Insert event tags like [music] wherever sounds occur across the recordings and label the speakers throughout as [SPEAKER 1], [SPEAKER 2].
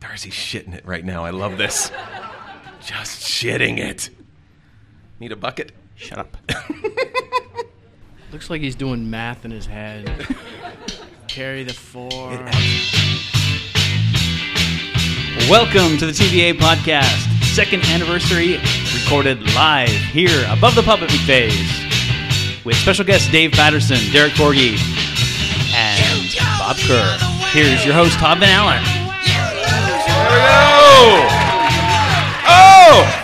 [SPEAKER 1] Darcy's shitting it right now. I love this. Just shitting it. Need a bucket? [laughs]
[SPEAKER 2] Shut up.
[SPEAKER 3] Looks like he's doing math in his head.
[SPEAKER 1] [laughs]
[SPEAKER 3] Carry the four.
[SPEAKER 2] Welcome to the TVA podcast, second anniversary, recorded live here above the puppet phase with special guests Dave Patterson, Derek Corgi, and Bob Kerr. Here's your host Todd Van Allen.
[SPEAKER 1] Oh! Oh!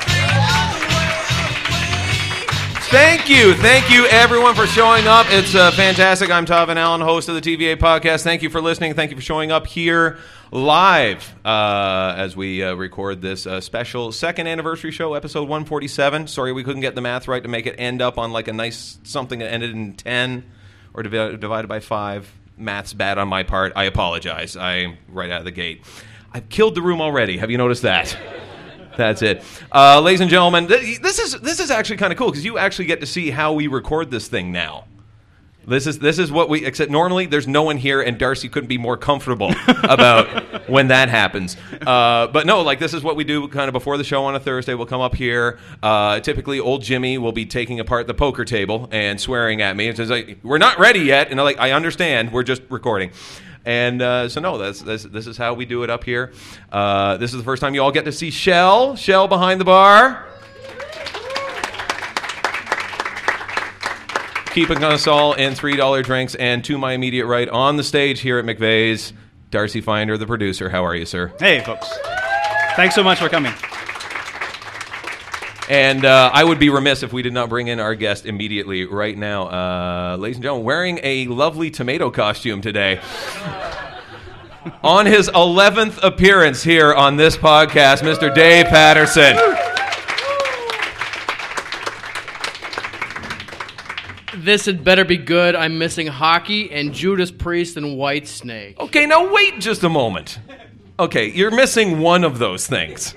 [SPEAKER 1] Thank you. Thank you, everyone, for showing up. It's uh, fantastic. I'm Tavin Allen, host of the TVA podcast. Thank you for listening. Thank you for showing up here live uh, as we uh, record this uh, special second anniversary show, episode 147. Sorry we couldn't get the math right to make it end up on like a nice something that ended in 10 or divi- divided by 5. Math's bad on my part. I apologize. I'm right out of the gate. I've killed the room already. Have you noticed that? That's it, uh, ladies and gentlemen. Th- this is this is actually kind of cool because you actually get to see how we record this thing now. This is this is what we except normally there's no one here and Darcy couldn't be more comfortable about [laughs] when that happens. Uh, but no, like this is what we do kind of before the show on a Thursday. We'll come up here. Uh, typically, old Jimmy will be taking apart the poker table and swearing at me and says like, "We're not ready yet," and I'm like, "I understand. We're just recording." And uh, so no, that's, that's this is how we do it up here. Uh, this is the first time you all get to see Shell. Shell behind the bar. keeping us all in three dollar drinks. And to my immediate right, on the stage here at McVeigh's, Darcy Finder, the producer. How are you, sir?
[SPEAKER 2] Hey, folks. Thanks so much for coming.
[SPEAKER 1] And uh, I would be remiss if we did not bring in our guest immediately right now, uh, ladies and gentlemen, wearing a lovely tomato costume today. on his 11th appearance here on this podcast, Mr. Dave Patterson.
[SPEAKER 3] This had better be good. I'm missing hockey and Judas Priest and White Snake.
[SPEAKER 1] Okay, now wait just a moment. Okay, you're missing one of those things.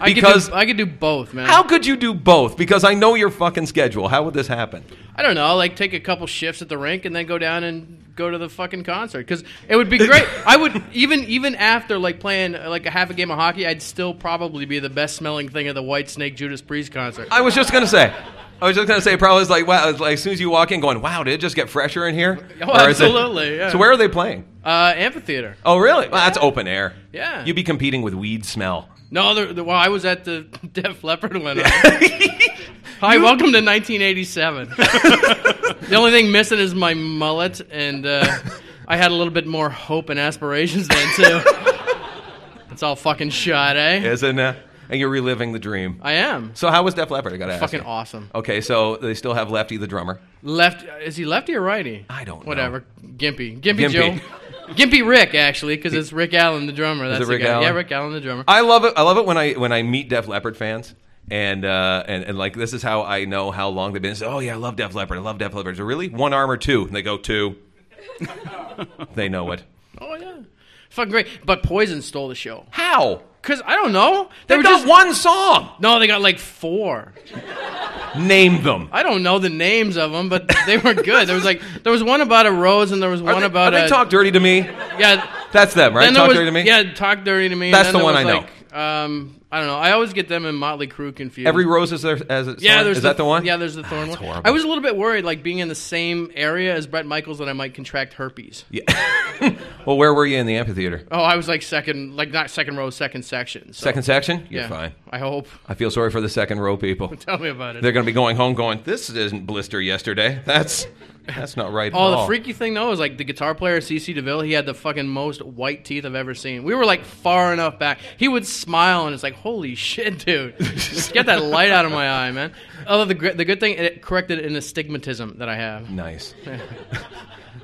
[SPEAKER 3] I
[SPEAKER 1] because-
[SPEAKER 3] could do, I could do both, man.
[SPEAKER 1] How could you do both? Because I know your fucking schedule. How would this happen?
[SPEAKER 3] I don't know. Like take a couple shifts at the rink and then go down and go to the fucking concert because it would
[SPEAKER 1] [laughs]
[SPEAKER 3] be great. I would even even after like playing uh, like a half a game of hockey, I'd still probably be the best smelling thing at the White Snake Judas Priest concert.
[SPEAKER 1] I was just gonna say. I was just gonna say, probably it's like wow, it's like, as soon as you walk in, going, wow, did it just get fresher in here?
[SPEAKER 3] Oh,
[SPEAKER 1] Or is it-
[SPEAKER 3] absolutely, yeah.
[SPEAKER 1] So where are they playing?
[SPEAKER 3] Uh, amphitheater.
[SPEAKER 1] Oh, really? Well, that's open air.
[SPEAKER 3] Yeah.
[SPEAKER 1] You'd be competing with weed
[SPEAKER 3] [laughs]
[SPEAKER 1] smell.
[SPEAKER 3] No, the, the, well, I was at the [laughs] Def Leppard one. Hi, welcome to
[SPEAKER 1] [laughs]
[SPEAKER 3] 1987. the only thing missing is my mullet, and uh, I had a little bit more hope and aspirations then
[SPEAKER 1] [laughs]
[SPEAKER 3] too. it's all fucking shot, eh?
[SPEAKER 1] Isn't it? And you're reliving the dream.
[SPEAKER 3] I am.
[SPEAKER 1] So how was Def Leppard? I gotta ask.
[SPEAKER 3] fucking
[SPEAKER 1] you.
[SPEAKER 3] awesome.
[SPEAKER 1] Okay, so they still have Lefty the drummer.
[SPEAKER 3] Left is he lefty or righty?
[SPEAKER 1] I don't know.
[SPEAKER 3] Whatever. Gimpy.
[SPEAKER 1] Gimpy.
[SPEAKER 3] Gimpy, Joe. Gimpy Rick actually, because it's Rick Allen the drummer. That's
[SPEAKER 1] it
[SPEAKER 3] the
[SPEAKER 1] Rick
[SPEAKER 3] guy.
[SPEAKER 1] Allen?
[SPEAKER 3] Yeah, Rick Allen the drummer.
[SPEAKER 1] I love it. I love it when I when I meet Def Leppard fans. And, uh, and and like this is how I know how long they've been. It's, oh yeah, I love Def Leppard. I love Def Leppard. So really, one arm or two? And they go
[SPEAKER 3] [laughs]
[SPEAKER 1] two. they know it.
[SPEAKER 3] oh yeah, fucking great. But Poison stole the show.
[SPEAKER 1] How?
[SPEAKER 3] Cause I don't know.
[SPEAKER 1] They got one song.
[SPEAKER 3] No, they got like four.
[SPEAKER 1] Name them.
[SPEAKER 3] I don't know the names of them, but they were good. There was like there was one about a rose, and there was
[SPEAKER 1] Are
[SPEAKER 3] one
[SPEAKER 1] they,
[SPEAKER 3] about
[SPEAKER 1] are
[SPEAKER 3] a
[SPEAKER 1] they talk dirty to me?
[SPEAKER 3] yeah.
[SPEAKER 1] That's them, right?
[SPEAKER 3] Then there
[SPEAKER 1] Talk
[SPEAKER 3] was,
[SPEAKER 1] dirty to me.
[SPEAKER 3] Yeah, talk dirty to me. and
[SPEAKER 1] That's
[SPEAKER 3] then
[SPEAKER 1] the
[SPEAKER 3] there
[SPEAKER 1] one
[SPEAKER 3] was,
[SPEAKER 1] I know.
[SPEAKER 3] like, Um, I don't know. I always get them and Motley Crue confused.
[SPEAKER 1] Every rose is there. As it's
[SPEAKER 3] yeah,
[SPEAKER 1] thorn?
[SPEAKER 3] there's
[SPEAKER 1] is that the one?
[SPEAKER 3] Yeah, there's the thorn one.
[SPEAKER 1] horrible.
[SPEAKER 3] I was a little bit worried, like being in the same area as Brett Michaels, that I might contract herpes.
[SPEAKER 1] [laughs] Well, where were you in the amphitheater?
[SPEAKER 3] Oh, I was like second, like not second row, second section. So,
[SPEAKER 1] Second section. You're
[SPEAKER 3] yeah,
[SPEAKER 1] fine.
[SPEAKER 3] I hope. [laughs]
[SPEAKER 1] I feel sorry for the second row people.
[SPEAKER 3] Tell me about it.
[SPEAKER 1] They're going to be going home, going, "This isn't blister yesterday. That's that's not right."
[SPEAKER 3] Oh,
[SPEAKER 1] at
[SPEAKER 3] the
[SPEAKER 1] all.
[SPEAKER 3] freaky thing though is like the guitar player CC DeVille. He had the fucking most white teeth I've ever seen. We were like far enough back. He would smile and it's like, holy shit, dude, just get that light out of my eye, man. Although the gr- the good thing it corrected an astigmatism that I have. [laughs]
[SPEAKER 1] Nice.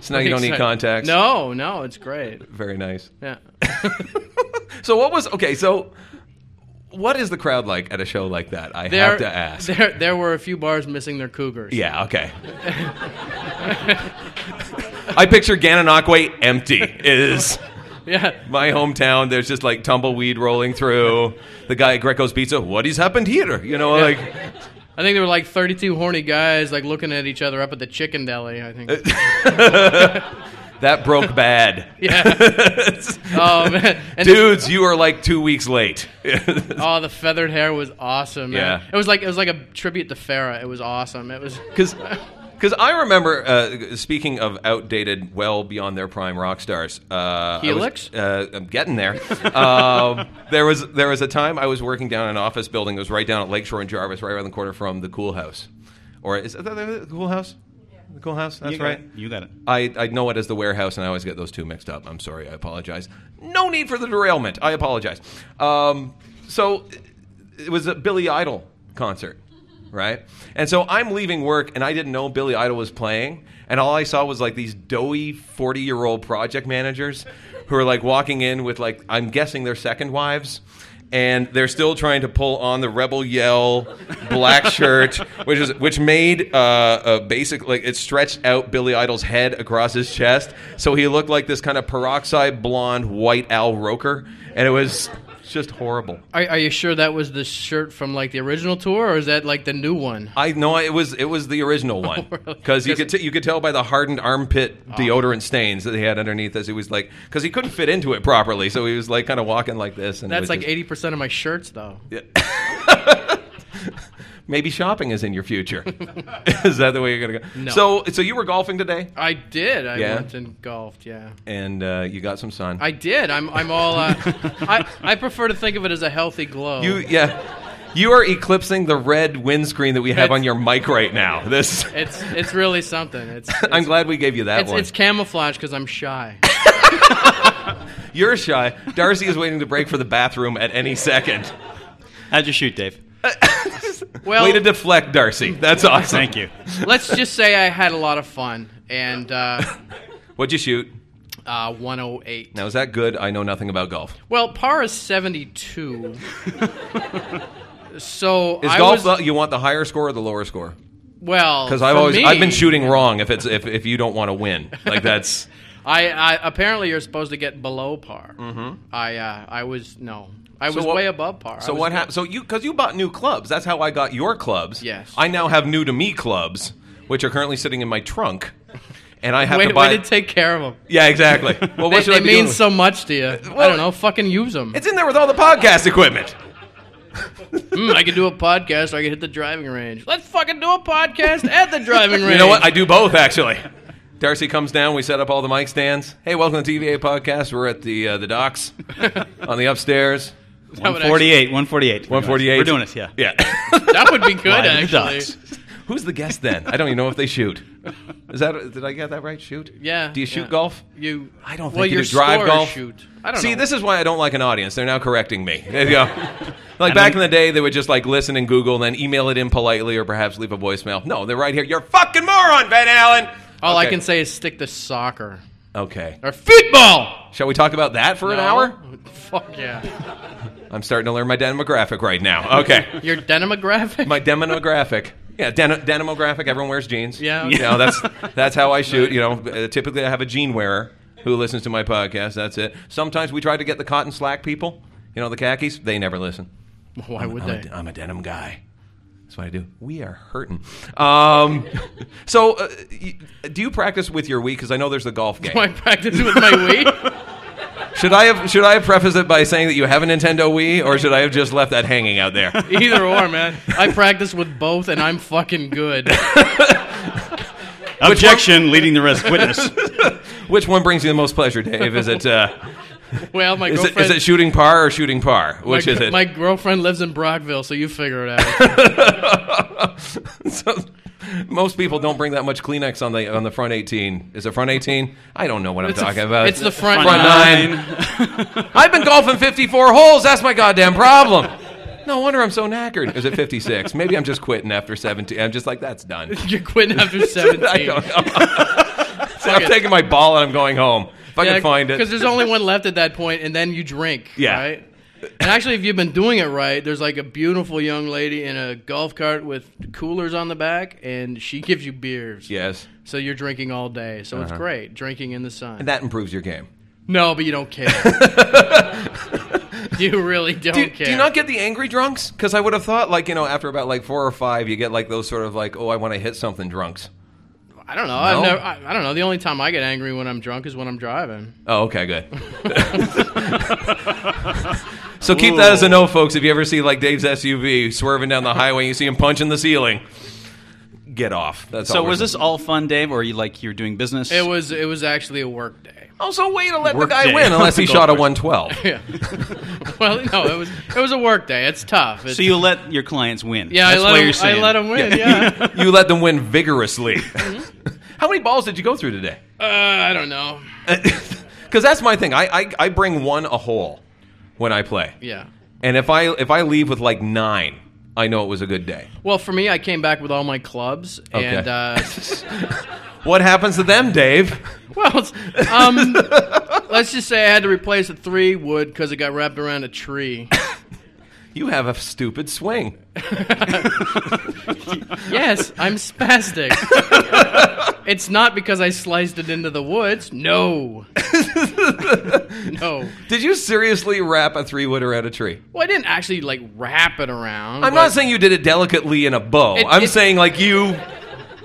[SPEAKER 1] so now you don't need
[SPEAKER 3] Except-
[SPEAKER 1] contacts.
[SPEAKER 3] No, no, it's great.
[SPEAKER 1] Very nice. [laughs]
[SPEAKER 3] Yeah.
[SPEAKER 1] So what was okay? So what is the crowd like at a show like that? I have to ask.
[SPEAKER 3] There, there were a few bars missing their cougars.
[SPEAKER 1] Yeah, okay. I picture Gananoque empty is
[SPEAKER 3] [laughs] Yeah.
[SPEAKER 1] my hometown. There's just like tumbleweed rolling through. The guy at Greco's Pizza, what has happened here? You know, like
[SPEAKER 3] I think there were like
[SPEAKER 1] Uh,
[SPEAKER 3] 32 horny guys like looking at each other up at the chicken deli. I think.
[SPEAKER 1] that broke bad. [laughs]
[SPEAKER 3] Yeah. oh man, and the-
[SPEAKER 1] Dudes, you are like two weeks late.
[SPEAKER 3] oh, the feathered hair was awesome. Man.
[SPEAKER 1] Yeah.
[SPEAKER 3] it was like it was like a tribute to Farah. It was awesome. It was
[SPEAKER 1] Because I remember, uh, speaking of outdated, well beyond their prime rock stars. Uh, I was-
[SPEAKER 3] Helix?
[SPEAKER 1] uh, I'm getting there. Um there was there was a time I was working down in an office building. It was right down at Lakeshore and Jarvis, right around the corner from the Cool House. Or is that the Cool House? The Cool House? That's
[SPEAKER 2] You got
[SPEAKER 1] right.
[SPEAKER 2] it. You got it.
[SPEAKER 1] I, I know it as the warehouse, and I always get those two mixed up. I'm sorry. I apologize. No need for the derailment. I apologize. Um, so it was a Billy Idol concert, right? And so I'm leaving work, and I didn't know Billy Idol was playing, and all I saw was like these doughy 40 year old project managers who are like walking in with like I'm guessing their second wives. And they're still trying to pull on the rebel yell, black shirt, which is which made uh, uh, basic like it stretched out Billy Idol's head across his chest, so he looked like this kind of peroxide blonde white Al Roker, and it was just horrible.
[SPEAKER 3] Are, are you sure that was the shirt from like the original tour, or is that like the new one?
[SPEAKER 1] I no, it was it was the
[SPEAKER 3] [laughs]
[SPEAKER 1] original one
[SPEAKER 3] Oh, really?
[SPEAKER 1] because you
[SPEAKER 3] 'Cause-
[SPEAKER 1] could t- you could tell by the hardened armpit deodorant stains that he had underneath as he was like because he couldn't fit into it properly, so he was like kind of walking like this. And it
[SPEAKER 3] That's
[SPEAKER 1] was
[SPEAKER 3] like
[SPEAKER 1] just-
[SPEAKER 3] eighty percent of my shirts, though.
[SPEAKER 1] maybe shopping is in your future. [laughs] is that the way you're gonna go?
[SPEAKER 3] No.
[SPEAKER 1] So so you were golfing today,
[SPEAKER 3] I did. I
[SPEAKER 1] Yeah?
[SPEAKER 3] went and golfed. Yeah,
[SPEAKER 1] and uh, you got some sun.
[SPEAKER 3] I did. I'm. I'm all.
[SPEAKER 1] [laughs]
[SPEAKER 3] Uh, I I prefer to think of it as a healthy glow.
[SPEAKER 1] you yeah. You are eclipsing the red windscreen that we have
[SPEAKER 3] That's-
[SPEAKER 1] on your mic right now. This,
[SPEAKER 3] It's it's really something. It's. it's
[SPEAKER 1] I'm glad we gave you [laughs] that
[SPEAKER 3] It's,
[SPEAKER 1] one.
[SPEAKER 3] it's camouflage because
[SPEAKER 1] [laughs]
[SPEAKER 3] I'm shy.
[SPEAKER 1] You're shy. Darcy is waiting to break for the bathroom at any second.
[SPEAKER 2] How'd you shoot, Dave?
[SPEAKER 3] Well,
[SPEAKER 1] Way to deflect, Darcy. That's awesome.
[SPEAKER 3] [laughs]
[SPEAKER 2] Thank you.
[SPEAKER 3] let's just say I had a lot of fun and uh,
[SPEAKER 1] What'd you shoot?
[SPEAKER 3] uh, 108.
[SPEAKER 1] Now is that good? I know nothing about golf.
[SPEAKER 3] Well, par
[SPEAKER 1] [laughs]
[SPEAKER 3] is 72. so
[SPEAKER 1] Is
[SPEAKER 3] I
[SPEAKER 1] golf
[SPEAKER 3] was,
[SPEAKER 1] the- you want the higher score or the lower score?
[SPEAKER 3] well
[SPEAKER 1] Because I've
[SPEAKER 3] for
[SPEAKER 1] always
[SPEAKER 3] me,
[SPEAKER 1] I've been shooting wrong. If it's if, if you don't want to win, like that's
[SPEAKER 3] I, I apparently you're supposed to get below par. Mm-hmm. I uh, I was no, I was
[SPEAKER 1] what-
[SPEAKER 3] way above par. I
[SPEAKER 1] so
[SPEAKER 3] was
[SPEAKER 1] what happened? So you because you bought new clubs. That's how I got your clubs.
[SPEAKER 3] Yes.
[SPEAKER 1] I now have new to me clubs, which are currently sitting in my trunk, and I have
[SPEAKER 3] Way,
[SPEAKER 1] to buy.
[SPEAKER 3] way to take care of them.
[SPEAKER 1] yeah,
[SPEAKER 3] [laughs]
[SPEAKER 1] exactly. Well,
[SPEAKER 3] They,
[SPEAKER 1] what should I
[SPEAKER 3] they
[SPEAKER 1] be doing
[SPEAKER 3] mean
[SPEAKER 1] with-
[SPEAKER 3] so much to you. I
[SPEAKER 1] Well,
[SPEAKER 3] don't know. Fucking use them.
[SPEAKER 1] It's in there with all the podcast equipment.
[SPEAKER 3] Mm, I could do a podcast. or I could hit the driving range. Let's fucking do a podcast
[SPEAKER 1] [laughs]
[SPEAKER 3] at the driving range.
[SPEAKER 1] You know what? I do both actually. Darcy comes down. We set up all the mic stands. Hey, welcome to TVA podcast. We're at the uh, the
[SPEAKER 3] [laughs]
[SPEAKER 1] docks on the upstairs.
[SPEAKER 3] That would
[SPEAKER 2] 148, 148.
[SPEAKER 1] 148.
[SPEAKER 2] We're doing this, yeah.
[SPEAKER 1] Yeah. [laughs]
[SPEAKER 3] actually- That would be good
[SPEAKER 2] Live in the
[SPEAKER 3] actually.
[SPEAKER 2] docks.
[SPEAKER 1] Who's the guest then? I don't even know if they shoot. Is that did I get that right? Shoot.
[SPEAKER 3] Yeah,
[SPEAKER 1] Do you shoot
[SPEAKER 3] yeah.
[SPEAKER 1] golf?
[SPEAKER 3] You.
[SPEAKER 1] I don't think
[SPEAKER 3] well,
[SPEAKER 1] you
[SPEAKER 3] your
[SPEAKER 1] do drive
[SPEAKER 3] score
[SPEAKER 1] golf.
[SPEAKER 3] Shoot. I don't
[SPEAKER 1] See,
[SPEAKER 3] know.
[SPEAKER 1] this is why I don't like an audience. They're now correcting me. There you go. [laughs] Like back in the day, they would just like listen and Google, then email it in politely, or perhaps leave a voicemail. No, they're right here. You're a fucking moron, Van Allen.
[SPEAKER 3] All I
[SPEAKER 1] Okay.
[SPEAKER 3] can say is stick to soccer
[SPEAKER 1] Okay.
[SPEAKER 3] or football.
[SPEAKER 1] Shall we talk about that for an
[SPEAKER 3] No.
[SPEAKER 1] hour?
[SPEAKER 3] Fuck yeah.
[SPEAKER 1] I'm starting to learn my demographic right now.
[SPEAKER 3] [laughs]
[SPEAKER 1] Okay.
[SPEAKER 3] Your demographic.
[SPEAKER 1] my demographic. Yeah, den- demographic. Everyone wears jeans.
[SPEAKER 3] Yeah.
[SPEAKER 1] you know
[SPEAKER 3] [laughs]
[SPEAKER 1] that's that's how I shoot. You know, uh, typically I have a jean wearer who listens to my podcast. That's it. Sometimes we try to get the cotton slack people. You know, the khakis. They never listen.
[SPEAKER 3] Why would
[SPEAKER 1] I'm
[SPEAKER 3] they?
[SPEAKER 1] a, I'm a denim guy. That's what I do. We are hurting. Um, [laughs] so, uh, y- do you practice with your Wii? Because I know there's the golf game.
[SPEAKER 3] My practice with my Wii.
[SPEAKER 1] Should I have should I have prefaced it by saying that you have a Nintendo Wii, or should I have just left that hanging out
[SPEAKER 3] [laughs]
[SPEAKER 1] there?
[SPEAKER 3] Either or, man. I practice with both, and I'm fucking good.
[SPEAKER 2] Objection, leading the rest witness.
[SPEAKER 1] Which one brings you the most pleasure, Dave? Is it? Uh,
[SPEAKER 3] Well, my
[SPEAKER 1] Is it,
[SPEAKER 3] girlfriend.
[SPEAKER 1] is it shooting par or shooting par?
[SPEAKER 3] my,
[SPEAKER 1] Which is it?
[SPEAKER 3] My girlfriend lives in Brockville, so you figure it out.
[SPEAKER 1] [laughs] So, most people don't bring that much Kleenex on the on the front 18. Is it front 18? I don't know what I'm
[SPEAKER 3] It's,
[SPEAKER 1] talking
[SPEAKER 3] a-
[SPEAKER 1] about.
[SPEAKER 3] it's the front,
[SPEAKER 1] Front
[SPEAKER 3] nine.
[SPEAKER 2] [laughs]
[SPEAKER 1] I've been golfing 54 holes. That's my goddamn problem. No wonder I'm so knackered. Is it 56? Maybe I'm just quitting after 17. I'm just like that's done. [laughs]
[SPEAKER 3] You're quitting after
[SPEAKER 1] I
[SPEAKER 3] 17.
[SPEAKER 1] don't know. so I'm taking my ball and I'm going home. If I can find
[SPEAKER 3] Because
[SPEAKER 1] it.
[SPEAKER 3] there's only one left at that point, and then you drink.
[SPEAKER 1] Yeah.
[SPEAKER 3] Right? And actually, if you've been doing it right, there's like a beautiful young lady in a golf cart with coolers on the back, and she gives you beers.
[SPEAKER 1] Yes,
[SPEAKER 3] So you're drinking all day. So it's great drinking in the sun.
[SPEAKER 1] Uh-huh. and that improves your game.
[SPEAKER 3] no, but you
[SPEAKER 1] [laughs]
[SPEAKER 3] don't care. you really don't
[SPEAKER 1] Do,
[SPEAKER 3] care.
[SPEAKER 1] do you not get the angry drunks? Because I would have thought, like you know, after about like four or five, you get like those sort of like, oh, I want to hit something drunks.
[SPEAKER 3] I don't know.
[SPEAKER 1] No?
[SPEAKER 3] I've never, I, I don't know. The only time I get angry when I'm drunk is when I'm driving.
[SPEAKER 1] Oh, okay, good. so keep that as a no, folks. If you ever see like Dave's SUV swerving down the highway, you see him punching the ceiling. Get off. That's
[SPEAKER 2] So
[SPEAKER 1] all we're
[SPEAKER 2] was this all fun, Dave, or you like you're doing business?
[SPEAKER 3] It was it was actually a work day. [laughs]
[SPEAKER 1] Also, way to let the
[SPEAKER 2] Work
[SPEAKER 1] guy
[SPEAKER 2] day.
[SPEAKER 1] win, unless he shot
[SPEAKER 2] Golf
[SPEAKER 1] a
[SPEAKER 2] course.
[SPEAKER 1] 112.
[SPEAKER 3] Yeah. [laughs] well, no, it was it was a work day. It's tough. It's-
[SPEAKER 2] so you let your clients win.
[SPEAKER 3] yeah,
[SPEAKER 2] That's
[SPEAKER 3] I
[SPEAKER 2] what
[SPEAKER 3] let
[SPEAKER 2] you're
[SPEAKER 3] him, I
[SPEAKER 2] saying.
[SPEAKER 3] let him
[SPEAKER 1] [laughs]
[SPEAKER 3] win. Yeah.
[SPEAKER 1] You let them win [laughs] vigorously. Mm-hmm. How many balls did you go through today?
[SPEAKER 3] uh, I don't know.
[SPEAKER 1] Because that's my thing. I, I I bring one a hole when I play,
[SPEAKER 3] Yeah.
[SPEAKER 1] and if I if I leave with like nine, I know it was a good day.
[SPEAKER 3] Well, for me, I came back with all my clubs,
[SPEAKER 1] Okay.
[SPEAKER 3] and uh, [laughs]
[SPEAKER 1] What happens to them, Dave?
[SPEAKER 3] well,
[SPEAKER 1] [laughs]
[SPEAKER 3] it's- um, let's just say I had to replace a three wood because it got wrapped around a tree.
[SPEAKER 1] You have a stupid swing.
[SPEAKER 3] Yes, I'm
[SPEAKER 1] [laughs]
[SPEAKER 3] spastic. it's not because I sliced it into the woods.
[SPEAKER 1] [laughs]
[SPEAKER 3] No. no.
[SPEAKER 1] Did you seriously wrap a three wood around a tree?
[SPEAKER 3] Well, I didn't actually like wrap it around.
[SPEAKER 1] I'm
[SPEAKER 3] but
[SPEAKER 1] not saying you did it delicately in a bow.
[SPEAKER 3] It-
[SPEAKER 1] I'm
[SPEAKER 3] it-
[SPEAKER 1] saying like you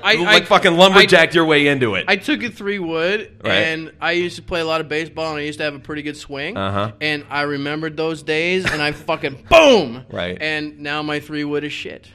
[SPEAKER 3] I,
[SPEAKER 1] like
[SPEAKER 3] I-
[SPEAKER 1] fucking lumberjacked your way into it.
[SPEAKER 3] I, I took a three wood,
[SPEAKER 1] Right.
[SPEAKER 3] and I used to play a lot of baseball, and I used to have a pretty good swing.
[SPEAKER 1] Uh-huh.
[SPEAKER 3] And I remembered those days, and I fucking [laughs] boom.
[SPEAKER 1] Right.
[SPEAKER 3] And now my three wood
[SPEAKER 1] [laughs]
[SPEAKER 3] is shit.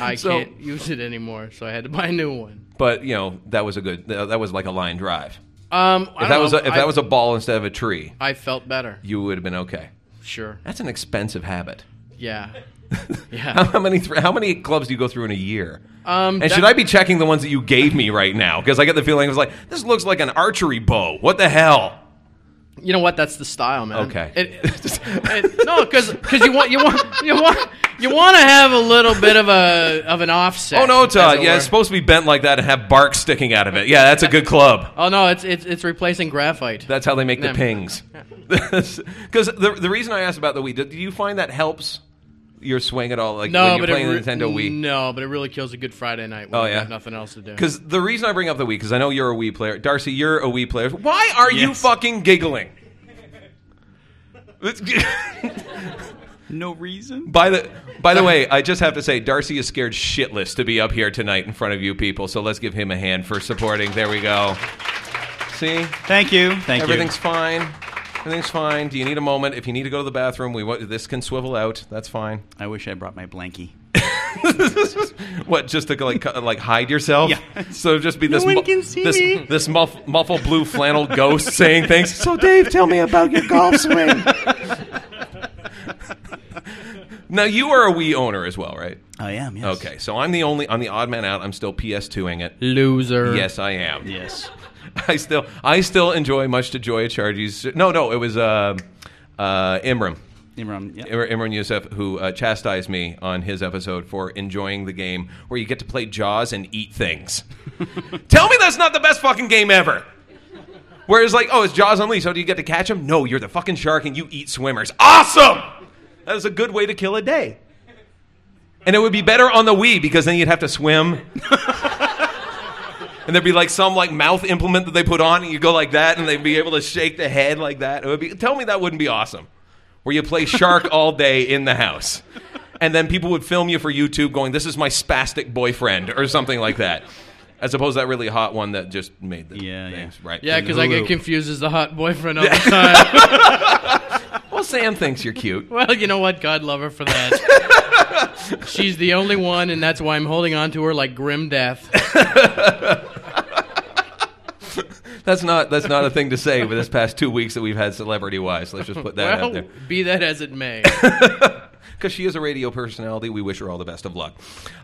[SPEAKER 3] I
[SPEAKER 1] So-
[SPEAKER 3] can't use it anymore, so I had to buy a new one.
[SPEAKER 1] but you know that was a good. That that was like a line drive.
[SPEAKER 3] Um, I
[SPEAKER 1] If
[SPEAKER 3] don't
[SPEAKER 1] that was
[SPEAKER 3] know.
[SPEAKER 1] a, if
[SPEAKER 3] I-
[SPEAKER 1] that was a ball instead of a tree,
[SPEAKER 3] I felt better.
[SPEAKER 1] you would have been okay.
[SPEAKER 3] Sure.
[SPEAKER 1] That's an expensive habit. [laughs]
[SPEAKER 3] Yeah.
[SPEAKER 1] How,
[SPEAKER 3] Yeah.
[SPEAKER 1] how many th- how many clubs do you go through in a year?
[SPEAKER 3] Um,
[SPEAKER 1] and
[SPEAKER 3] that-
[SPEAKER 1] should I be checking the ones that you gave me right now? Because I get the feeling I was like, this looks like an archery bow. What the hell? [laughs]
[SPEAKER 3] You know what? That's the style, man.
[SPEAKER 1] Okay.
[SPEAKER 3] It, it- no, because you want you want you want you want to have a little bit of a of an offset.
[SPEAKER 1] Oh no,
[SPEAKER 3] as
[SPEAKER 1] Todd.
[SPEAKER 3] it
[SPEAKER 1] Yeah,
[SPEAKER 3] were.
[SPEAKER 1] it's supposed to be bent like that and have bark sticking out of it. Yeah, that's a good club.
[SPEAKER 3] oh no, it's it's it's replacing graphite.
[SPEAKER 1] That's how they make the
[SPEAKER 3] Yeah.
[SPEAKER 1] pings. [laughs] Because the, the reason I asked about the Wii, do, do you find that helps your swing at all? Like
[SPEAKER 3] no,
[SPEAKER 1] when you're
[SPEAKER 3] but it
[SPEAKER 1] playing
[SPEAKER 3] re-
[SPEAKER 1] the Nintendo Wii.
[SPEAKER 3] No, but it really kills a good Friday night when
[SPEAKER 1] Oh,
[SPEAKER 3] you
[SPEAKER 1] yeah?
[SPEAKER 3] have nothing else to do.
[SPEAKER 1] Because the reason I bring up the Wii, because I know you're a Wii player, Darcy, you're a Wii player. Why are you
[SPEAKER 2] Yes.
[SPEAKER 1] fucking giggling? [laughs]
[SPEAKER 2] No reason.
[SPEAKER 1] by the by the way, I just have to say, Darcy is scared shitless to be up here tonight in front of you people. So let's give him a hand for supporting. There we go. See,
[SPEAKER 2] Thank you. Thank
[SPEAKER 1] Everything's fine. Everything's fine. Do you need a moment? If you need to go to the bathroom, we want- this can swivel out. That's fine. [laughs]
[SPEAKER 2] you. I wish I brought my blankie.
[SPEAKER 1] What? Just to like cu- like hide yourself?
[SPEAKER 2] Yeah.
[SPEAKER 1] [laughs] So just be this
[SPEAKER 2] one
[SPEAKER 1] mu-
[SPEAKER 2] can see
[SPEAKER 1] this
[SPEAKER 2] me.
[SPEAKER 1] this muff, muffled blue flannel ghost saying things. So Dave, tell me about your golf swing. [laughs] now you are a Wii owner as well, right?
[SPEAKER 2] I am. Yes.
[SPEAKER 1] Okay. So Oh, I'm the only I'm the odd man out. I'm still PS2ing it.
[SPEAKER 3] Loser.
[SPEAKER 1] Yes, I am.
[SPEAKER 2] Yes.
[SPEAKER 1] I still I still enjoy much to Joya Chargie's. No, no, it was uh, uh, Imram.
[SPEAKER 2] Imran. Yeah.
[SPEAKER 1] Imran Imran Youssef, who uh, chastised me on his episode for enjoying the game where you get to play Jaws and eat things. [laughs] Tell me that's not the best fucking game ever. Whereas, like, oh, it's Jaws Unleashed. So do you get to catch him? No, you're the fucking shark and you eat swimmers. Awesome! That is a good way to kill a day. And it would be better on the Wii because then you'd have to swim. and there'd be like some like mouth implement that they put on and you go like that and they'd be able to shake the head like that. It would be tell me that wouldn't be awesome. Where you play
[SPEAKER 3] [laughs]
[SPEAKER 1] shark all day in the house. And then people would film you for YouTube going, This is my spastic boyfriend or something like that. As opposed to that really hot one that just made the
[SPEAKER 2] Yeah, yeah.
[SPEAKER 1] things right.
[SPEAKER 3] Yeah, because I
[SPEAKER 2] Hulu.
[SPEAKER 3] get confused as the hot boyfriend
[SPEAKER 1] [laughs]
[SPEAKER 3] all the time.
[SPEAKER 1] Well, Sam thinks you're cute.
[SPEAKER 3] well, you know what? God love her for that.
[SPEAKER 1] [laughs]
[SPEAKER 3] She's the only one, and that's why I'm holding on to her like grim death.
[SPEAKER 1] That's not that's not a thing to say with this past two weeks that we've had celebrity wise. Let's just put that out
[SPEAKER 3] Well,
[SPEAKER 1] there.
[SPEAKER 3] be that as it may.
[SPEAKER 1] because she is a radio personality. We wish her all the best of luck.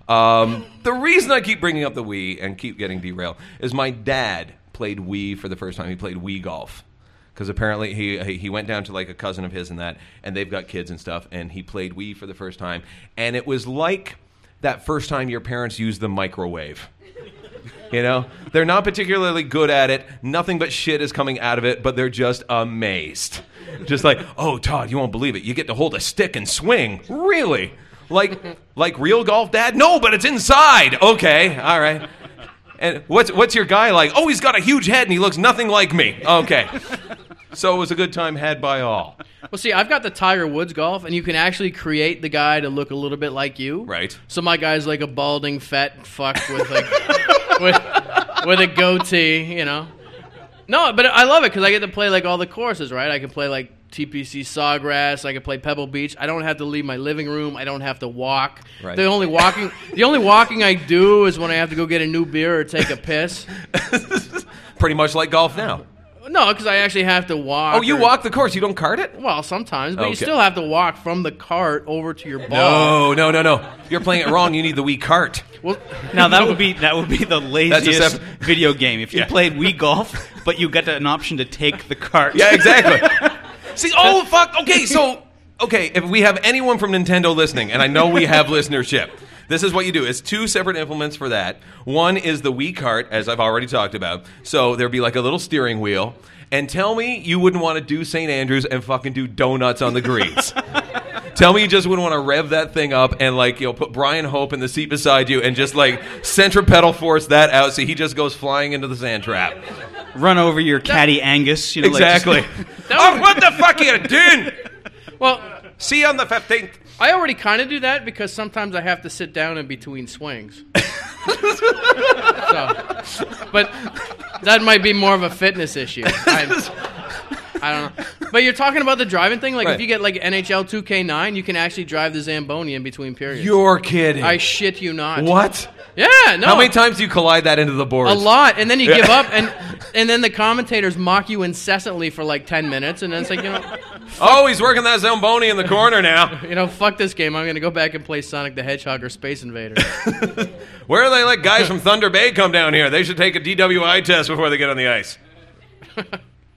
[SPEAKER 1] Um, the reason I keep bringing up the Wii and keep getting derailed is my dad played Wii for the first time. He played Wii golf because apparently he he- he went down to like a cousin of his and that, and they've got kids and stuff, and he played Wii for the first time, and it was like that first time your parents used the microwave. You know, they're not particularly good at it. Nothing but shit is coming out of it, but they're just amazed. Just like, oh, Todd, you won't believe it. You get to hold a stick and swing. Really? Like, like real golf, Dad? No, but it's inside. Okay, all right. And what's what's your guy like? Oh, he's got a huge head and he looks nothing like me. Okay. So it was a good time had by all.
[SPEAKER 3] Well, see, I've got the Tiger Woods golf, and you can actually create the guy to look a little bit like you.
[SPEAKER 1] Right.
[SPEAKER 3] So my guy's like [laughs] a balding, fat fuck with like with, with a goatee, you know. No, but I love it because I get to play like all the courses, right? I can play like TPC Sawgrass. I can play Pebble Beach. I don't have to leave my living room. I don't have to walk.
[SPEAKER 1] Right.
[SPEAKER 3] The only walking, the only walking I do is when I have to go get a new beer or take a piss.
[SPEAKER 1] Pretty much like golf now.
[SPEAKER 3] No, because I actually have to walk.
[SPEAKER 1] Oh, you
[SPEAKER 3] or-
[SPEAKER 1] walk the course. You don't cart it?
[SPEAKER 3] Well, sometimes, but
[SPEAKER 1] Okay.
[SPEAKER 3] you still have to walk from the cart over to your ball.
[SPEAKER 1] Oh, No, no, no, no. You're playing it wrong. You need the Wii cart.
[SPEAKER 3] Well,
[SPEAKER 2] Now that would be that would be the laziest
[SPEAKER 1] sep-
[SPEAKER 2] video game if you
[SPEAKER 1] Yeah.
[SPEAKER 2] played Wii Golf, but you got an option to take the cart.
[SPEAKER 1] Yeah, exactly. [laughs] See, oh fuck. Okay, so okay, if we have anyone from Nintendo listening, and I know we have listenership, this is what you do. It's two separate implements for that. One is the Wii cart, as I've already talked about. So there'd be like a little steering wheel. And tell me you wouldn't want to do St. Andrews and fucking do donuts on the [laughs] greens. Tell me you just wouldn't want to rev that thing up and like you know put Brian Hope in the seat beside you and just like centripetal force that out so he just goes flying into the sand trap.
[SPEAKER 2] Run over your caddy Angus. You know, like, just-
[SPEAKER 1] Exactly. [laughs] oh, what the fuck you doing?
[SPEAKER 3] well,
[SPEAKER 1] See you on the 15th.
[SPEAKER 3] I already kind of do that because sometimes I have to sit down in
[SPEAKER 1] [laughs]
[SPEAKER 3] between swings. so, but that might be more of a fitness issue. I, I don't know. But you're talking about the driving thing. Like
[SPEAKER 1] Right.
[SPEAKER 3] if you get like NHL 2K9, you can actually drive the Zamboni in between periods.
[SPEAKER 1] You're kidding.
[SPEAKER 3] I shit you not.
[SPEAKER 1] what?
[SPEAKER 3] Yeah. No.
[SPEAKER 1] How many times do you collide that into the boards?
[SPEAKER 3] A lot, and then you
[SPEAKER 1] Yeah.
[SPEAKER 3] give up, and and then the commentators mock you incessantly for like ten minutes, and then it's like you know,
[SPEAKER 1] Oh, he's working that Zamboni in the corner now.
[SPEAKER 3] you know, fuck this game. I'm gonna go back and play Sonic the Hedgehog or Space Invader. [laughs]
[SPEAKER 1] Where do they let guys from Thunder Bay come down here? They should take a DWI test before they get on the ice.
[SPEAKER 3] [laughs]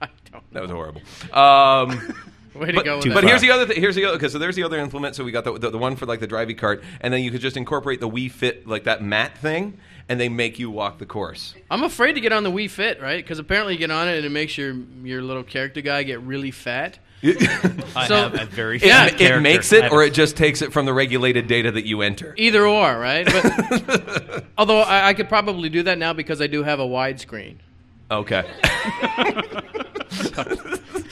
[SPEAKER 3] I don't.
[SPEAKER 1] That was horrible.
[SPEAKER 3] [laughs]
[SPEAKER 1] Um,
[SPEAKER 3] Way to
[SPEAKER 1] but
[SPEAKER 3] go with
[SPEAKER 1] but
[SPEAKER 3] that.
[SPEAKER 1] here's the other thing. Here's the other. Okay, so there's the other implement. So we got the, the, the one for like the drivey cart, and then you could just incorporate the Wii Fit like that mat thing, and they make you walk the course.
[SPEAKER 3] I'm afraid to get on the Wii Fit, right? Because apparently you get on it and it makes your your little character guy get really fat.
[SPEAKER 2] [laughs] I
[SPEAKER 3] So-
[SPEAKER 2] have a very
[SPEAKER 3] Yeah,
[SPEAKER 2] fat
[SPEAKER 1] it
[SPEAKER 2] character.
[SPEAKER 1] makes
[SPEAKER 2] I
[SPEAKER 1] it,
[SPEAKER 2] have
[SPEAKER 1] or
[SPEAKER 2] [laughs] a-
[SPEAKER 1] it just takes it from the regulated data that you enter.
[SPEAKER 3] Either or, right? But,
[SPEAKER 1] [laughs]
[SPEAKER 3] although I, I could probably do that now because I do have a widescreen,
[SPEAKER 1] Okay.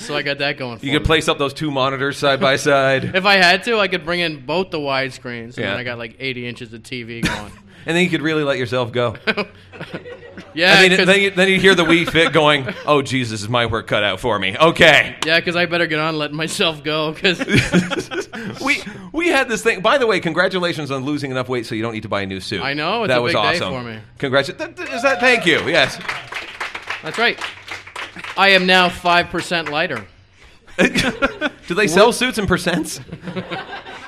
[SPEAKER 3] so I got that going. For
[SPEAKER 1] You could
[SPEAKER 3] me.
[SPEAKER 1] place up those two monitors side by side,
[SPEAKER 3] If I had to, I could bring in both the widescreens, and
[SPEAKER 1] Yeah.
[SPEAKER 3] then I got like 80 inches
[SPEAKER 1] [laughs]
[SPEAKER 3] of TV going.
[SPEAKER 1] and then you could really let yourself
[SPEAKER 3] [laughs]
[SPEAKER 1] go.
[SPEAKER 3] Yeah,
[SPEAKER 1] I
[SPEAKER 3] 'cause-
[SPEAKER 1] mean, then you, then you hear the Wii Fit going, "Oh Jesus, is my work cut out for me?" Okay.
[SPEAKER 3] Yeah, because I better get on letting myself
[SPEAKER 1] [laughs]
[SPEAKER 3] go. Because
[SPEAKER 1] We we had this thing. By the way, congratulations on losing enough weight so you don't need to buy a new suit.
[SPEAKER 3] I know, it's
[SPEAKER 1] that
[SPEAKER 3] a
[SPEAKER 1] was
[SPEAKER 3] big day
[SPEAKER 1] awesome.
[SPEAKER 3] for me.
[SPEAKER 1] Congratulations. Is that? Thank you. Yes.
[SPEAKER 3] that's right, I am now five percent lighter.
[SPEAKER 1] Do they sell suits in
[SPEAKER 3] [laughs]
[SPEAKER 1] percents?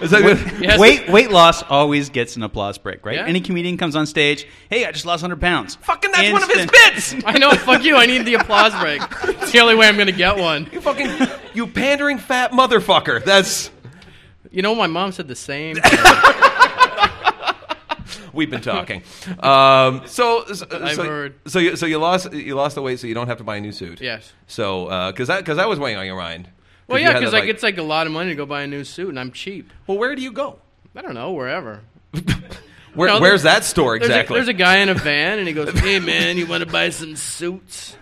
[SPEAKER 1] Is that [laughs] good?
[SPEAKER 3] Yes.
[SPEAKER 2] Weight weight loss always gets an applause break, right?
[SPEAKER 3] Yeah.
[SPEAKER 2] Any comedian comes on stage, hey, I just lost 100 pounds.
[SPEAKER 1] Fucking, that's one of his
[SPEAKER 2] Instant-
[SPEAKER 1] bits.
[SPEAKER 3] I know. [laughs] Fuck you. I need the applause break. It's the only way I'm gonna get one.
[SPEAKER 1] You fucking, you pandering fat motherfucker. That's
[SPEAKER 3] You know, my mom said
[SPEAKER 1] [laughs]
[SPEAKER 3] the same. thing.
[SPEAKER 1] We've been talking. um, so, so,
[SPEAKER 3] I've
[SPEAKER 1] so,
[SPEAKER 3] heard.
[SPEAKER 1] so you so you lost you lost the weight, so you don't have to buy a new suit.
[SPEAKER 3] Yes.
[SPEAKER 1] So because that because that was weighing on your mind.
[SPEAKER 3] Well,
[SPEAKER 1] you
[SPEAKER 3] yeah,
[SPEAKER 1] had
[SPEAKER 3] because
[SPEAKER 1] that,
[SPEAKER 3] like, it's like a lot of money to go buy a new suit, and I'm cheap.
[SPEAKER 1] well, where do you go?
[SPEAKER 3] I don't know wherever.
[SPEAKER 1] Where,
[SPEAKER 3] No, there-
[SPEAKER 1] where's that store
[SPEAKER 3] There's
[SPEAKER 1] exactly?
[SPEAKER 3] A, there's a guy
[SPEAKER 1] [laughs]
[SPEAKER 3] in a van, and he goes, "Hey man, you want to buy
[SPEAKER 1] [laughs]
[SPEAKER 3] some suits?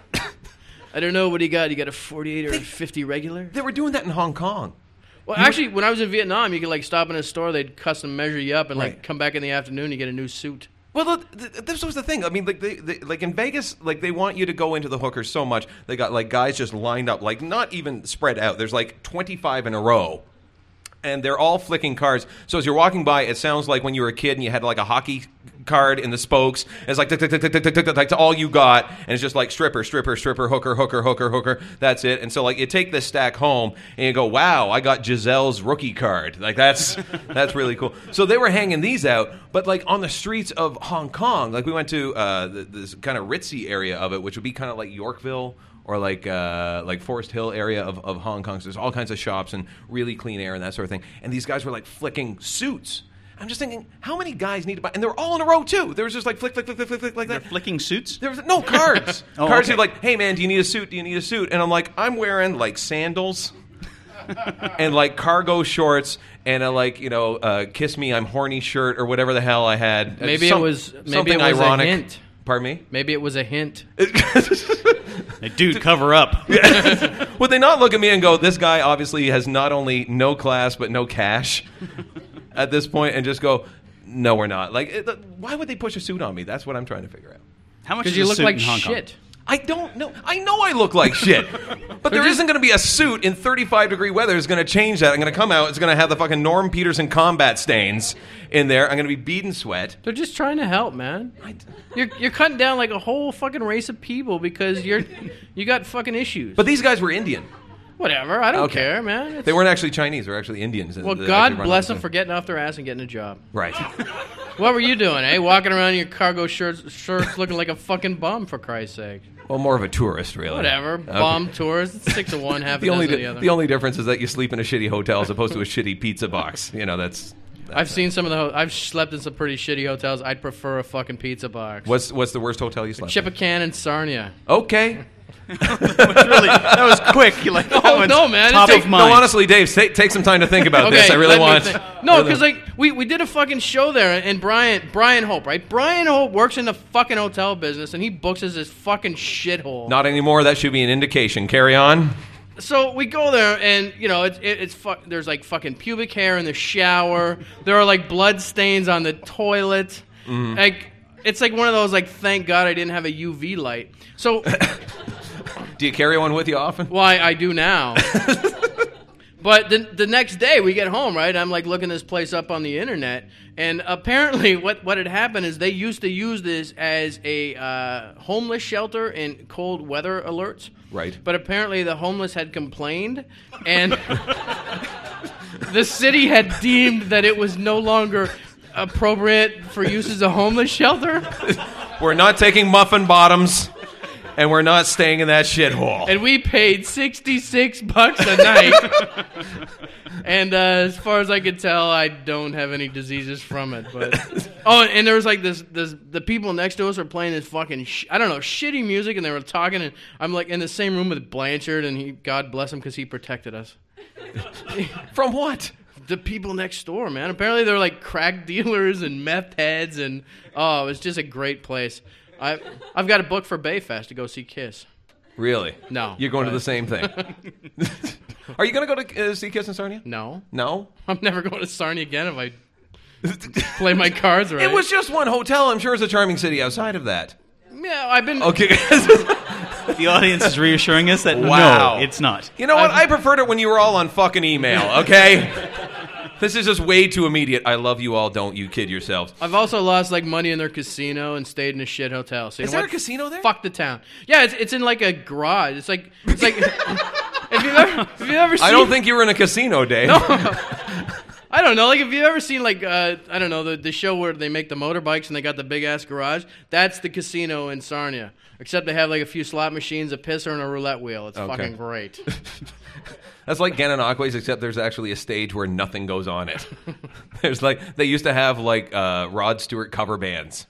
[SPEAKER 3] I don't know what do you got. You got a 48 or a 50 regular?
[SPEAKER 1] they were doing that in Hong Kong.
[SPEAKER 3] Well, actually, when I was in Vietnam, you could like stop in a store, they'd custom measure you up, and like
[SPEAKER 1] Right.
[SPEAKER 3] come back in the afternoon, you get a new suit.
[SPEAKER 1] Well, look, th- th- this was the thing. I mean, like, they, they, like in Vegas, like they want you to go into the hookers so much. They got like guys just lined up, like not even spread out. There's like 25 in a row, and they're all flicking cards. So as you're walking by, it sounds like when you were a kid and you had like a hockey card in the spokes. It's like tick tick tick tick tick tick tick, tick, like to all you got, and it's just like stripper, stripper, stripper, hooker, hooker, hooker, hooker. That's it. And so like you take this stack home and you go, wow, I got Giselle's rookie card. Like that's [laughs] that's really cool. So they were hanging these out, but like on the streets of Hong Kong, like we went to uh, th- this kind of ritzy area of it, which would be kind of like Yorkville or like uh, like Forest Hill area of, of Hong Kong. So there's all kinds of shops and really clean air and that sort of thing. And these guys were like flicking suits. I'm just thinking, how many guys need to buy? And they're all in a row too. There was just like flick, flick, flick, flick, flick, flick, like
[SPEAKER 2] They're
[SPEAKER 1] that.
[SPEAKER 2] flicking suits?
[SPEAKER 1] There was no
[SPEAKER 3] [laughs]
[SPEAKER 1] cards.
[SPEAKER 2] Oh,
[SPEAKER 1] cards
[SPEAKER 2] okay.
[SPEAKER 1] are like, hey man, do you need a suit? Do you need a suit? And I'm like, I'm wearing like
[SPEAKER 3] [laughs]
[SPEAKER 1] sandals and like cargo shorts and a like you know uh, kiss me I'm horny shirt or whatever the hell I had. Uh,
[SPEAKER 3] Maybe it was- maybe it
[SPEAKER 1] something
[SPEAKER 3] was a
[SPEAKER 1] ironic.
[SPEAKER 3] hint.
[SPEAKER 1] Pardon me.
[SPEAKER 3] Maybe it was a hint.
[SPEAKER 2] Like, dude, cover up.
[SPEAKER 1] Would they not look at me and go, "This guy obviously has not only no class but no cash [laughs] at this point," and just go, "No, we're not." Like, it, why would they push a suit on me? That's what I'm trying to figure out.
[SPEAKER 2] How much
[SPEAKER 3] because
[SPEAKER 2] is
[SPEAKER 3] you
[SPEAKER 2] a
[SPEAKER 3] look
[SPEAKER 2] suit
[SPEAKER 3] like
[SPEAKER 2] in Hong Kong? [laughs]
[SPEAKER 3] shit.
[SPEAKER 1] I don't know. I know I look like
[SPEAKER 3] [laughs]
[SPEAKER 1] shit. But there
[SPEAKER 3] just-
[SPEAKER 1] not going to be a suit in 35 degree weather is going to change that. I'm going to come out. It's going to have the fucking Norm Peterson combat stains in there. I'm going to be beading sweat.
[SPEAKER 3] They're just trying to help, man. You're you're cutting down like a whole fucking race of people because you're you got fucking issues.
[SPEAKER 1] But these guys were Indian.
[SPEAKER 3] whatever, I don't
[SPEAKER 1] Okay.
[SPEAKER 3] care, man. It's-
[SPEAKER 1] They weren't actually Chinese. They were actually Indians.
[SPEAKER 3] well,
[SPEAKER 1] They
[SPEAKER 3] God
[SPEAKER 1] actually run
[SPEAKER 3] bless
[SPEAKER 1] the-
[SPEAKER 3] them for getting off their ass and getting a job.
[SPEAKER 1] Right.
[SPEAKER 3] What were you doing, eh? Walking around in your cargo shirts, shirts looking like a fucking bum for Christ's sake.
[SPEAKER 1] Well, more of a tourist, really.
[SPEAKER 3] Whatever,
[SPEAKER 1] Okay.
[SPEAKER 3] bomb tours. It's six of one, half a
[SPEAKER 1] The only,
[SPEAKER 3] dozen of
[SPEAKER 1] di-
[SPEAKER 3] the other.
[SPEAKER 1] the only difference is that you sleep in a shitty hotel as opposed to a [laughs] shitty pizza box. You know, that's.
[SPEAKER 3] I've seen some of the. Ho- I've slept in some pretty shitty hotels. I'd prefer a fucking pizza box.
[SPEAKER 1] What's, what's the worst hotel you slept in?
[SPEAKER 3] Chipican and Sarnia.
[SPEAKER 1] Okay.
[SPEAKER 2] really, that was quick. You're like, [laughs] that one's
[SPEAKER 3] no, man, it
[SPEAKER 2] Top
[SPEAKER 3] takes-
[SPEAKER 2] of
[SPEAKER 1] Take,
[SPEAKER 2] mind.
[SPEAKER 1] no, honestly, Dave, take, take some time to think
[SPEAKER 3] [laughs]
[SPEAKER 1] about this. I really
[SPEAKER 3] let me
[SPEAKER 1] want.
[SPEAKER 3] think.
[SPEAKER 1] [laughs]
[SPEAKER 3] No,
[SPEAKER 1] really-
[SPEAKER 3] because like we, we did a fucking show there, and Brian Brian Hope, right? Brian Hope works in the fucking hotel business, and he books us this fucking shithole.
[SPEAKER 1] Not anymore. That should be an indication. Carry on.
[SPEAKER 3] So we go there, and you know, it's it, it's fuck. There's like fucking pubic hair in the shower. There are like blood stains on the toilet.
[SPEAKER 1] Mm-hmm.
[SPEAKER 3] Like it's like one of those like, thank God I didn't have a UV light. So
[SPEAKER 1] Do you carry one with you often?
[SPEAKER 3] why I do now. but the, the next day we get home, right? I'm like looking this place up on the internet, and apparently [laughs] what, what had happened is they used to use this as a uh, homeless shelter in cold weather alerts.
[SPEAKER 1] Right.
[SPEAKER 3] But apparently the homeless had complained, and [laughs] the city had deemed that it was no longer appropriate for use as a homeless shelter.
[SPEAKER 1] We're not taking muffin bottoms, and we're not staying in that shithole.
[SPEAKER 3] and we paid 66 bucks a night and uh, as far as i could tell i don't have any diseases from it but oh and there was like this this the people next to us were playing this fucking sh- i don't know shitty music and they were talking and i'm like in the same room with blanchard and he god bless him because he protected us
[SPEAKER 1] From what?
[SPEAKER 3] the people next door man apparently they're like crack [laughs] dealers and meth heads and oh it was just a great place I, i've got a book for bayfest to go see kiss
[SPEAKER 1] Really?
[SPEAKER 3] No,
[SPEAKER 1] You're going to
[SPEAKER 3] but-
[SPEAKER 1] the same
[SPEAKER 3] [laughs]
[SPEAKER 1] thing. Are you going to go to uh, see Kiss and Sarnia?
[SPEAKER 3] no
[SPEAKER 1] No.
[SPEAKER 3] I'm never going to Sarnia again if
[SPEAKER 1] [laughs]
[SPEAKER 3] I play my cards right.
[SPEAKER 1] It was just one hotel. I'm sure it's a charming city outside of that.
[SPEAKER 3] yeah. I've been
[SPEAKER 1] Okay. [laughs]
[SPEAKER 2] The audience is reassuring [laughs] us that
[SPEAKER 1] Wow.
[SPEAKER 2] no, it's not.
[SPEAKER 1] you know what? i
[SPEAKER 3] I've-
[SPEAKER 1] preferred it when you were all on fucking email, okay? this is just way too immediate. I love you all. Don't you kid yourselves.
[SPEAKER 3] I've also lost like money in their casino and stayed in a shit hotel. So you
[SPEAKER 1] Is
[SPEAKER 3] know
[SPEAKER 1] there a
[SPEAKER 3] what?
[SPEAKER 1] casino there?
[SPEAKER 3] Fuck the town. Yeah, it's, it's in like a garage. It's like it's like [laughs] if you've ever if you've ever seen
[SPEAKER 1] I don't think you were in a casino, Dave.
[SPEAKER 3] I don't know like if you've ever seen like uh, I don't know the the show where they make the motorbikes and they got the big ass garage. That's the casino in Sarnia. Except they have like a few slot machines, a pisser, and a roulette wheel. It's fucking great.
[SPEAKER 1] [laughs] That's like Gananoqua's, except there's actually a stage where nothing goes on it. [laughs] there's like they used to have like uh, Rod Stewart cover bands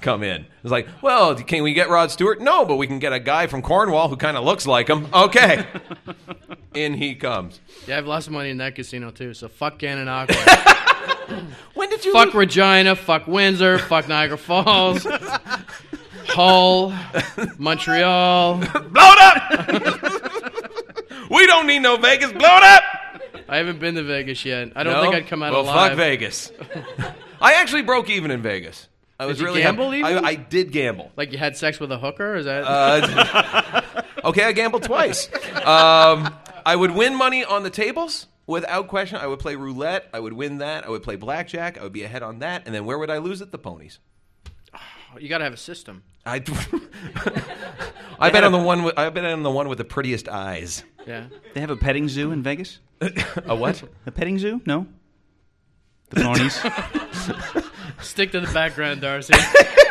[SPEAKER 1] come in. It's like, well, can we get Rod Stewart? No, but we can get a guy from Cornwall who kind of looks like him. [laughs] Okay, in he comes.
[SPEAKER 3] Yeah, I've lost money in that casino too. So fuck Gannon Aqua.
[SPEAKER 1] When did you?
[SPEAKER 3] fuck Regina, fuck Windsor, fuck Niagara Falls, Hull, Montreal.
[SPEAKER 1] blow it up. [laughs] we don't need no Vegas. Blow it up.
[SPEAKER 3] I haven't been to Vegas yet. I don't
[SPEAKER 1] No?
[SPEAKER 3] think I'd come out
[SPEAKER 1] well,
[SPEAKER 3] alive.
[SPEAKER 1] fuck Vegas. I actually broke even in Vegas. I was
[SPEAKER 3] you
[SPEAKER 1] really
[SPEAKER 3] gamble
[SPEAKER 1] happy.
[SPEAKER 3] even?
[SPEAKER 1] I, I did gamble.
[SPEAKER 3] Like you had sex with a hooker? Is that
[SPEAKER 1] Uh, [laughs] okay, I gambled twice. Um, I would win money on the tables without question. I would play roulette. I would win that. I would play blackjack. I would be ahead on that. And then where would I lose it? The ponies.
[SPEAKER 3] you got to have a system?
[SPEAKER 1] I, [laughs] I bet on the one. With, I bet on the one with the prettiest eyes.
[SPEAKER 3] Yeah.
[SPEAKER 2] They have a petting zoo in Vegas.
[SPEAKER 1] A what?
[SPEAKER 2] A petting zoo? No. The [laughs] ponies.
[SPEAKER 3] Stick to the
[SPEAKER 1] [laughs]
[SPEAKER 3] background, Darcy.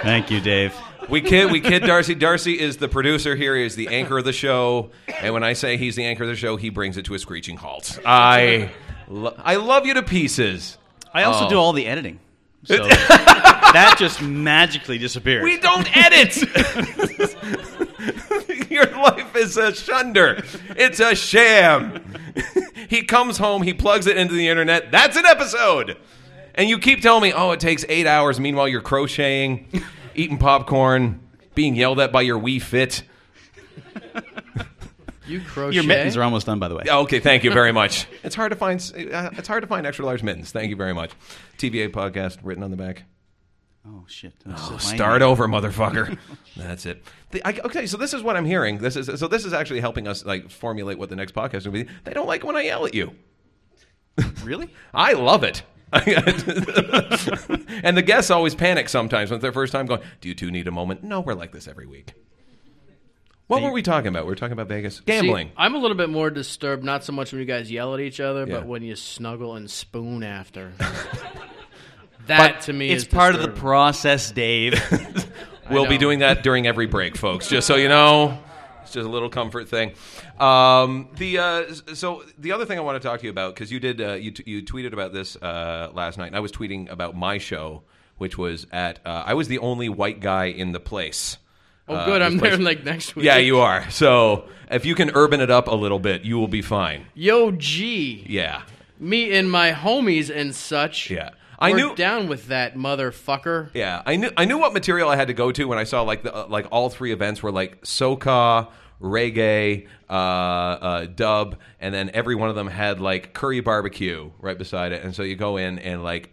[SPEAKER 2] Thank you, Dave.
[SPEAKER 1] We kid. We kid. Darcy. Darcy is the producer here. He is the anchor of the show. And when I say he's the anchor of the show, he brings it to a screeching halt. I. Lo- I love you to pieces.
[SPEAKER 2] I also
[SPEAKER 1] Oh.
[SPEAKER 2] do all the [laughs] editing. So that just magically disappeared.
[SPEAKER 1] We don't edit. [laughs] Your life is a shunder. It's a sham. he comes home, he plugs it into the internet. That's an episode. And you keep telling me, oh, it takes eight hours. Meanwhile, you're crocheting, eating popcorn, being yelled at by your Wii Fit.
[SPEAKER 3] You crochet.
[SPEAKER 2] Your mittens are almost done, by the way.
[SPEAKER 1] Okay, thank you very much. [laughs] It's hard to find. uh, It's hard to find extra large mittens. Thank you very much. TBA podcast written on the back.
[SPEAKER 2] Oh shit! Oh,
[SPEAKER 1] Oh,
[SPEAKER 2] shit, my-
[SPEAKER 1] start over, motherfucker. That's it. The- I- okay, so this is what I'm hearing. This is so this is actually helping us like formulate what the next podcast will be. They don't like when I yell at you.
[SPEAKER 2] Really?
[SPEAKER 1] I love it. [laughs] and the guests always panic sometimes when it's their first time going, Do you two need a moment? No, we're like this every week. What were we talking about? We were talking about Vegas. Gambling.
[SPEAKER 3] See, I'm a little bit more disturbed, not so much when you guys yell at each other,
[SPEAKER 1] Yeah.
[SPEAKER 3] but when you snuggle and spoon
[SPEAKER 1] [laughs]
[SPEAKER 3] after. that to me
[SPEAKER 2] it's
[SPEAKER 3] is
[SPEAKER 2] part of the
[SPEAKER 3] disturbing.
[SPEAKER 2] process, Dave. [laughs]
[SPEAKER 1] We'll be
[SPEAKER 3] know.
[SPEAKER 1] doing
[SPEAKER 3] [laughs]
[SPEAKER 1] that during every break, folks. Just so you know, it's just a little comfort thing. Um, the uh, s- so the other thing I want to talk to you about because you did uh, you t- you tweeted about this uh, last night, and I was tweeting about my show, which was at uh, I was the only white guy in the place.
[SPEAKER 3] Oh, good.
[SPEAKER 1] Uh,
[SPEAKER 3] I'm
[SPEAKER 1] this
[SPEAKER 3] there
[SPEAKER 1] place-
[SPEAKER 3] like next
[SPEAKER 1] [laughs]
[SPEAKER 3] week.
[SPEAKER 1] Yeah, you are. So if you can urban it up a little bit, you will be fine.
[SPEAKER 3] Yo, G.
[SPEAKER 1] Yeah,
[SPEAKER 3] Me and my homies and such.
[SPEAKER 1] yeah.
[SPEAKER 3] I
[SPEAKER 1] I
[SPEAKER 3] were
[SPEAKER 1] knew.
[SPEAKER 3] down with that motherfucker.
[SPEAKER 1] Yeah, I knew I knew what material I had to go to when I saw like the uh, like all three events were like soca, reggae, uh, uh, dub, and then every one of them had like curry barbecue right beside it, and so you go in and like.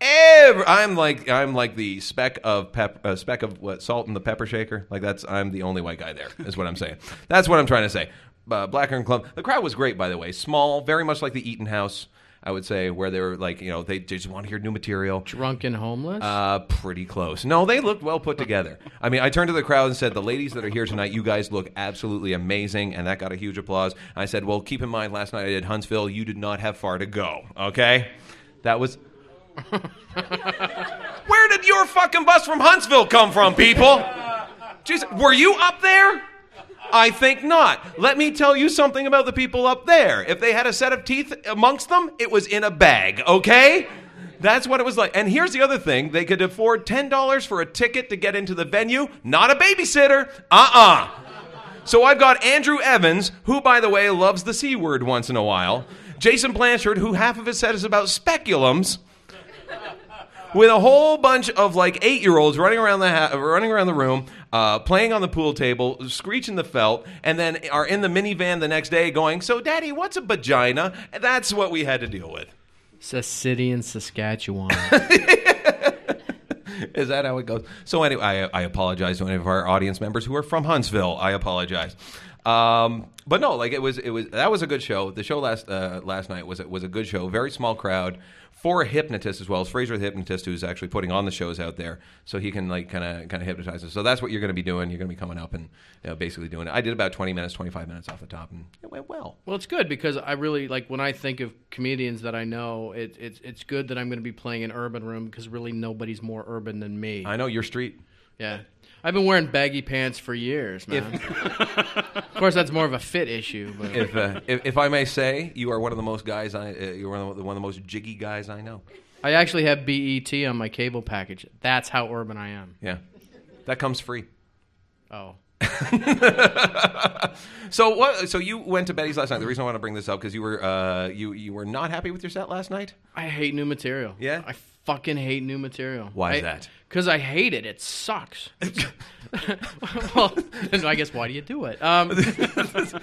[SPEAKER 1] Every, I'm like I'm like the speck of pep, uh, speck of what salt in the pepper shaker. Like that's I'm the only white guy there. Is what I'm saying. That's what I'm trying to say. Uh, Blackern Club. The crowd was great, by the way. Small, very much like the Eaton House. I would say where they were like you know they, they just want to hear new material.
[SPEAKER 3] Drunk and homeless.
[SPEAKER 1] Uh, pretty close. No, they looked well put together. I mean, I turned to the crowd and said, "The ladies that are here tonight, you guys look absolutely amazing," and that got a huge applause. I said, "Well, keep in mind, last night I did Huntsville. You did not have far to go. Okay, that was." Where did your fucking bus from Huntsville come from, people? Jeez, were you up there? I think not. Let me tell you something about the people up there. If they had a set of teeth amongst them, it was in a bag, okay? That's what it was like. And here's the other thing they could afford $10 for a ticket to get into the venue, not a babysitter. Uh uh So I've got Andrew Evans, who, by the way, loves the C word once in a while, Jason Blanchard, who half of his set is about speculums with a whole bunch of like eight year olds running around the ha- running around the room, uh, playing on the pool table, screeching the felt, and then are in the minivan the next day going, "So, Daddy, what's a vagina?" That's what we had to deal with.
[SPEAKER 3] it's a city in
[SPEAKER 1] [laughs]
[SPEAKER 3] Saskatchewan.
[SPEAKER 1] Is that how it goes? So anyway, I, I apologize to any of our audience members who are from Huntsville. I apologize. Um, but no, like it was, it was that was a good show. The show last uh, last night was was a good show. Very small crowd for a hypnotist as well as Fraser the hypnotist, who's actually putting on the shows out there, so he can like kind of kind of hypnotize us. So that's what you're going to be doing. You're going to be coming up and you know, basically doing it. I did about 20 minutes, 25 minutes off the top, and it went well.
[SPEAKER 3] Well, it's good because I really like when I think of comedians that I know. It, it's it's good that I'm going to be playing an urban room because really nobody's more urban than me.
[SPEAKER 1] I know your street.
[SPEAKER 3] yeah, I've been wearing baggy pants for years, man. [laughs] of course, that's more of a fit issue, but
[SPEAKER 1] If, uh, if if I may say, you are one of the most guys I uh, you're one of the, one of the most jiggy guys I know.
[SPEAKER 3] I actually have BET on my cable package. That's how urban I am.
[SPEAKER 1] Yeah. That comes free.
[SPEAKER 3] Oh,
[SPEAKER 1] So what so you went to Betty's last night. The reason I want to bring this up cuz you were uh you you were not happy with your set last night?
[SPEAKER 3] I hate new material.
[SPEAKER 1] Yeah?
[SPEAKER 3] I fucking hate new material.
[SPEAKER 1] Why is that?
[SPEAKER 3] Because I hate it.
[SPEAKER 1] [laughs]
[SPEAKER 3] It sucks. [laughs] well, then I guess why do you do it?
[SPEAKER 1] [laughs]
[SPEAKER 3] Um,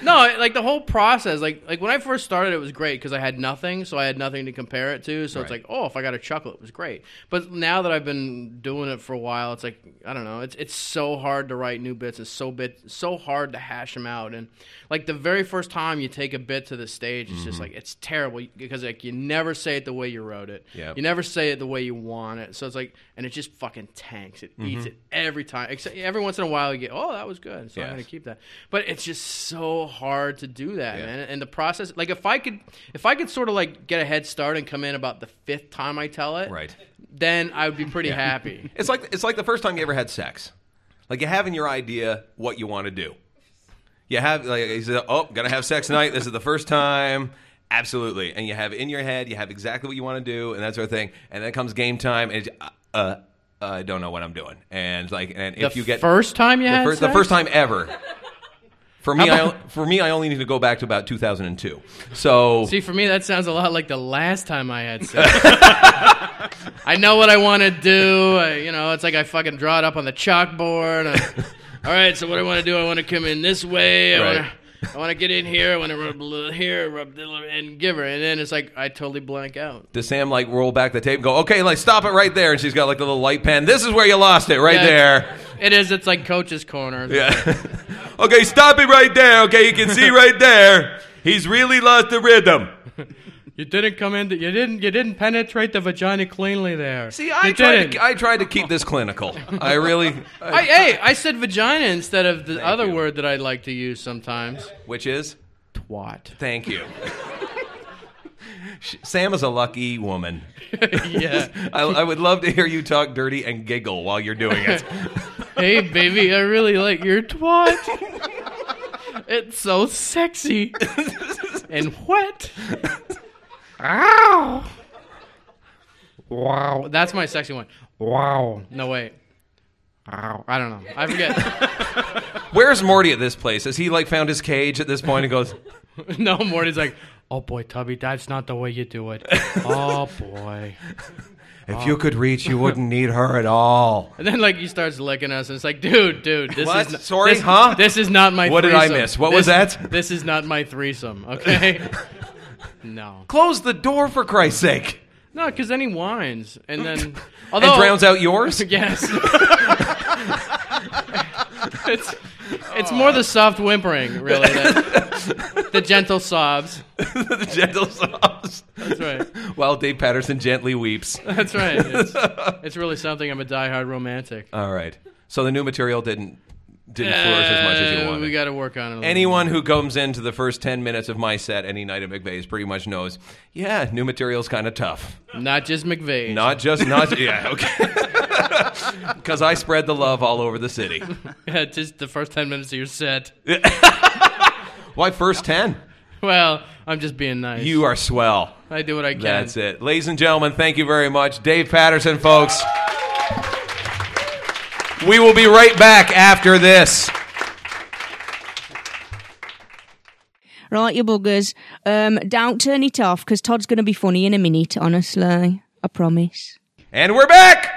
[SPEAKER 3] no, like the whole process. Like like when I first started, it was great because I had nothing, so I had nothing to compare it to. So it's
[SPEAKER 1] Right.
[SPEAKER 3] like, oh, if I got a chuckle, it was great. But now that I've been doing it for a while, it's like I don't know. It's it's so hard to write new bits. It's so bit so hard to hash them out. And like the very first time you take a bit to the stage, it's
[SPEAKER 1] Mm-hmm.
[SPEAKER 3] just like it's terrible because like you never say it the way you wrote it.
[SPEAKER 1] Yep.
[SPEAKER 3] You never say it the way you want it. So it's like, and it just fucking tanks. It eats
[SPEAKER 1] Mm-hmm.
[SPEAKER 3] it every time. Except every once in a while you get, oh, that was good. So I'm
[SPEAKER 1] Yes.
[SPEAKER 3] gonna keep that. But it's just so hard to do that,
[SPEAKER 1] Yeah.
[SPEAKER 3] man. And the process, like if I could, if I could sort of like get a head start and come in about the fifth time I tell it,
[SPEAKER 1] Right.
[SPEAKER 3] Then I would be pretty
[SPEAKER 1] [laughs]
[SPEAKER 3] happy.
[SPEAKER 1] It's like it's like the first time you ever had sex. Like you having your idea what you want to do. You have like you said, oh, gotta have sex tonight. This is the first time. Absolutely. And you have in your head, you have exactly what you want to do and that sort of thing. And then comes game time, and it's, uh, uh, I don't know what I'm doing. And like, and if
[SPEAKER 3] the
[SPEAKER 1] you get
[SPEAKER 3] first time you
[SPEAKER 1] the,
[SPEAKER 3] had
[SPEAKER 1] fir- the
[SPEAKER 3] sex?
[SPEAKER 1] first time ever. For me,
[SPEAKER 3] How about-
[SPEAKER 1] I, for me, I only need to go back to about 2002. So
[SPEAKER 3] See, for me, that sounds a lot like the last time I
[SPEAKER 1] [laughs]
[SPEAKER 3] had sex. I know what I want to do. I, you know, it's like I
[SPEAKER 1] [laughs]
[SPEAKER 3] fucking draw it up on the chalkboard. I- all right, so what I want to do, I want to come in this way. I
[SPEAKER 1] Right.
[SPEAKER 3] wanna, I want to get in here. I want to rub a little here, rub a little, and give her. And then it's like I totally blank out.
[SPEAKER 1] Does Sam like roll back the tape and go, okay, like stop it right there? And she's got like the little light pen. This is where you lost it, right
[SPEAKER 3] Yeah.
[SPEAKER 1] there.
[SPEAKER 3] It is. It's like coach's corner.
[SPEAKER 1] Yeah. [laughs] okay, stop it right there. Okay, you can
[SPEAKER 3] [laughs]
[SPEAKER 1] see right there. He's really lost the rhythm.
[SPEAKER 3] You didn't come in. You didn't. You didn't penetrate the vagina cleanly there.
[SPEAKER 1] See, I
[SPEAKER 3] you
[SPEAKER 1] tried,
[SPEAKER 3] didn't.
[SPEAKER 1] to, I tried to keep this clinical. [laughs] I really,
[SPEAKER 3] I, hey, I said vagina instead of the other word that I like to use sometimes.
[SPEAKER 1] which is,
[SPEAKER 3] Twat.
[SPEAKER 1] thank you. [laughs] Sh- Sam is a lucky woman. [laughs]
[SPEAKER 3] yeah.
[SPEAKER 1] I, I would love to hear you talk dirty and giggle while you're doing it.
[SPEAKER 3] Hey, baby, I really like your twat. It's so sexy and wet. Ow. Wow. That's my sexy one. Wow. No, wait. Ow. I don't know. I forget. [laughs]
[SPEAKER 1] Where's Morty at this place? Has he like found his cage at this point and goes,
[SPEAKER 3] no, Morty's like, oh boy, Tubby, that's not the way you do [laughs] it. Oh boy.
[SPEAKER 1] [laughs] if you could reach, you wouldn't need her at all.
[SPEAKER 3] And then like he starts licking us, and it's like, dude, dude, this
[SPEAKER 1] What?
[SPEAKER 3] is not,
[SPEAKER 1] Sorry,
[SPEAKER 3] this,
[SPEAKER 1] huh?
[SPEAKER 3] This is not my.
[SPEAKER 1] What did I
[SPEAKER 3] threesome.
[SPEAKER 1] miss? What
[SPEAKER 3] This-
[SPEAKER 1] was that?
[SPEAKER 3] This is not my threesome. Okay. [laughs] no,
[SPEAKER 1] Close the door for Christ's sake.
[SPEAKER 3] no, because then he whines, and then
[SPEAKER 1] [laughs]
[SPEAKER 3] although
[SPEAKER 1] And drowns out yours? [laughs]
[SPEAKER 3] [laughs] Yes. it's it's more the soft whimpering, really,
[SPEAKER 1] [laughs]
[SPEAKER 3] than the gentle sobs.
[SPEAKER 1] the gentle sobs.
[SPEAKER 3] That's right.
[SPEAKER 1] While Dave Patterson gently weeps.
[SPEAKER 3] That's right. It's, it's really something. I'm a diehard romantic.
[SPEAKER 1] All right. So the new material didn't didn't flourish as much as you
[SPEAKER 3] Uh,
[SPEAKER 1] wanted.
[SPEAKER 3] We got to work on it. A little
[SPEAKER 1] Anyone who comes into the first ten minutes of my set any night at McVeigh's pretty much knows. Yeah, new material's kind of tough.
[SPEAKER 3] bit. not just McVeigh.
[SPEAKER 1] Not just not. [laughs] yeah, okay. Because I spread the love all over the city.
[SPEAKER 3] Yeah, [laughs] just the first 10 minutes of your set.
[SPEAKER 1] Why first ten?
[SPEAKER 3] Well, I'm just being nice.
[SPEAKER 1] You are swell.
[SPEAKER 3] I do what I can.
[SPEAKER 1] That's it, ladies and gentlemen. Thank you very much, Dave Patterson, folks. We will be right back after this.
[SPEAKER 4] Right, you buggers. Um, don't turn it off because Todd's going to be funny in a minute, honestly. I promise.
[SPEAKER 1] And we're back.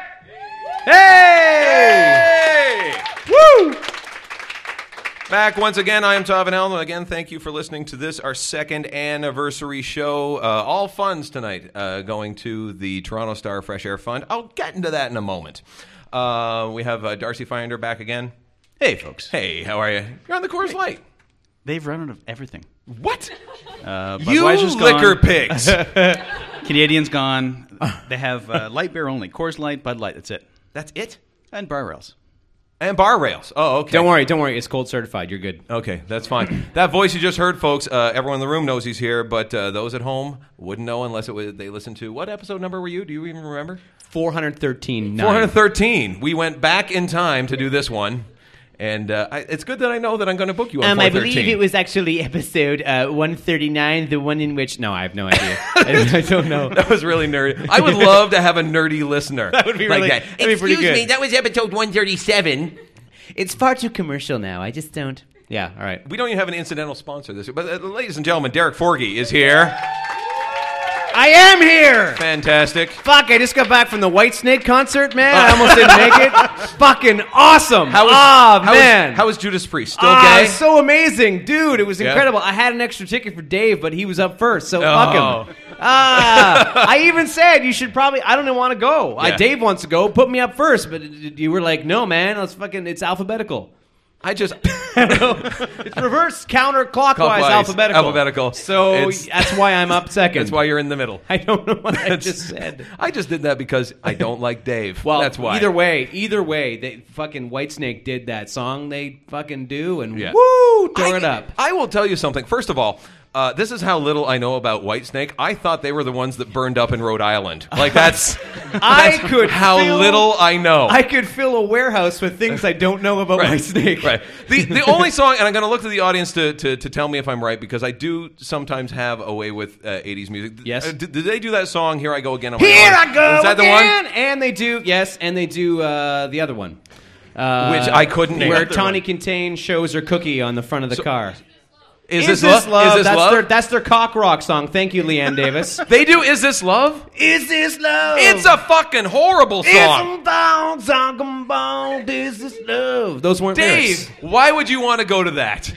[SPEAKER 1] Hey! Woo! Back once again. I am Tavin Allen. Again, thank you for listening to this, our second anniversary show. Uh, all funds tonight uh, going to the Toronto Star Fresh Air Fund. I'll get into that in a moment. Uh, we have uh, Darcy Finder back again.
[SPEAKER 2] Hey, folks.
[SPEAKER 1] Hey, how are you? You're on the Coors Light.
[SPEAKER 2] They've run out of everything.
[SPEAKER 1] What?
[SPEAKER 2] Uh,
[SPEAKER 1] You
[SPEAKER 2] Budweiser's
[SPEAKER 1] liquor
[SPEAKER 2] gone.
[SPEAKER 5] [laughs]
[SPEAKER 1] pigs.
[SPEAKER 2] Canadian's [laughs] gone. They have uh, light beer only. Coors Light, Bud Light. That's it.
[SPEAKER 1] That's it.
[SPEAKER 2] And bar rails.
[SPEAKER 1] And bar rails. Oh, okay.
[SPEAKER 5] Don't worry, don't worry. It's cold certified. You're good.
[SPEAKER 1] Okay, that's fine. that voice you just heard, folks. Uh, everyone in the room knows he's here, but uh, those at home wouldn't know unless it was, they listened to what episode number were you? Do you even remember?
[SPEAKER 5] 413.
[SPEAKER 1] Four hundred thirteen. We went back in time to do this one, and uh, I, it's good that I know that I'm going to book you on
[SPEAKER 5] Um, I
[SPEAKER 1] 413.
[SPEAKER 5] believe it was actually episode uh, 139, the one in which. No, I have no [laughs] idea. I, I don't know.
[SPEAKER 1] [laughs] That was really nerdy. I would love to have a nerdy
[SPEAKER 5] [laughs]
[SPEAKER 1] listener. That
[SPEAKER 5] would be really- that'd be pretty good.
[SPEAKER 6] was episode 137.
[SPEAKER 5] It's far too commercial now. I just don't. Yeah, all right.
[SPEAKER 1] We don't even have an incidental sponsor this week, but uh, ladies and gentlemen, Derek Forgy is here.
[SPEAKER 5] I am here!
[SPEAKER 1] Fantastic.
[SPEAKER 5] Fuck, I just got back from the White Snake concert, man. I almost didn't make [laughs] it. Fucking awesome.
[SPEAKER 1] How is
[SPEAKER 5] Ah,
[SPEAKER 1] how is-
[SPEAKER 5] man.
[SPEAKER 1] how is Judas Priest still
[SPEAKER 5] Ah,
[SPEAKER 1] gay?
[SPEAKER 5] it's so amazing, dude! It was
[SPEAKER 1] Yeah.
[SPEAKER 5] incredible. I had an extra ticket for Dave, but he was up first,
[SPEAKER 1] Oh.
[SPEAKER 5] so fuck him. Ah, I even said you should probably. I don't want to go.
[SPEAKER 1] Yeah.
[SPEAKER 5] I, Dave wants to go. Put me up first, but you were like, no, man. Let's fucking. It's alphabetical.
[SPEAKER 1] I
[SPEAKER 5] [laughs]
[SPEAKER 1] just
[SPEAKER 5] it's reverse counterclockwise
[SPEAKER 1] Clockwise,
[SPEAKER 5] alphabetical.
[SPEAKER 1] alphabetical.
[SPEAKER 5] So
[SPEAKER 1] It's-
[SPEAKER 5] that's why I'm up second.
[SPEAKER 1] that's why you're in the middle.
[SPEAKER 5] [laughs] I don't know what I just said.
[SPEAKER 1] I just did that because I don't like Dave.
[SPEAKER 5] [laughs] Well,
[SPEAKER 1] that's why.
[SPEAKER 5] Either way, either way, they fucking Whitesnake did that song they fucking do, and
[SPEAKER 1] Yeah.
[SPEAKER 5] woo, tore
[SPEAKER 1] I,
[SPEAKER 5] it up.
[SPEAKER 1] I will tell you something. First of all, uh, this is how little I know about Whitesnake. I thought they were the ones that burned up in Rhode Island.
[SPEAKER 5] [laughs]
[SPEAKER 1] Like that's,
[SPEAKER 5] I
[SPEAKER 1] that's
[SPEAKER 5] could
[SPEAKER 1] how
[SPEAKER 5] feel-
[SPEAKER 1] little I know.
[SPEAKER 5] I could fill a warehouse with things I don't
[SPEAKER 1] [laughs]
[SPEAKER 5] know about
[SPEAKER 1] Oh. Right.
[SPEAKER 5] White Snake.
[SPEAKER 1] Right. [laughs] The the only song, and I'm going to look to the audience to, to, to tell me if I'm right because I do sometimes have a way with uh, 80s music. Th-
[SPEAKER 5] Yes.
[SPEAKER 1] uh, did, did they do that song? Here I go again. On My
[SPEAKER 5] Here
[SPEAKER 1] Own?
[SPEAKER 5] I go
[SPEAKER 1] Is that
[SPEAKER 5] again.
[SPEAKER 1] the one?
[SPEAKER 5] And they do yes, and they do uh, the other one, uh,
[SPEAKER 1] Which I couldn't name.
[SPEAKER 5] Where
[SPEAKER 1] Other
[SPEAKER 5] Tawny Contain shows her cookie on the front of the car.
[SPEAKER 1] Is, Lo-
[SPEAKER 5] love?
[SPEAKER 1] Is this
[SPEAKER 5] that's
[SPEAKER 1] love?
[SPEAKER 5] their that's their cock rock song. Thank you, Leanne Davis.
[SPEAKER 1] [laughs] they do. Is this love?
[SPEAKER 5] Is this love?
[SPEAKER 1] It's a fucking horrible song.
[SPEAKER 5] bound, song, bound, is this love? Those weren't
[SPEAKER 1] Dave,
[SPEAKER 5] lyrics. [laughs]
[SPEAKER 1] why would you want to go to that?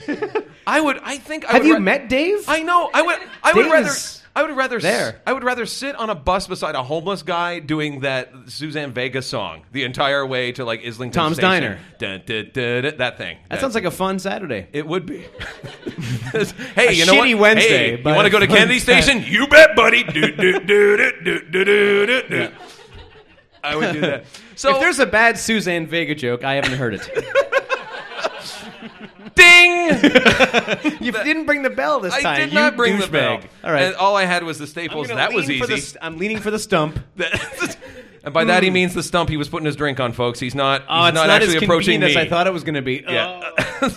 [SPEAKER 1] I would. I think. I
[SPEAKER 5] Have
[SPEAKER 1] would
[SPEAKER 5] you
[SPEAKER 1] ra-
[SPEAKER 5] met Dave?
[SPEAKER 1] I know. I would. I
[SPEAKER 5] Dave
[SPEAKER 1] would rather.
[SPEAKER 5] is
[SPEAKER 1] I would rather s-
[SPEAKER 5] there.
[SPEAKER 1] I would rather sit on a bus beside a homeless guy doing that Suzanne Vega song the entire way to like Islington.
[SPEAKER 5] Tom's
[SPEAKER 1] Station.
[SPEAKER 5] Diner.
[SPEAKER 1] Dun, dun, dun, dun, that thing.
[SPEAKER 5] That sounds like a fun Saturday.
[SPEAKER 1] It would be. [laughs] hey, you know
[SPEAKER 5] shitty
[SPEAKER 1] what?
[SPEAKER 5] Wednesday,
[SPEAKER 1] Hey, you
[SPEAKER 5] but
[SPEAKER 1] want to
[SPEAKER 5] [laughs]
[SPEAKER 1] go to
[SPEAKER 5] a fun
[SPEAKER 1] Kennedy
[SPEAKER 5] Sat-
[SPEAKER 1] Station? You bet, buddy. do, do, do, do, do, do, do, do, do. I would do
[SPEAKER 5] [laughs]
[SPEAKER 1] that. So
[SPEAKER 5] If there's a bad Suzanne Vega joke, I
[SPEAKER 1] [laughs]
[SPEAKER 5] haven't heard it. [laughs]
[SPEAKER 1] ding.
[SPEAKER 5] you didn't bring the bell this time.
[SPEAKER 1] I did
[SPEAKER 5] you
[SPEAKER 1] not bring the
[SPEAKER 5] douchebag.
[SPEAKER 1] bell.
[SPEAKER 5] All right.
[SPEAKER 1] And all I had was the
[SPEAKER 5] I'm
[SPEAKER 1] staples.
[SPEAKER 5] gonna
[SPEAKER 1] and that was
[SPEAKER 5] lean for the
[SPEAKER 1] easy.
[SPEAKER 5] st- I'm leaning for the stump.
[SPEAKER 1] [laughs] and by that he means the stump he was putting his drink on, folks. He's not. He's
[SPEAKER 5] Hmm. Oh, it's not,
[SPEAKER 1] actually
[SPEAKER 5] as
[SPEAKER 1] approaching
[SPEAKER 5] convenient
[SPEAKER 1] me.
[SPEAKER 5] as I thought it was going to be. Oh.
[SPEAKER 1] Yeah.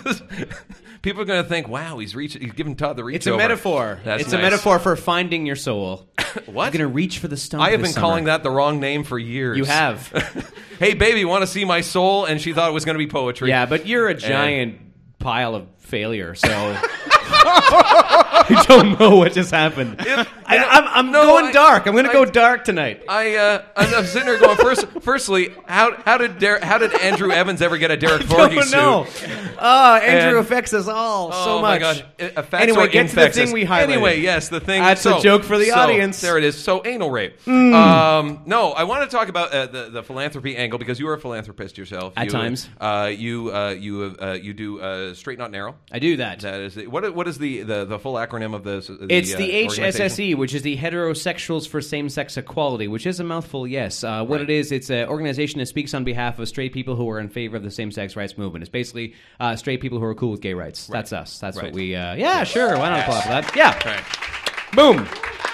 [SPEAKER 1] [laughs] People are going to think, "Wow, he's reaching. He's giving Todd the reach."
[SPEAKER 5] It's a
[SPEAKER 1] over.
[SPEAKER 5] metaphor.
[SPEAKER 1] That's
[SPEAKER 5] it's a
[SPEAKER 1] nice.
[SPEAKER 5] metaphor for finding your soul.
[SPEAKER 1] [laughs] What?
[SPEAKER 5] You're going to reach for the stump.
[SPEAKER 1] I have
[SPEAKER 5] this
[SPEAKER 1] been
[SPEAKER 5] summer.
[SPEAKER 1] calling that the wrong name for years.
[SPEAKER 5] You have.
[SPEAKER 1] [laughs] hey, baby, want to see my soul? And she thought it was going to be poetry.
[SPEAKER 5] yeah, but you're a giant pile of failure, so.
[SPEAKER 1] [laughs]
[SPEAKER 5] [laughs] I don't know what just happened. I, I'm, I'm going
[SPEAKER 1] I-
[SPEAKER 5] dark. I'm going to
[SPEAKER 1] I-
[SPEAKER 5] go
[SPEAKER 1] [laughs]
[SPEAKER 5] dark tonight.
[SPEAKER 1] I, uh, I'm, I'm sitting there going. First, firstly, how how did Der- how did Andrew Evans ever get a
[SPEAKER 5] [laughs]
[SPEAKER 1] Derek Forgy
[SPEAKER 5] don't
[SPEAKER 1] suit?
[SPEAKER 5] know. [laughs] Oh, Andrew
[SPEAKER 1] And-
[SPEAKER 5] affects us all
[SPEAKER 1] Oh
[SPEAKER 5] so much.
[SPEAKER 1] my god! It affects
[SPEAKER 5] Anyway,
[SPEAKER 1] or
[SPEAKER 5] get to the
[SPEAKER 1] infects
[SPEAKER 5] thing
[SPEAKER 1] us.
[SPEAKER 5] we highlighted.
[SPEAKER 1] Anyway, yes, the thing.
[SPEAKER 5] That's a
[SPEAKER 1] so-
[SPEAKER 5] joke for the
[SPEAKER 1] so,
[SPEAKER 5] audience. Hmm.
[SPEAKER 1] There it is. So anal rape. Um, no, I want to talk about uh, the the philanthropy angle because you are a philanthropist yourself.
[SPEAKER 5] At
[SPEAKER 1] You,
[SPEAKER 5] times.
[SPEAKER 1] uh, you uh, you uh, you do uh, straight not narrow.
[SPEAKER 5] I do that.
[SPEAKER 1] That is the, what. What is the, the, the full acronym of this? The,
[SPEAKER 5] It's
[SPEAKER 1] uh,
[SPEAKER 5] the
[SPEAKER 1] organization?
[SPEAKER 5] HSSE, E, which is the Heterosexuals for Same Sex Equality, which is a mouthful, yes. Uh, what it is, it's an organization that speaks on behalf of straight people who are in favor of the same sex rights movement. It's basically uh, straight people who are cool with gay rights. That's us. That's
[SPEAKER 1] Right.
[SPEAKER 5] what we. Uh, yeah, sure. Why not apply for that? Yeah.
[SPEAKER 1] Right.
[SPEAKER 5] Boom.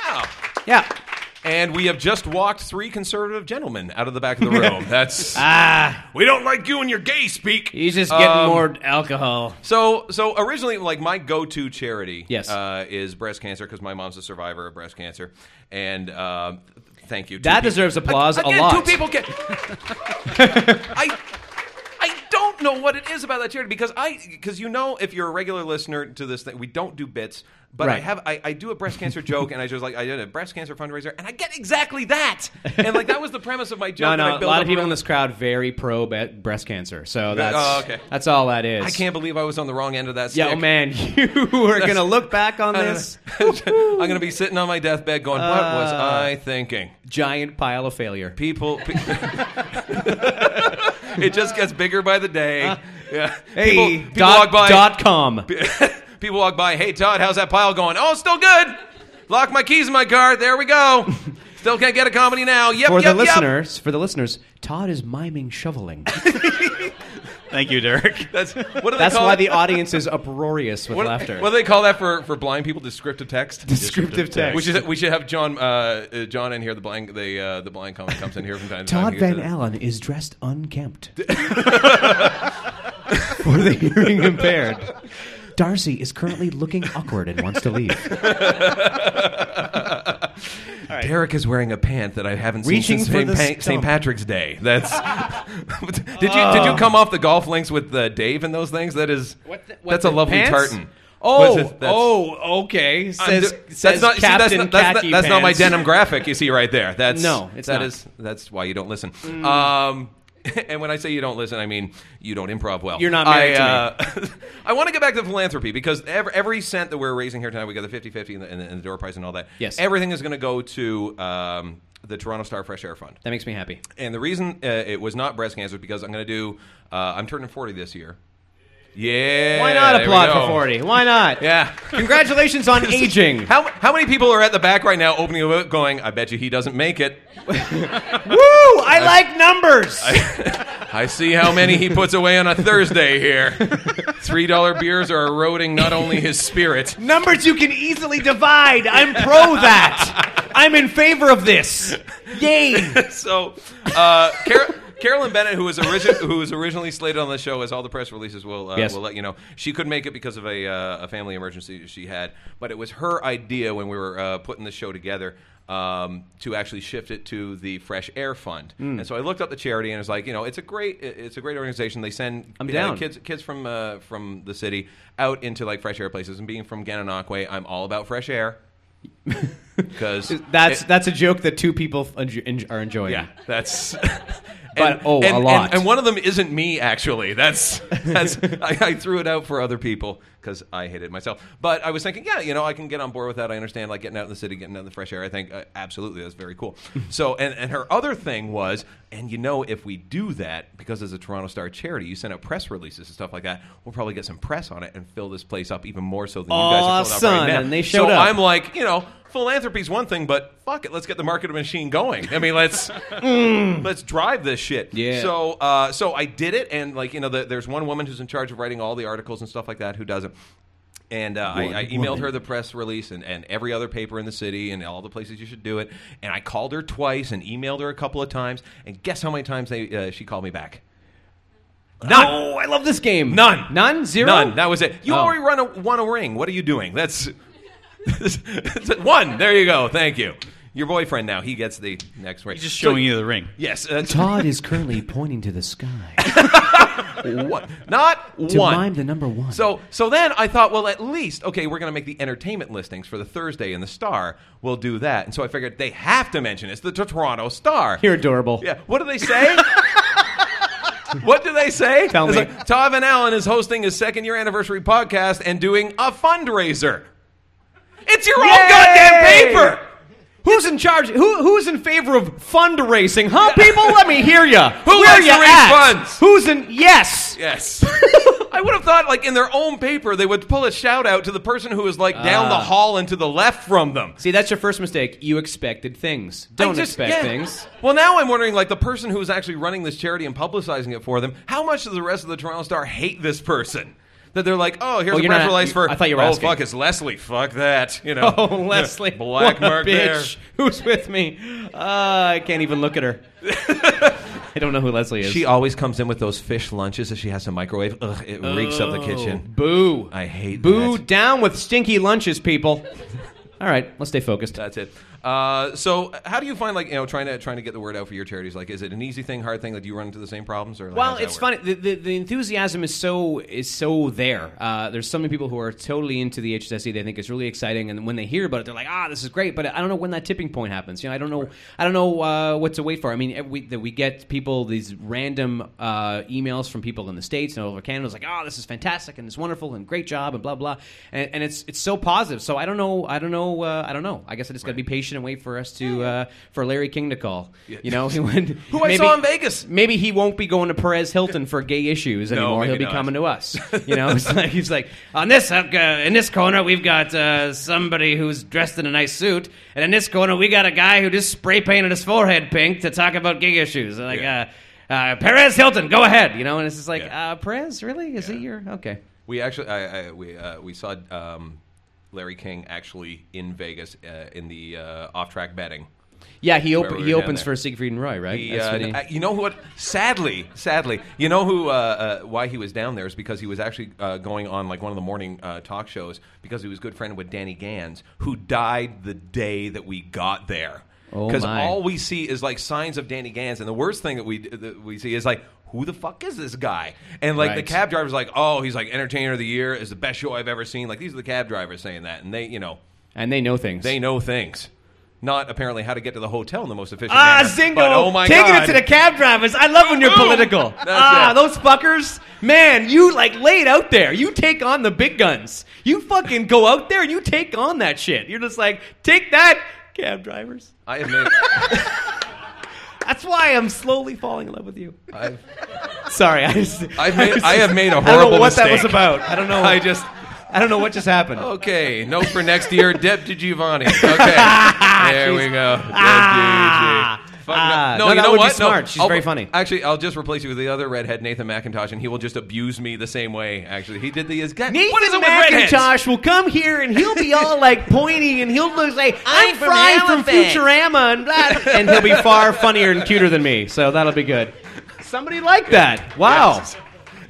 [SPEAKER 1] Wow.
[SPEAKER 5] Yeah.
[SPEAKER 1] And we have just walked three conservative gentlemen out of the back of the room. That's ah, we don't like you and your gay speak.
[SPEAKER 5] He's just getting more alcohol.
[SPEAKER 1] So, so originally, like my go-to charity,
[SPEAKER 5] Yes.
[SPEAKER 1] uh, is breast cancer because my mom's a survivor of breast cancer, and um thank you. Two
[SPEAKER 5] That
[SPEAKER 1] peop-
[SPEAKER 5] deserves applause
[SPEAKER 1] Again,
[SPEAKER 5] a lot.
[SPEAKER 1] Two people get. [laughs] I, I don't know what it is about that charity because I because you know if you're a regular listener to this thing, we don't do bits, but I
[SPEAKER 5] Right.
[SPEAKER 1] have I, I do a breast cancer joke and I just like I did a breast cancer fundraiser and I get exactly that and like that was the premise of my joke.
[SPEAKER 5] [laughs] No,
[SPEAKER 1] and I
[SPEAKER 5] no. A
[SPEAKER 1] built
[SPEAKER 5] lot
[SPEAKER 1] up
[SPEAKER 5] of people
[SPEAKER 1] around-
[SPEAKER 5] in this crowd very pro be- breast cancer. So that's
[SPEAKER 1] oh, okay.
[SPEAKER 5] that's all that is.
[SPEAKER 1] I can't believe I was on the wrong end of that.
[SPEAKER 5] Yeah,
[SPEAKER 1] stick.
[SPEAKER 5] oh, man, [laughs] you are gonna look back
[SPEAKER 1] [laughs]
[SPEAKER 5] on
[SPEAKER 1] I'm
[SPEAKER 5] this
[SPEAKER 1] gonna- I'm gonna be sitting on my deathbed going, "What was
[SPEAKER 5] Uh.
[SPEAKER 1] I thinking?"
[SPEAKER 5] giant pile of failure.
[SPEAKER 1] People, pe- [laughs] it just gets bigger by the day. Yeah, people,
[SPEAKER 5] Uh. Hey,
[SPEAKER 1] people
[SPEAKER 5] dot,
[SPEAKER 1] walk by.
[SPEAKER 5] dot com.
[SPEAKER 1] [laughs] people walk by. Hey, Todd, how's that pile going? Oh, still good. Lock my keys in my car. There we
[SPEAKER 5] [laughs]
[SPEAKER 1] go. Still can't get a comedy now. Yep,
[SPEAKER 5] For
[SPEAKER 1] yep,
[SPEAKER 5] the
[SPEAKER 1] yep.
[SPEAKER 5] listeners, for the listeners, Todd is miming
[SPEAKER 1] [laughs]
[SPEAKER 5] shoveling.
[SPEAKER 2] Thank you, [laughs] Derek.
[SPEAKER 1] That's what do they
[SPEAKER 5] That's
[SPEAKER 1] call
[SPEAKER 5] why
[SPEAKER 1] it?
[SPEAKER 5] the audience is uproarious with
[SPEAKER 1] What,
[SPEAKER 5] laughter.
[SPEAKER 1] what do they call that for, for blind people? Descriptive text.
[SPEAKER 5] Descriptive text.
[SPEAKER 1] We should we should have John uh, uh, John in here. The blind the uh, the blind comic comes in here from time to time.
[SPEAKER 5] Todd
[SPEAKER 1] He gets
[SPEAKER 5] Van
[SPEAKER 1] it.
[SPEAKER 5] Allen is dressed
[SPEAKER 1] [laughs]
[SPEAKER 5] unkempt. [laughs] for the hearing impaired. Darcy is currently looking awkward and wants to leave.
[SPEAKER 1] Derek is wearing a pant that I haven't
[SPEAKER 5] Reaching
[SPEAKER 1] seen
[SPEAKER 5] for
[SPEAKER 1] since
[SPEAKER 5] the
[SPEAKER 1] St. Pa- St.
[SPEAKER 5] stump.
[SPEAKER 1] Patrick's Day. That's
[SPEAKER 5] [laughs]
[SPEAKER 1] did you
[SPEAKER 5] Oh.
[SPEAKER 1] did you come off the golf links with uh, Dave and those things? That is
[SPEAKER 3] What the-
[SPEAKER 1] [laughs]
[SPEAKER 3] what
[SPEAKER 1] that's a
[SPEAKER 3] the
[SPEAKER 1] lovely
[SPEAKER 5] pants?
[SPEAKER 1] tartan.
[SPEAKER 5] Oh,
[SPEAKER 1] That's- that's-
[SPEAKER 5] oh, okay.
[SPEAKER 1] I'm
[SPEAKER 5] Says,
[SPEAKER 1] do- that's
[SPEAKER 5] says
[SPEAKER 1] not- see, that's
[SPEAKER 5] Captain
[SPEAKER 1] not- that's not-
[SPEAKER 5] Khaki
[SPEAKER 1] that's not my
[SPEAKER 5] Pants.
[SPEAKER 1] denim graphic you see right
[SPEAKER 5] [laughs]
[SPEAKER 1] there. That's
[SPEAKER 5] No, it's
[SPEAKER 1] that
[SPEAKER 5] not. Mm.
[SPEAKER 1] is- that's why you don't listen. Um, [laughs] and when I say you don't listen, I mean you don't improv well.
[SPEAKER 5] You're not married
[SPEAKER 1] I, to me. [laughs] I want to go back to philanthropy because every, every cent that we're raising here tonight, we got the 50-50 and the, and the, and the door prize and all that.
[SPEAKER 5] Yes.
[SPEAKER 1] everything is going to go to um, the Toronto Star Fresh Air Fund.
[SPEAKER 5] That makes me happy.
[SPEAKER 1] And the reason uh, it was not breast cancer is because I'm going to do. Uh, I'm turning 40 this year. Yeah.
[SPEAKER 5] Why not
[SPEAKER 1] there we
[SPEAKER 5] applaud
[SPEAKER 1] go.
[SPEAKER 5] for 40? Why not?
[SPEAKER 1] Yeah. [laughs]
[SPEAKER 5] Congratulations on aging.
[SPEAKER 1] How, how many people are at the back right now opening a book going, I bet you he doesn't make it?
[SPEAKER 5] Woo! I like numbers.
[SPEAKER 1] I [laughs] see how many he puts away on a Thursday here. $3 beers are eroding not only his spirit.
[SPEAKER 5] numbers you can easily divide. I'm pro that. I'm in favor of this. Yay!
[SPEAKER 1] [laughs] So, uh, Car- Carolyn Bennett, who was, origi- who was originally slated on the show, as all the press releases will, uh,
[SPEAKER 5] Yes.
[SPEAKER 1] will let you know, she couldn't make it because of a, uh, a family emergency she had. But it was her idea when we were uh, putting the show together. Um, to actually shift it to the Fresh Air Fund,
[SPEAKER 5] Hmm.
[SPEAKER 1] and so I looked up the charity, and it's like you know, it's a great, it's a great organization. They send
[SPEAKER 5] I'm
[SPEAKER 1] uh,
[SPEAKER 5] down.
[SPEAKER 1] kids kids from uh, from the city out into like fresh air places. And being from Gananoque, I'm all about fresh
[SPEAKER 5] [laughs]
[SPEAKER 1] air because
[SPEAKER 5] That's that's a joke that two people enjo- en- are enjoying.
[SPEAKER 1] yeah,
[SPEAKER 5] [laughs]
[SPEAKER 1] that's. [laughs]
[SPEAKER 5] But, oh, a
[SPEAKER 1] and,
[SPEAKER 5] lot. [laughs]
[SPEAKER 1] And, and one of them isn't me, actually. That's that's. I, I threw it out for other people because I hate it myself. But I was thinking, yeah, you know, I can get on board with that. I understand, like getting out in the city, getting out in the fresh air. I think uh, absolutely that's very
[SPEAKER 5] [laughs]
[SPEAKER 1] cool. so, and, and her other thing was, and you know, if we do that, because as a Toronto Star charity, you send out press releases and stuff like that, we'll probably get some press on it and fill this place up even more so than you guys are filling up
[SPEAKER 5] Awesome.
[SPEAKER 1] right now.
[SPEAKER 5] And they
[SPEAKER 1] so
[SPEAKER 5] showed up.
[SPEAKER 1] I'm like, you know, philanthropy's one thing, but fuck it, let's get the marketing machine going. I mean,
[SPEAKER 5] [laughs]
[SPEAKER 1] let's let's drive this shit.
[SPEAKER 5] Yeah.
[SPEAKER 1] So uh, so I did it, and like you know, the, there's one woman who's in charge of writing all the articles and stuff like that who doesn't. And uh, I, I emailed her the press release and, and every other paper in the city and all the places you should do it. And I called her twice and emailed her a couple of times. And guess how many times they uh, she called me back? None.
[SPEAKER 5] Oh, I love this game.
[SPEAKER 1] None.
[SPEAKER 5] None? Zero?
[SPEAKER 1] None. That was it. You
[SPEAKER 5] Oh.
[SPEAKER 1] already run a, won a ring. What are you doing? That's [laughs] one. There you go. Thank you. Your boyfriend now. He gets the next ring.
[SPEAKER 2] He's just showing you the ring.
[SPEAKER 1] Yes. That's
[SPEAKER 5] Todd is currently pointing to
[SPEAKER 1] [laughs]
[SPEAKER 5] the sky
[SPEAKER 1] one. [laughs] Not
[SPEAKER 5] to
[SPEAKER 1] one.
[SPEAKER 5] mime the number one.
[SPEAKER 1] So so then I thought, well, at least okay, we're gonna make the entertainment listings for the Thursday in the Star. We'll do that. And so I figured they have to mention it. it's the Toronto Star.
[SPEAKER 5] you're adorable.
[SPEAKER 1] Yeah. What do they
[SPEAKER 5] [laughs]
[SPEAKER 1] say? what do they say?
[SPEAKER 5] Tell
[SPEAKER 1] It's
[SPEAKER 5] me.
[SPEAKER 1] Like, Tav and Allen is hosting his second year anniversary podcast and doing a fundraiser. It's your own
[SPEAKER 5] Yay!
[SPEAKER 1] goddamn paper.
[SPEAKER 5] Who's in charge? Who who's in favor of fundraising? Huh, people? Let me
[SPEAKER 1] [laughs]
[SPEAKER 5] hear you. Who Where
[SPEAKER 1] wants
[SPEAKER 5] ya
[SPEAKER 1] to raise
[SPEAKER 5] at?
[SPEAKER 1] funds?
[SPEAKER 5] Who's in? Yes.
[SPEAKER 1] Yes.
[SPEAKER 5] [laughs]
[SPEAKER 1] I would have thought, like in their own paper, they would pull a shout out to the person who is like down
[SPEAKER 5] Ah.
[SPEAKER 1] the hall and to the left from them.
[SPEAKER 5] See, that's your first mistake. You expected things.
[SPEAKER 1] I
[SPEAKER 5] Don't
[SPEAKER 1] just-
[SPEAKER 5] expect
[SPEAKER 1] yeah.
[SPEAKER 5] things. [laughs]
[SPEAKER 1] Well, now I'm wondering, like the person who is actually running this charity and publicizing it for them, how much does the rest of the Toronto Star hate this person? That they're like, oh, here's
[SPEAKER 5] Oh,
[SPEAKER 1] a
[SPEAKER 5] you're
[SPEAKER 1] press
[SPEAKER 5] not-
[SPEAKER 1] release for.
[SPEAKER 5] I thought you were
[SPEAKER 1] oh,
[SPEAKER 5] asking.
[SPEAKER 1] fuck, it's Leslie. Fuck that. You know.
[SPEAKER 5] [laughs] Oh,
[SPEAKER 1] [laughs]
[SPEAKER 5] Leslie,
[SPEAKER 1] Black
[SPEAKER 5] what a
[SPEAKER 1] mark there.
[SPEAKER 5] bitch. Who's with me? Uh, I can't even look
[SPEAKER 1] [laughs]
[SPEAKER 5] at her. I don't know who Leslie is.
[SPEAKER 1] She always comes in with those fish lunches that she has to microwave. Ugh, it reeks of the kitchen.
[SPEAKER 5] Boo.
[SPEAKER 1] I hate
[SPEAKER 5] Oh. Boo
[SPEAKER 1] that.
[SPEAKER 5] down with stinky lunches, people. All right, let's stay focused.
[SPEAKER 1] That's it. Uh, so, how do you find like you know trying to trying to get the word out for your charities? Like, is it an easy thing, hard thing? Like, do you run into the same problems? Or like, how
[SPEAKER 5] Well,
[SPEAKER 1] does that
[SPEAKER 5] it's
[SPEAKER 1] work?
[SPEAKER 5] funny. The, the, the enthusiasm is so is so there. Uh, there's so many people who are totally into the HSSE. They think it's really exciting, and when they hear about it, they're like, "Ah, this is great." But I don't know when that tipping point happens. You know, I don't know. I don't know uh, what to wait for. I mean, eh, we, that we get people these random uh, emails from people in the states and over Canada. It's like, "Ah, this is fantastic, and it's wonderful, and great job, and blah blah." And, and it's it's so positive. So I don't know. I don't know. Uh, I don't know. I guess I just got to be patient and wait for us to uh, for Larry King to call. You know, [laughs] who
[SPEAKER 1] Who I saw in Vegas.
[SPEAKER 5] maybe he won't be going to Perez Hilton for gay issues anymore.
[SPEAKER 1] maybe
[SPEAKER 5] He'll be
[SPEAKER 1] not.
[SPEAKER 5] coming
[SPEAKER 1] [laughs]
[SPEAKER 5] to us. You know, it's like, he's like on this uh, in this corner we've got uh, somebody who's dressed in a nice suit, and in this corner we got a guy who just spray painted his forehead pink to talk about gay issues. Like
[SPEAKER 1] Yeah.
[SPEAKER 5] uh, uh, Perez Hilton, go ahead. You know, and it's just like
[SPEAKER 1] Yeah.
[SPEAKER 5] uh, Perez, really? Is it your okay?
[SPEAKER 1] We actually, I, I, we uh, we saw um, Larry King actually in Vegas uh, in the uh, off-track betting.
[SPEAKER 5] Yeah, he
[SPEAKER 1] Where
[SPEAKER 5] op-
[SPEAKER 1] we
[SPEAKER 5] he
[SPEAKER 1] were down
[SPEAKER 5] opens
[SPEAKER 1] there.
[SPEAKER 5] for Siegfried and Roy, right?
[SPEAKER 1] He,
[SPEAKER 5] That's
[SPEAKER 1] uh,
[SPEAKER 5] when he-
[SPEAKER 1] uh, you know what? Sadly, sadly, you know who? Uh, uh, why he was down there is because he was actually uh, going on like one of the morning uh, talk shows because he was good friend with Danny Gans, who died the day that we got there.
[SPEAKER 5] Oh,
[SPEAKER 1] Because
[SPEAKER 5] my.
[SPEAKER 1] all we see is like signs of Danny Gans, and the worst thing that we that we see is like. Who the fuck is this guy? And like the
[SPEAKER 5] Right.
[SPEAKER 1] cab driver's like, oh, he's like entertainer of the year is the best show I've ever seen. Like these are the cab drivers saying that, and they, you know,
[SPEAKER 5] and they know things.
[SPEAKER 1] they know things. Not apparently how to get to the hotel in the most efficient
[SPEAKER 5] Ah,
[SPEAKER 1] manner.
[SPEAKER 5] Zingo,
[SPEAKER 1] But, oh my
[SPEAKER 5] taking
[SPEAKER 1] God.
[SPEAKER 5] it to the cab drivers. I love when you're political. ah,
[SPEAKER 1] it.
[SPEAKER 5] those fuckers, man, you like laid out there. You take on the big guns. You fucking go out there and you take on that shit. You're just like, take that, cab drivers.
[SPEAKER 1] I have made.
[SPEAKER 5] That's why I'm slowly falling in love with you.
[SPEAKER 1] I've,
[SPEAKER 5] Sorry, I just,
[SPEAKER 1] I've made. I have made a
[SPEAKER 5] I don't
[SPEAKER 1] horrible
[SPEAKER 5] know what
[SPEAKER 1] mistake.
[SPEAKER 5] that was about. I don't know.
[SPEAKER 1] I just. Oh,
[SPEAKER 5] I don't know what just happened.
[SPEAKER 1] Okay, note for next year, Deb DiGiovanni.
[SPEAKER 5] [laughs]
[SPEAKER 1] Okay, there we go. Deb
[SPEAKER 5] Ah.
[SPEAKER 1] DiGi. Fuck,
[SPEAKER 5] Ah. No,
[SPEAKER 1] you
[SPEAKER 5] that
[SPEAKER 1] know
[SPEAKER 5] would be
[SPEAKER 1] what?
[SPEAKER 5] smart. She's very funny.
[SPEAKER 1] Actually, I'll just replace you with the other redhead, Nathan McIntosh, and he will just abuse me the same way. Actually, he did the his guy.
[SPEAKER 5] Nathan
[SPEAKER 1] what is it with redheads?
[SPEAKER 5] McIntosh will come here and he'll be all like pointy and he'll look like I'm,
[SPEAKER 6] I'm from
[SPEAKER 5] Fry from,
[SPEAKER 6] Halifax."
[SPEAKER 5] Futurama and blah, and he'll be far funnier and cuter than me. So that'll be good. Somebody like that. [laughs] Wow.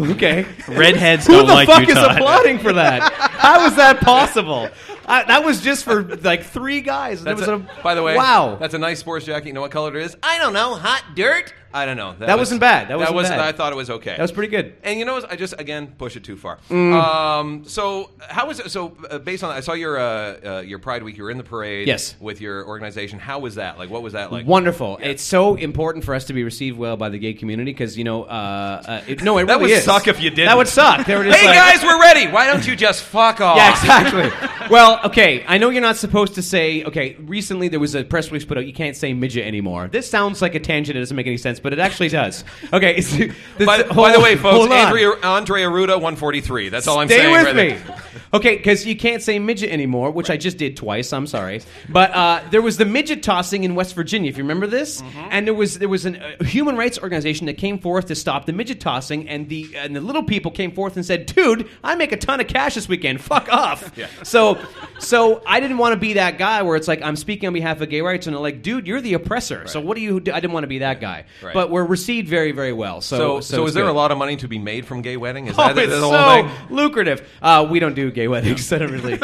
[SPEAKER 5] Okay.
[SPEAKER 2] [laughs] Redheads
[SPEAKER 5] Who
[SPEAKER 2] don't
[SPEAKER 5] the
[SPEAKER 2] like
[SPEAKER 5] fuck
[SPEAKER 2] you,
[SPEAKER 5] is
[SPEAKER 2] Todd. [laughs]
[SPEAKER 5] applauding for that? How is that possible? I, that was just for like three guys. and it
[SPEAKER 1] That's
[SPEAKER 5] was
[SPEAKER 1] a-
[SPEAKER 5] a-
[SPEAKER 1] by the way,
[SPEAKER 5] wow.
[SPEAKER 1] that's a nice sports jacket. You know what color it is?
[SPEAKER 6] I don't know, hot dirt?
[SPEAKER 1] I don't know.
[SPEAKER 5] That wasn't bad. That wasn't bad.
[SPEAKER 1] I thought it was okay.
[SPEAKER 5] That was pretty good.
[SPEAKER 1] And you know, what? I just again push it too far.
[SPEAKER 5] Mm.
[SPEAKER 1] Um, so how was it? So uh, based on I saw your uh, uh, your Pride Week. You were in the parade.
[SPEAKER 5] Yes.
[SPEAKER 1] With your organization, how was that? Like, what was that like?
[SPEAKER 5] Wonderful. It's so important for us to be received well by the gay community because you know, uh, uh, it, no, it
[SPEAKER 1] That
[SPEAKER 5] really
[SPEAKER 1] would
[SPEAKER 5] is.
[SPEAKER 1] suck if you didn't.
[SPEAKER 5] That would
[SPEAKER 1] [laughs]
[SPEAKER 5] suck. They were just
[SPEAKER 1] Hey
[SPEAKER 5] like-
[SPEAKER 1] guys, we're ready. Why don't you just fuck off? [laughs]
[SPEAKER 5] Yeah, exactly. well, okay. I know you're not supposed to say. Okay, recently there was a press release put out. You can't say midget anymore. This sounds like a tangent. It doesn't make any sense, but it actually does. Okay. [laughs] it's- this-
[SPEAKER 1] By, by
[SPEAKER 5] hold-
[SPEAKER 1] the way, folks,
[SPEAKER 5] hold on.
[SPEAKER 1] Andrea, Andre Aruda, one forty three. That's all I'm
[SPEAKER 5] Stay
[SPEAKER 1] saying.
[SPEAKER 5] with
[SPEAKER 1] right
[SPEAKER 5] me.
[SPEAKER 1] there.
[SPEAKER 5] Okay, because you can't say midget anymore, which I just did twice. I'm sorry, but uh, there was the midget tossing in West Virginia. If you remember this,
[SPEAKER 1] Mm-hmm.
[SPEAKER 5] and there was there was an, a human rights organization that came forth to stop the midget tossing, and the and the little people came forth and said, "Dude, I make a ton of cash this weekend.
[SPEAKER 1] [laughs]
[SPEAKER 5] Fuck off." So, so I didn't want to be that guy where it's like I'm speaking on behalf of gay rights, and they're like, "Dude, you're the oppressor." So what do you? do? I didn't want to be that guy,
[SPEAKER 1] Right.
[SPEAKER 5] but we're received very very well. So
[SPEAKER 1] So, so,
[SPEAKER 5] it's
[SPEAKER 1] is there
[SPEAKER 5] good
[SPEAKER 1] a lot of money to be made from gay wedding? Is
[SPEAKER 5] [laughs] oh,
[SPEAKER 1] that
[SPEAKER 5] it's
[SPEAKER 1] the whole
[SPEAKER 5] so
[SPEAKER 1] thing?
[SPEAKER 5] lucrative. Uh, we don't do gay weddings. [laughs] I don't really.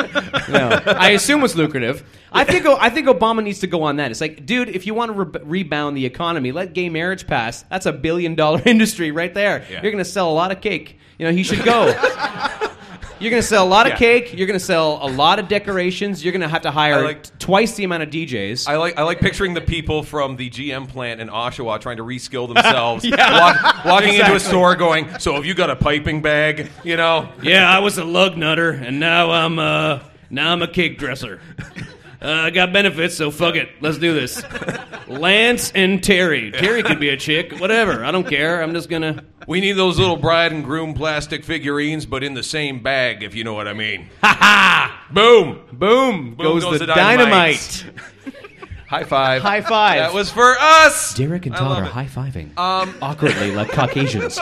[SPEAKER 5] No, I assume it's lucrative. I think O- I think Obama needs to go on that. It's like, dude, if you want to re- rebound the economy, let gay marriage pass. That's a billion dollar [laughs] industry right there.
[SPEAKER 1] Yeah.
[SPEAKER 5] You're going to sell a lot of cake. You know, he should go.
[SPEAKER 1] [laughs]
[SPEAKER 5] You're gonna sell a lot of
[SPEAKER 1] Yeah.
[SPEAKER 5] cake. You're gonna sell a lot of decorations. You're gonna have to hire
[SPEAKER 1] like-
[SPEAKER 5] t- twice the amount of DJs.
[SPEAKER 1] I like I like picturing the people from the GM plant in Oshawa trying to
[SPEAKER 5] [laughs]
[SPEAKER 1] reskill themselves, walk, walking into a store, going, "So have you got a piping bag? You know,
[SPEAKER 2] Yeah, I was a lug nutter, and now I'm uh now I'm a cake dresser. Uh, I got benefits, so fuck it. Let's do this. Lance and Terry. Terry could be a chick, whatever. I don't care. I'm just gonna.
[SPEAKER 1] we need those little bride and groom plastic figurines, but in the same bag, if you know what I mean." Boom!
[SPEAKER 5] boom, goes,
[SPEAKER 1] goes
[SPEAKER 5] the,
[SPEAKER 1] the
[SPEAKER 5] dynamite.
[SPEAKER 1] dynamite. High five!
[SPEAKER 5] High five.
[SPEAKER 1] That was for us.
[SPEAKER 5] Derek and
[SPEAKER 1] I
[SPEAKER 5] Todd
[SPEAKER 1] love
[SPEAKER 5] are
[SPEAKER 1] it. Um,
[SPEAKER 5] high fiving
[SPEAKER 1] [laughs]
[SPEAKER 5] awkwardly like Caucasians.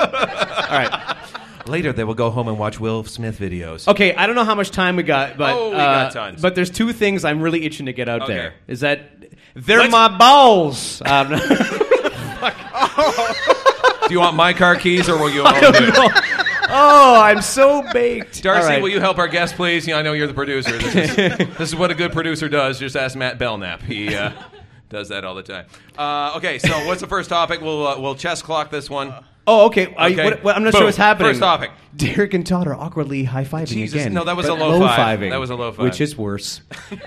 [SPEAKER 1] Later, they will go home and watch Will Smith videos.
[SPEAKER 5] Okay, I don't know how much time we got, but
[SPEAKER 1] Oh, we
[SPEAKER 5] uh,
[SPEAKER 1] got tons.
[SPEAKER 5] But there's two things I'm really itching to get out
[SPEAKER 1] Okay.
[SPEAKER 5] there. Is that they're
[SPEAKER 1] Let's-
[SPEAKER 5] my
[SPEAKER 1] [laughs]
[SPEAKER 5] balls. Um, I [laughs] don't know.
[SPEAKER 1] Do you want my car keys or will
[SPEAKER 5] [laughs]
[SPEAKER 1] you own it?
[SPEAKER 5] oh, I'm so baked.
[SPEAKER 1] Darcy,
[SPEAKER 5] All right.
[SPEAKER 1] will you help our guest, please? You know, I know you're the producer. This
[SPEAKER 5] [laughs]
[SPEAKER 1] is, this is what a good producer does. Just ask Matt Belknap. He uh, does that all the time. Uh, okay, so what's the first topic? We'll uh, we'll chess clock this one.
[SPEAKER 5] Oh, okay. Are you-
[SPEAKER 1] Okay.
[SPEAKER 5] what- what- I'm not
[SPEAKER 1] Boom.
[SPEAKER 5] sure what's happening.
[SPEAKER 1] First topic.
[SPEAKER 5] Derek and Todd are awkwardly high fiving
[SPEAKER 1] Jesus,
[SPEAKER 5] again.
[SPEAKER 1] no, that was a
[SPEAKER 5] but
[SPEAKER 1] low five.
[SPEAKER 5] low-fiving,
[SPEAKER 1] That was a low five.
[SPEAKER 5] which is worse.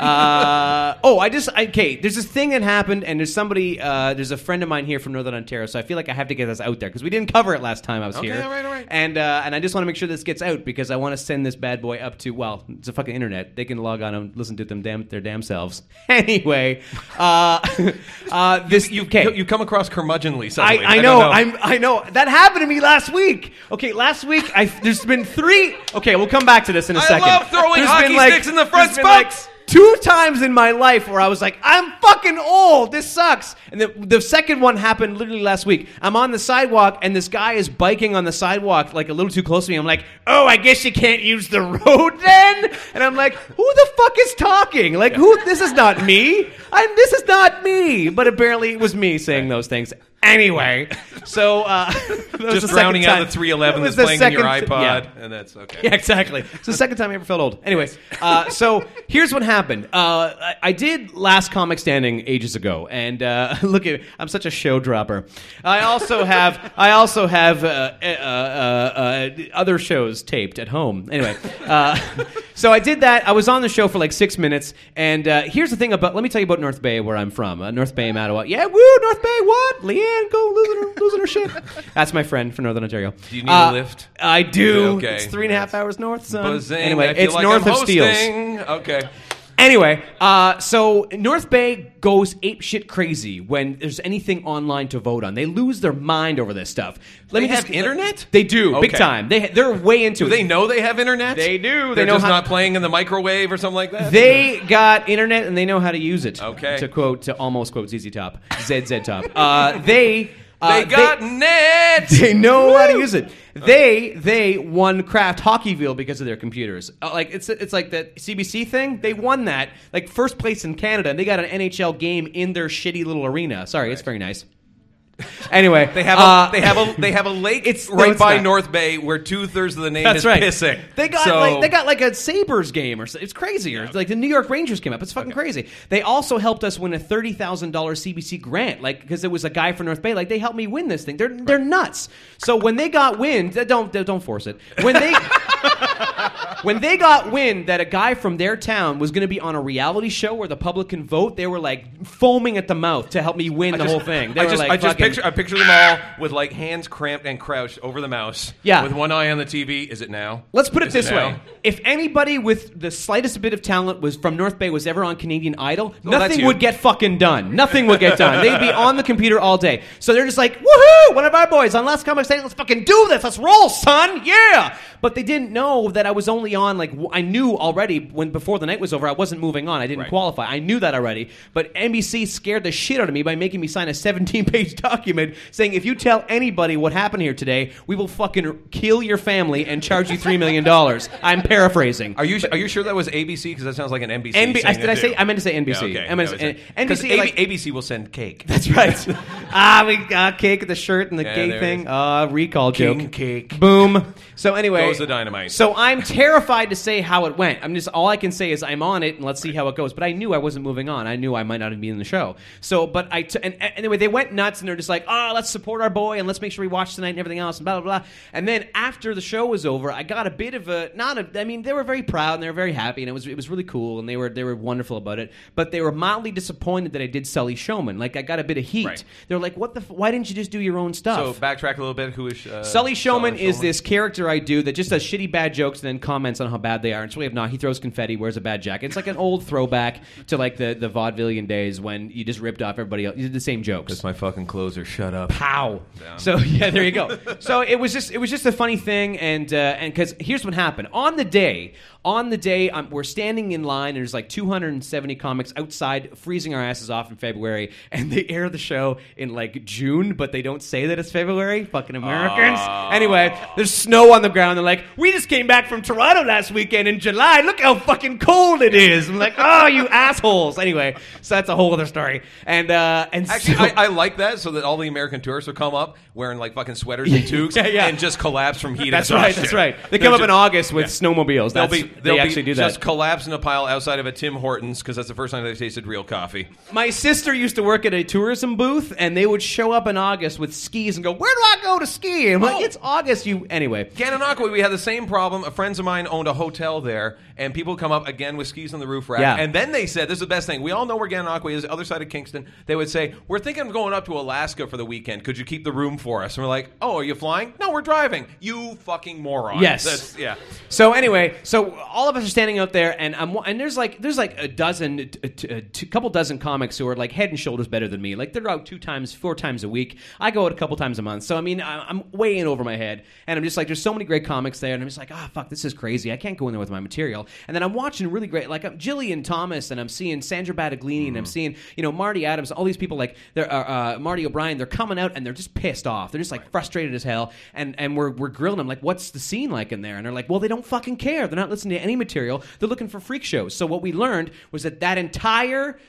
[SPEAKER 5] uh, oh, I just I, okay. There's this thing that happened, and there's somebody. Uh, there's a friend of mine here from Northern Ontario, so I feel like I have to get this out there because we didn't cover it last time I was
[SPEAKER 1] Okay,
[SPEAKER 5] here.
[SPEAKER 1] all right, all right.
[SPEAKER 5] And uh, and I just want to make sure this gets out because I want to send this bad boy up to well, it's a fucking internet. They can log on and listen to them damn their damn selves. [laughs] anyway, uh, [laughs] uh, this
[SPEAKER 1] You,
[SPEAKER 5] okay.
[SPEAKER 1] you, you come across curmudgeonly
[SPEAKER 5] I,
[SPEAKER 1] suddenly.
[SPEAKER 5] I
[SPEAKER 1] don't
[SPEAKER 5] know, I'm I know that happened to me last week. Okay, last week I there's been three. Okay, we'll come back to this in a
[SPEAKER 1] I
[SPEAKER 5] second.
[SPEAKER 1] love throwing
[SPEAKER 5] There's
[SPEAKER 1] hockey
[SPEAKER 5] been, like-
[SPEAKER 1] sticks in the front
[SPEAKER 5] there's been, like,
[SPEAKER 1] spokes.
[SPEAKER 5] two times in my life where I was like, I'm fucking old. This sucks. And the, the second one happened literally last week. I'm on the sidewalk and this guy is biking on the sidewalk like a little too close to me. I'm like, oh, I guess you can't use the [laughs] road then. And I'm like, who the fuck is talking? Like, who? This is not me. I'm. This is not me. But apparently it was me saying those things. Anyway, so uh, [laughs] that was the
[SPEAKER 1] just
[SPEAKER 5] second
[SPEAKER 1] drowning out
[SPEAKER 5] time.
[SPEAKER 1] the 311
[SPEAKER 5] That was
[SPEAKER 1] that's playing
[SPEAKER 5] the
[SPEAKER 1] in your
[SPEAKER 5] second-
[SPEAKER 1] iPod,
[SPEAKER 5] yeah.
[SPEAKER 1] and that's okay.
[SPEAKER 5] [laughs] Yeah, exactly. It's the second time I ever felt old. Anyways, uh, so here's what happened. Uh, I, I did last comic standing ages ago, and uh, [laughs] look at I'm such a show dropper. I also have I also have uh, uh, uh, uh, other shows taped at home. Anyway, uh, [laughs] so I did that. I was on the show for like six minutes, and uh, here's the thing about. Let me tell you about North Bay, where I'm from. Uh, North Bay, Mattawa. Yeah, woo, North Bay. What? Leanne, go losing her, losing
[SPEAKER 1] [laughs]
[SPEAKER 5] her shit. That's my friend from Northern Ontario.
[SPEAKER 1] Do you need a
[SPEAKER 5] Uh,
[SPEAKER 1] lift?
[SPEAKER 5] I do.
[SPEAKER 1] Okay.
[SPEAKER 5] It's three and a half hours north, son.
[SPEAKER 1] Buzzing. I
[SPEAKER 5] Anyway,
[SPEAKER 1] feel
[SPEAKER 5] it's
[SPEAKER 1] like
[SPEAKER 5] north
[SPEAKER 1] I'm
[SPEAKER 5] of Steels.
[SPEAKER 1] hosting. Okay.
[SPEAKER 5] Anyway, uh, so North Bay goes apeshit crazy when there's anything online to vote on. They lose their mind over this stuff.
[SPEAKER 1] They
[SPEAKER 5] Let me just
[SPEAKER 1] have internet?
[SPEAKER 5] They do, big
[SPEAKER 1] Okay.
[SPEAKER 5] time. They they're way into
[SPEAKER 1] Do
[SPEAKER 5] it.
[SPEAKER 1] they know they have internet?
[SPEAKER 5] They do. They
[SPEAKER 1] They're
[SPEAKER 5] know
[SPEAKER 1] just
[SPEAKER 5] how-
[SPEAKER 1] not playing in the microwave or something like that?
[SPEAKER 5] They got internet and they know how to use it.
[SPEAKER 1] Okay.
[SPEAKER 5] To quote, to almost quote ZZ Top, ZZ Top. Uh, they. Uh,
[SPEAKER 1] They [laughs] got net!
[SPEAKER 5] [laughs] they know how to use it. They they won Kraft Hockeyville because of their computers. Uh, like it's it's like that CBC thing. They won that like first place in Canada, and they got an NHL game in their shitty little arena. Sorry, it's very nice. Anyway,
[SPEAKER 1] [laughs] They have a,
[SPEAKER 5] uh,
[SPEAKER 1] they have
[SPEAKER 5] [laughs]
[SPEAKER 1] a they have a lake
[SPEAKER 5] it's- no,
[SPEAKER 1] right
[SPEAKER 5] it's
[SPEAKER 1] by
[SPEAKER 5] not.
[SPEAKER 1] North Bay where two thirds of the name
[SPEAKER 5] That's
[SPEAKER 1] is
[SPEAKER 5] right.
[SPEAKER 1] pissing.
[SPEAKER 5] They got
[SPEAKER 1] So-
[SPEAKER 5] like they got like a Sabers game or so. It's crazy. Or like the New York Rangers came up. It's fucking crazy. They also helped us win a thirty thousand dollars CBC grant. Like because there was a guy from North Bay. Like they helped me win this thing. They're they're nuts. So when they got wind, uh, don't don't force it. When they. [laughs] when they got wind that a guy from their town was going to be on a reality show where the public can vote, they were like foaming at the mouth to help me win the
[SPEAKER 1] just-
[SPEAKER 5] whole thing. They
[SPEAKER 1] I
[SPEAKER 5] were
[SPEAKER 1] just,
[SPEAKER 5] like,
[SPEAKER 1] I just
[SPEAKER 5] fucking-
[SPEAKER 1] picture, I picture them all with like hands cramped and crouched over the mouse.
[SPEAKER 5] Yeah.
[SPEAKER 1] with one eye on the TV. Is it now?
[SPEAKER 5] Let's put it
[SPEAKER 1] Is
[SPEAKER 5] this
[SPEAKER 1] now?
[SPEAKER 5] way: if anybody with the slightest bit of talent was from North Bay was ever on Canadian Idol,
[SPEAKER 1] Oh, that's
[SPEAKER 5] nothing
[SPEAKER 1] you.
[SPEAKER 5] would get fucking done. Nothing would get done. They'd be on the computer all day. So they're just like, "Woohoo! One of our boys on Last Comic Standing. Let's fucking do this. Let's roll, son. Yeah." But they didn't know that I was only on like w- I knew already when before the night was over. I wasn't moving on. I didn't
[SPEAKER 1] Right.
[SPEAKER 5] qualify. I knew that already. But NBC scared the shit out of me by making me sign a [laughs] 17-page document saying, "If you tell anybody what happened here today, we will fucking kill your family and charge you three million dollars." I'm paraphrasing.
[SPEAKER 1] Are you are you sure that was ABC? Because that sounds like an NBC.
[SPEAKER 5] NB-
[SPEAKER 1] thing
[SPEAKER 5] I-
[SPEAKER 1] to
[SPEAKER 5] did I say-
[SPEAKER 1] do.
[SPEAKER 5] I meant to say NBC.
[SPEAKER 1] Yeah, okay.
[SPEAKER 5] I meant to say-
[SPEAKER 1] Because
[SPEAKER 5] NBC,
[SPEAKER 1] AB
[SPEAKER 5] like-
[SPEAKER 1] ABC will send cake.
[SPEAKER 5] That's
[SPEAKER 1] [laughs]
[SPEAKER 5] right. ah, we got cake, the shirt, and the
[SPEAKER 1] Yeah,
[SPEAKER 5] gay
[SPEAKER 1] there it
[SPEAKER 5] thing.
[SPEAKER 1] is.
[SPEAKER 5] Uh, recall
[SPEAKER 1] King
[SPEAKER 5] joke.
[SPEAKER 1] cake.
[SPEAKER 5] Boom. So anyway,
[SPEAKER 1] Goes the dynamite.
[SPEAKER 5] So I'm terrified to say how it went. I'm just all I can say is I'm on it, and let's see how it goes. But I knew I wasn't moving on. I knew I might not have been in the show. So, but I t- and, and anyway, they went nuts, and they're just like, oh, let's support our boy, and let's make sure we watch tonight and everything else, and blah blah blah. And then after the show was over, I got a bit of a not a. I mean, they were very proud and they were very happy, and it was it was really cool, and they were they were wonderful about it. But they were mildly disappointed that I did Sully Showman. Like I got a bit of heat.
[SPEAKER 1] Right.
[SPEAKER 5] They're like, what the? F- why didn't you just do your own stuff?
[SPEAKER 1] So backtrack a little bit. Who is uh,
[SPEAKER 5] Sully Showman is this [laughs] character I do that just does shitty bad jokes and then comments on how bad they are. It's really obnoxious. He throws confetti, wears a bad jacket. It's like an old throwback to like the, the vaudevillian days when you just ripped off everybody else. You did the same jokes.
[SPEAKER 1] That's my fucking closer. Shut up.
[SPEAKER 5] Pow. So [laughs] yeah, there you go. so it was just it was just a funny thing, and uh, and because here's what happened on the day. On the day, um, we're standing in line, and there's like 270 comics outside, freezing our asses off in February, [laughs] and they air the show in like June, but they don't say that it's February. Fucking Americans. Anyway, there's snow on the ground. They're like, we just came back from Toronto last weekend in July. Look how fucking cold it is. I'm like, oh, you assholes. Anyway, so that's a whole other story. And uh, and
[SPEAKER 1] Actually,
[SPEAKER 5] so-
[SPEAKER 1] I, I like that so that all the American tourists will come up wearing like fucking sweaters and toques
[SPEAKER 5] [laughs] Yeah, yeah.
[SPEAKER 1] and just collapse from heat.
[SPEAKER 5] That's right.
[SPEAKER 1] exhaustion.
[SPEAKER 5] That's right. They
[SPEAKER 1] They're
[SPEAKER 5] come up
[SPEAKER 1] just-
[SPEAKER 5] in August with snowmobiles.
[SPEAKER 1] They'll
[SPEAKER 5] That's,
[SPEAKER 1] be
[SPEAKER 5] they
[SPEAKER 1] they'll be
[SPEAKER 5] actually do that.
[SPEAKER 1] Just collapse in a pile outside of a Tim Hortons because that's the first time they've tasted real coffee.
[SPEAKER 5] My sister used to work at a tourism booth, and they would show up in August with skis and go, "Where do I go to ski?" I'm like,
[SPEAKER 1] Oh.
[SPEAKER 5] "It's August, you." Anyway,
[SPEAKER 1] Gananoque, we had the same problem. A friends of mine owned a hotel there, and people come up again with skis on the roof rack.
[SPEAKER 5] Yeah.
[SPEAKER 1] And then they said, "This is the best thing. We all know where Gananoque is, other side of Kingston." They would say, "We're thinking of going up to Alaska for the weekend. Could you keep the room for us?" And we're like, "Oh, are you flying? No, we're driving. You fucking moron."
[SPEAKER 5] Yes.
[SPEAKER 1] That's, yeah.
[SPEAKER 5] So anyway, so all of us are standing out there, and I'm and there's like there's like a dozen, a, a- a t- couple dozen comics who are like head and shoulders better than me. Like they're out two times, four times a week. I go out a couple times a month. So I mean, I- I'm way in over my head, and I'm just like, there's so many great comics there, and I'm just like, ah, fuck, this is crazy. I can't go in there with my material. And then I'm watching really great, like I'm Jillian Thomas, and I'm seeing Sandra Battaglini, and I'm seeing you know Marty Adams, all these people like they're uh, uh, Marty O'Brien. They're coming out and they're just pissed off. They're just like frustrated as hell, and and we're we're grilling them like, what's the scene like in there? And they're like, well, they don't fucking care. They're not listening to any material. They're looking for freak shows. So what we learned was that that entire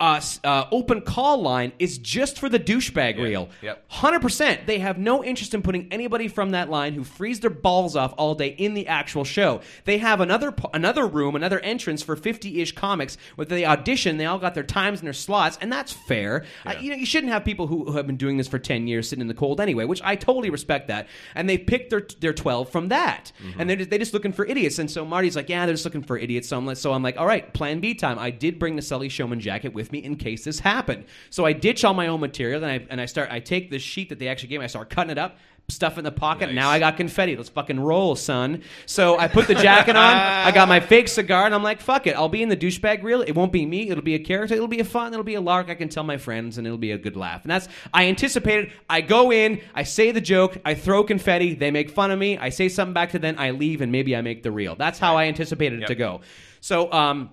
[SPEAKER 5] uh, s- uh, open call line is just for the douchebag reel.
[SPEAKER 1] Yep.
[SPEAKER 5] Hundred percent. They have no interest in putting anybody from that line who frees their balls off all day in the actual show. They have another p- another room, another entrance for fifty-ish comics. Where they audition, they all got their times and their slots, and that's fair. I- you know, you shouldn't have people who, who have been doing this for ten years sitting in the cold anyway, which I totally respect that. And they picked their their twelve from that, and they're just, they're just looking for idiots. And so Marty's like, yeah, they're just looking for idiots. So I'm like, so I'm like, all right, Plan B time. I did bring the Sully Showman jacket with me in case this happened. So I ditch all my own material, and I and I start. I take the sheet that they actually gave me. I start cutting it up. Stuff in the pocket. Now I got confetti. Let's fucking roll, son. So I put the jacket on. I got my fake cigar, and I'm like, fuck it. I'll be in the douchebag reel. It won't be me. It'll be a character. It'll be a fun. It'll be a lark. I can tell my friends, and it'll be a good laugh. And that's I anticipated. I go in. I say the joke. I throw confetti. They make fun of me. I say something back to them. I leave, and maybe I make the reel. That's how I anticipated it to go. So um,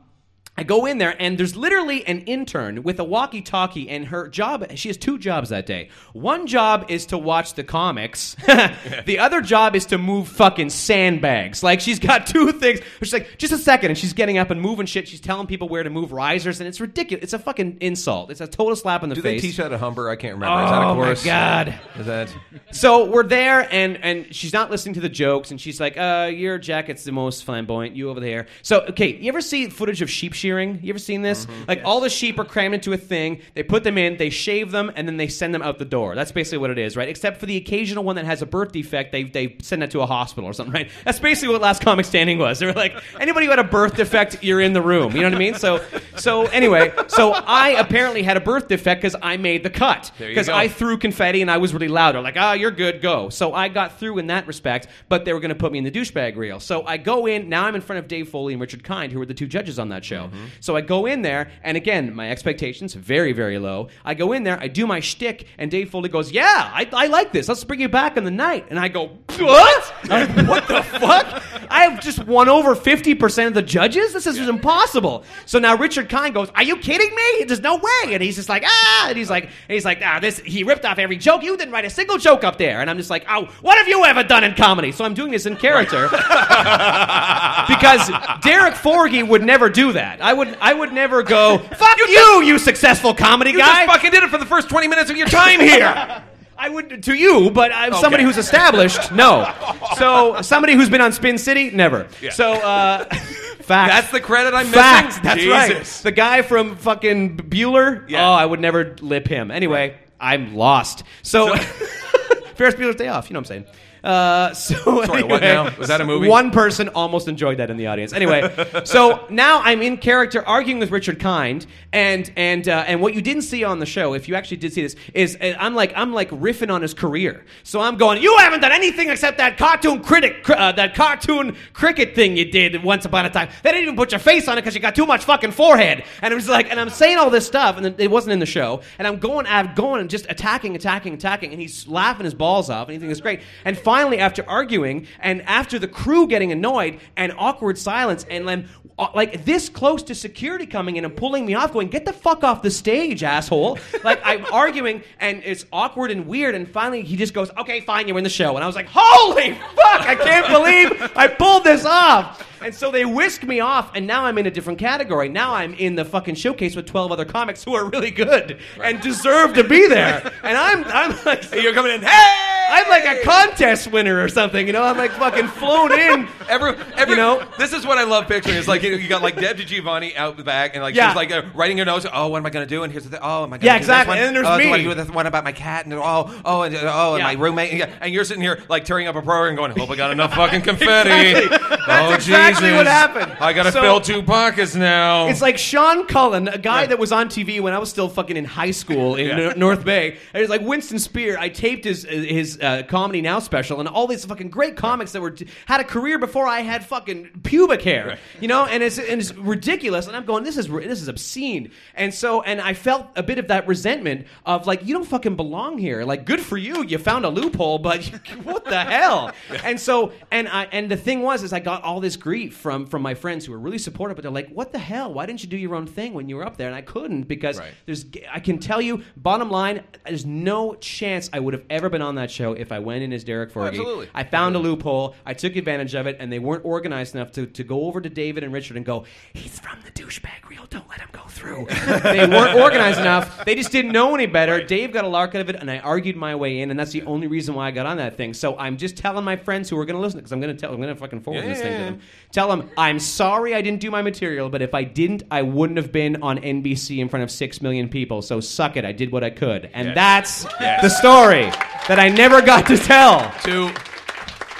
[SPEAKER 5] I go in there and there's literally an intern with a walkie-talkie and her job she has two jobs that day. One job is to watch the comics. [laughs] the other job is to move fucking sandbags. Like she's got two [laughs] things. She's like just a second and she's getting up and moving shit. She's telling people where to move risers and it's ridiculous. It's a fucking insult. It's a total slap in the
[SPEAKER 1] Do they
[SPEAKER 5] face.
[SPEAKER 1] teach that at Humber? I can't remember. Is that a
[SPEAKER 5] Oh my
[SPEAKER 1] course?
[SPEAKER 5] god.
[SPEAKER 1] Is that?
[SPEAKER 5] So we're there, and and she's not listening to the jokes, and she's like, "Uh, your jacket's the most flamboyant. You over there." So okay, you ever see footage of sheep shearing? You ever seen this?
[SPEAKER 1] Mm-hmm.
[SPEAKER 5] Like all the sheep are crammed into a thing. They put them in, they shave them, and then they send them out the door. That's basically what it is, right? Except for the occasional one that has a birth defect, they they send that to a hospital or something, right? That's basically what Last Comic Standing was. They were like, anybody who had a birth defect, you're in the room. You know what I mean? So so anyway, so I apparently had a birth defect because I made the cut
[SPEAKER 1] There you
[SPEAKER 5] because
[SPEAKER 1] go.
[SPEAKER 5] I threw confetti and I was really loud. They're like, ah, you're good, go. So I got through in that respect, but they were going to put me in the douchebag reel. So I go in, now I'm in front of Dave Foley and Richard Kind, who were the two judges on that show. So I go in there, and again, my expectations, very, very low. I go in there, I do my shtick, and Dave Foley goes, yeah, I, I like this. Let's bring you back in the night. And I go, what? I'm like, what the fuck? I have just won over 50% of the judges? This is impossible. So now Richard Kind goes, Are you kidding me? There's no way. And he's just like, Ah! And he's like, and he's like, Ah, this, he ripped off every joke. You didn't write a single joke up there. And I'm just like, Oh, what have you ever done in comedy? So I'm doing this in character [laughs]
[SPEAKER 1] [laughs]
[SPEAKER 5] because Derek Forgy would never do that. I would, I would never go, Fuck you, you successful comedy
[SPEAKER 1] You
[SPEAKER 5] guy.
[SPEAKER 1] just fucking did it for the first 20 minutes of your [laughs] time here.
[SPEAKER 5] [laughs] I would to you, but I'm somebody who's established. No,
[SPEAKER 1] [laughs]
[SPEAKER 5] so somebody who's been on Spin City, never. So uh, fact.
[SPEAKER 1] That's the credit I'm
[SPEAKER 5] fact.
[SPEAKER 1] missing?
[SPEAKER 5] That's
[SPEAKER 1] Jesus.
[SPEAKER 5] right. The guy from fucking Bueller.
[SPEAKER 1] Yeah.
[SPEAKER 5] Oh, I would never lip him. Anyway, I'm lost. So, [laughs] Ferris Bueller's Day Off. You know what I'm saying. Uh, so
[SPEAKER 1] Sorry,
[SPEAKER 5] anyway,
[SPEAKER 1] what now? Was that a movie?
[SPEAKER 5] One person almost enjoyed that in the audience. Anyway, so now I'm in character arguing with Richard Kind, and and uh, and what you didn't see on the show, if you actually did see this, is uh, I'm like I'm like riffing on his career. So I'm going, you haven't done anything except that cartoon critic, cr- uh, that cartoon cricket thing you did once upon a time. They didn't even put your face on it because you got too much fucking forehead. And it was like, and I'm saying all this stuff, and it wasn't in the show. And I'm going, I'm going, and just attacking, attacking, attacking, and he's laughing his balls off, and he thinks it's great. And finally, after arguing, and after the crew getting annoyed, and awkward silence, and then uh, like this close to security coming in and pulling me off, going, "Get the fuck off the stage, asshole!" like I'm [laughs] arguing, and it's awkward and weird. And finally, he just goes, "Okay, fine, you're in the show." And I was like, "Holy fuck! I can't believe I pulled this off!" And so they whisk me off, and now I'm in a different category. Now I'm in the fucking showcase with 12 other comics who are really good and deserve to be there. And I'm, I'm like,
[SPEAKER 1] You're coming in, hey!
[SPEAKER 5] I'm like a contest winner or something, you know? I'm like fucking flown in.
[SPEAKER 1] Every, every,
[SPEAKER 5] You know?
[SPEAKER 1] this is what I love picturing. It's like you, know, you got like Deb DiGiovanni out the back, and like
[SPEAKER 5] Yeah.
[SPEAKER 1] she's like uh, writing her notes. Oh, what am I going to do? And here's the thing. Oh, am I going to
[SPEAKER 5] Yeah,
[SPEAKER 1] do
[SPEAKER 5] exactly.
[SPEAKER 1] This one?
[SPEAKER 5] And then there's
[SPEAKER 1] oh, do I
[SPEAKER 5] me.
[SPEAKER 1] do this one about my cat, and oh, oh, and, uh, oh, and
[SPEAKER 5] Yeah.
[SPEAKER 1] my roommate. And, yeah, and you're sitting here like tearing up a program, going, "Hope I got enough fucking confetti."
[SPEAKER 5] [laughs] Exactly.
[SPEAKER 1] oh,
[SPEAKER 5] That's exactly
[SPEAKER 1] Jesus.
[SPEAKER 5] what happened.
[SPEAKER 1] I got to
[SPEAKER 5] So-
[SPEAKER 1] fill two pockets now.
[SPEAKER 5] It's like Sean Cullen, a guy
[SPEAKER 1] Right.
[SPEAKER 5] that was on TV when I was still fucking in high school in
[SPEAKER 1] Yeah.
[SPEAKER 5] Nor- North Bay. And it's like Winston Spear. I taped his his uh, comedy now special, and all these fucking great comics that were had a career before I had fucking pubic hair, you know. And it's and it's ridiculous. And I'm going, this is this is obscene. And so, and I felt a bit of that resentment of like, you don't fucking belong here. Like, good for you, you found a loophole, but [laughs] what the hell? And so, and I and the thing was, is I got all this grief from from my friends who were really supportive, but they're like, "What the hell? Why didn't you do your own thing when you were up there?" And I couldn't because
[SPEAKER 1] Right.
[SPEAKER 5] there's. I can tell you, bottom line, there's no chance I would have ever been on that show if I went in as Derek Forgy.
[SPEAKER 1] Oh, absolutely.
[SPEAKER 5] I found a loophole. I took advantage of it, and they weren't organized enough to to go over to David and Richard and go, "He's from the douchebag reel. Don't let him go
[SPEAKER 1] [laughs]
[SPEAKER 5] through." they weren't organized enough. They just didn't know any better. Dave got a lark out of it, and I argued my way in, and that's the only reason why I got on that thing. So I'm just telling my friends who are going to listen because I'm going to tell. I'm going to fucking forward
[SPEAKER 1] Yeah,
[SPEAKER 5] this
[SPEAKER 1] yeah,
[SPEAKER 5] thing
[SPEAKER 1] yeah.
[SPEAKER 5] to them. Tell them I'm sorry I didn't do my material, but if I didn't, I wouldn't have been on NBC in front of six million people. So suck it. I did what I could, and
[SPEAKER 1] Yes.
[SPEAKER 5] that's
[SPEAKER 1] Yes.
[SPEAKER 5] the story that I never got to tell.
[SPEAKER 1] to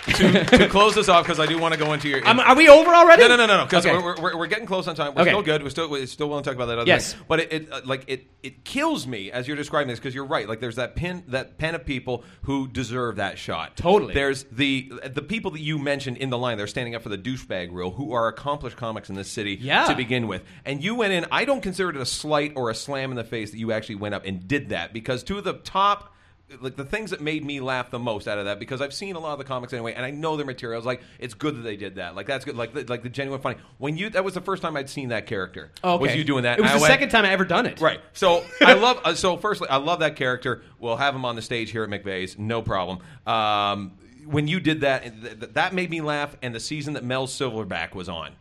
[SPEAKER 1] to, to close this off because I do want to go into your.
[SPEAKER 5] Um, are we over already?
[SPEAKER 1] no, no, no, no, no. Because
[SPEAKER 5] Okay.
[SPEAKER 1] we're, we're, we're getting close on time. We're
[SPEAKER 5] Okay.
[SPEAKER 1] still good. We're still we're still willing to talk about that other
[SPEAKER 5] Yes.
[SPEAKER 1] thing. But it, it uh, like it it kills me as you're describing this because you're right. Like there's that pin that pen of people who deserve that shot.
[SPEAKER 5] Totally.
[SPEAKER 1] There's the the people that you mentioned in the line. They're standing up for the douchebag rule. Who are accomplished comics in this city
[SPEAKER 5] Yeah.
[SPEAKER 1] to begin with. And you went in. I don't consider it a slight or a slam in the face that you actually went up and did that because two of the top like the things that made me laugh the most out of that because I've seen a lot of the comics anyway, and I know their materials. Like it's good that they did that. Like that's good. Like the, like the genuine funny. When you that was the first time I'd seen that character.
[SPEAKER 5] Oh, Okay.
[SPEAKER 1] Was you doing that?
[SPEAKER 5] It was
[SPEAKER 1] And I
[SPEAKER 5] the
[SPEAKER 1] went-
[SPEAKER 5] second time I ever done it. [laughs]
[SPEAKER 1] Right. So I love. Uh, so firstly, I love that character. We'll have him on the stage here at McVeigh's, no problem. Um, when you did that, th- th- that made me laugh. And the season that Mel Silverback was on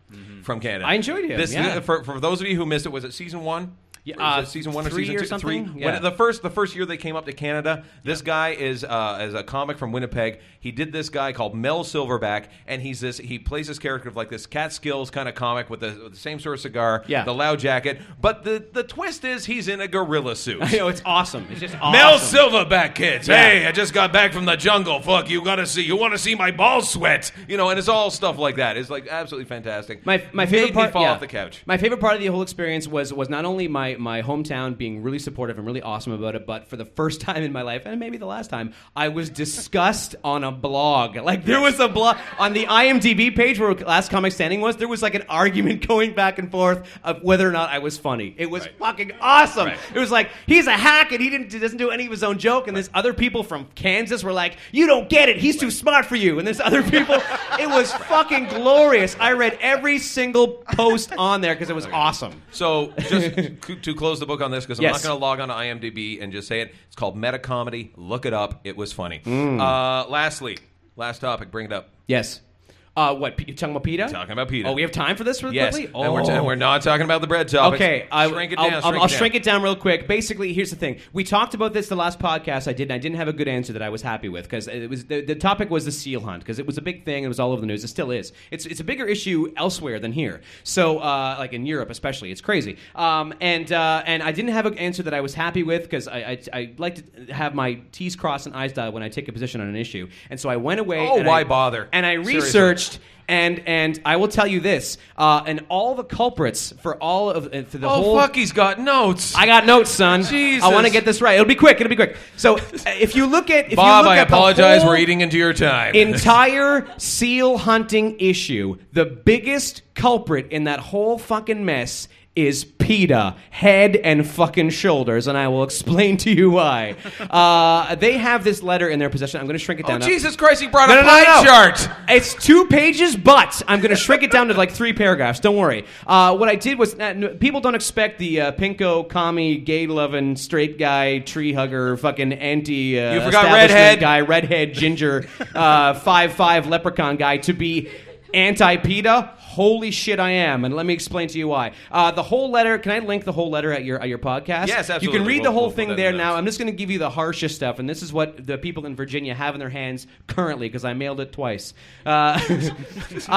[SPEAKER 1] from Canada,
[SPEAKER 5] Mm-hmm. I enjoyed him,
[SPEAKER 1] This,
[SPEAKER 5] yeah.
[SPEAKER 1] for, for those of you who missed it, was it season one?
[SPEAKER 5] Yeah,
[SPEAKER 1] Or was
[SPEAKER 5] uh,
[SPEAKER 1] it season one or
[SPEAKER 5] three
[SPEAKER 1] season
[SPEAKER 5] or
[SPEAKER 1] two?
[SPEAKER 5] something?
[SPEAKER 1] Three.
[SPEAKER 5] Yeah.
[SPEAKER 1] When- the first the first year they came up to Canada, this guy is uh, is a comic from Winnipeg. He did this guy called Mel Silverback, and he's this he plays this character of like this Catskills kind of comic with the, with the same sort of cigar,
[SPEAKER 5] Yeah.
[SPEAKER 1] the loud jacket. But the the twist is he's in a gorilla suit.
[SPEAKER 5] You know, it's [laughs] awesome. It's just
[SPEAKER 1] [laughs]
[SPEAKER 5] awesome.
[SPEAKER 1] Mel Silverback kids.
[SPEAKER 5] Yeah.
[SPEAKER 1] Hey, I just got back from the jungle. Fuck, you gotta see. You wanna see my ball sweat? You know, and it's all stuff like that. It's like absolutely fantastic.
[SPEAKER 5] My, my
[SPEAKER 1] Made
[SPEAKER 5] favorite part
[SPEAKER 1] me fall
[SPEAKER 5] yeah.
[SPEAKER 1] off the couch.
[SPEAKER 5] My favorite part of the whole experience was was not only my my hometown being really supportive and really awesome about it, but for the first [laughs] time in my life and maybe the last time, I was discussed [laughs] on a blog. Like there was a blog on the IMDb page where Last Comic Standing was. There was like an argument [laughs] going back and forth of whether or not I was funny. It was
[SPEAKER 1] Right.
[SPEAKER 5] fucking awesome.
[SPEAKER 1] Right.
[SPEAKER 5] It was like he's a hack and he didn't he doesn't do any of his own joke. And there's other people from Kansas were like, "You don't get it. He's too smart for you." And there's
[SPEAKER 1] [laughs]
[SPEAKER 5] other people. it was fucking glorious. I read every single
[SPEAKER 1] [laughs]
[SPEAKER 5] post on there because it was awesome.
[SPEAKER 1] So,
[SPEAKER 5] [laughs]
[SPEAKER 1] just c- to close the book on this, because I'm
[SPEAKER 5] Yes.
[SPEAKER 1] not going to log on to IMDb and just say it. It's called Meta Comedy. Look it up. It was funny.
[SPEAKER 5] Hmm.
[SPEAKER 1] Uh, lastly, last topic. Bring it up.
[SPEAKER 5] Yes. Uh, what you talking about PETA?
[SPEAKER 1] Talking about PETA.
[SPEAKER 5] Oh, we have time for this really
[SPEAKER 1] Yes,
[SPEAKER 5] quickly.
[SPEAKER 1] and, we're
[SPEAKER 5] Oh.
[SPEAKER 1] and we're not talking about the bread topic.
[SPEAKER 5] Okay, I,
[SPEAKER 1] shrink it
[SPEAKER 5] I'll,
[SPEAKER 1] down.
[SPEAKER 5] I'll-
[SPEAKER 1] shrink
[SPEAKER 5] I'll
[SPEAKER 1] it down.
[SPEAKER 5] shrink it down real quick. Basically, here's the thing: we talked about this the last podcast I did, and I didn't have a good answer that I was happy with because it was the, the topic was the seal hunt because it was a big thing. It was all over the news. It still is. It's it's a bigger issue elsewhere than here. So, uh, like in Europe, especially, it's crazy. Um, and uh, and I didn't have an answer that I was happy with because I, I I like to have my T's crossed and I's dotted when I take a position on an issue, and so I went away.
[SPEAKER 1] Oh,
[SPEAKER 5] and
[SPEAKER 1] why
[SPEAKER 5] I-
[SPEAKER 1] bother?
[SPEAKER 5] And I
[SPEAKER 1] Seriously.
[SPEAKER 5] researched researched, and and I will tell you this, uh, and all the culprits for all of uh, for the
[SPEAKER 1] Oh
[SPEAKER 5] whole.
[SPEAKER 1] fuck, he's got notes.
[SPEAKER 5] I got notes, son.
[SPEAKER 1] Jesus.
[SPEAKER 5] I want to get this right. It'll be quick. It'll be quick. So uh, if you look at if
[SPEAKER 1] Bob,
[SPEAKER 5] you look
[SPEAKER 1] I
[SPEAKER 5] at the
[SPEAKER 1] apologize.
[SPEAKER 5] whole
[SPEAKER 1] We're eating into your time.
[SPEAKER 5] [laughs] entire seal hunting issue. The biggest culprit in that whole fucking mess is PETA, head and fucking shoulders, and I will [laughs] explain to you why. Uh, they have this letter in their possession. I'm going to shrink it
[SPEAKER 1] oh
[SPEAKER 5] down. now.
[SPEAKER 1] Jesus Christ, he brought
[SPEAKER 5] No,
[SPEAKER 1] a
[SPEAKER 5] no, no,
[SPEAKER 1] pie
[SPEAKER 5] no.
[SPEAKER 1] chart.
[SPEAKER 5] It's two pages, but I'm going to shrink it down to like three paragraphs. Don't worry. Uh, what I did was uh, n- people don't expect the uh, pinko, commie, gay loving, straight guy, tree hugger, fucking anti. Uh,
[SPEAKER 1] You forgot
[SPEAKER 5] establishment
[SPEAKER 1] redhead.
[SPEAKER 5] guy, redhead, ginger, uh, five five leprechaun guy to be anti PETA. Holy shit, I am, and let me explain to you why. Uh, the whole letter. Can I link the whole letter at your at your podcast?
[SPEAKER 1] Yes,
[SPEAKER 5] You
[SPEAKER 1] absolutely.
[SPEAKER 5] can read
[SPEAKER 1] We'll-
[SPEAKER 5] the whole
[SPEAKER 1] we'll put that
[SPEAKER 5] thing
[SPEAKER 1] in
[SPEAKER 5] there
[SPEAKER 1] the
[SPEAKER 5] now.
[SPEAKER 1] notes.
[SPEAKER 5] I'm just going to give you the harshest stuff, and this is what the people in Virginia have in their hands currently because I mailed it twice. Uh, [laughs] uh,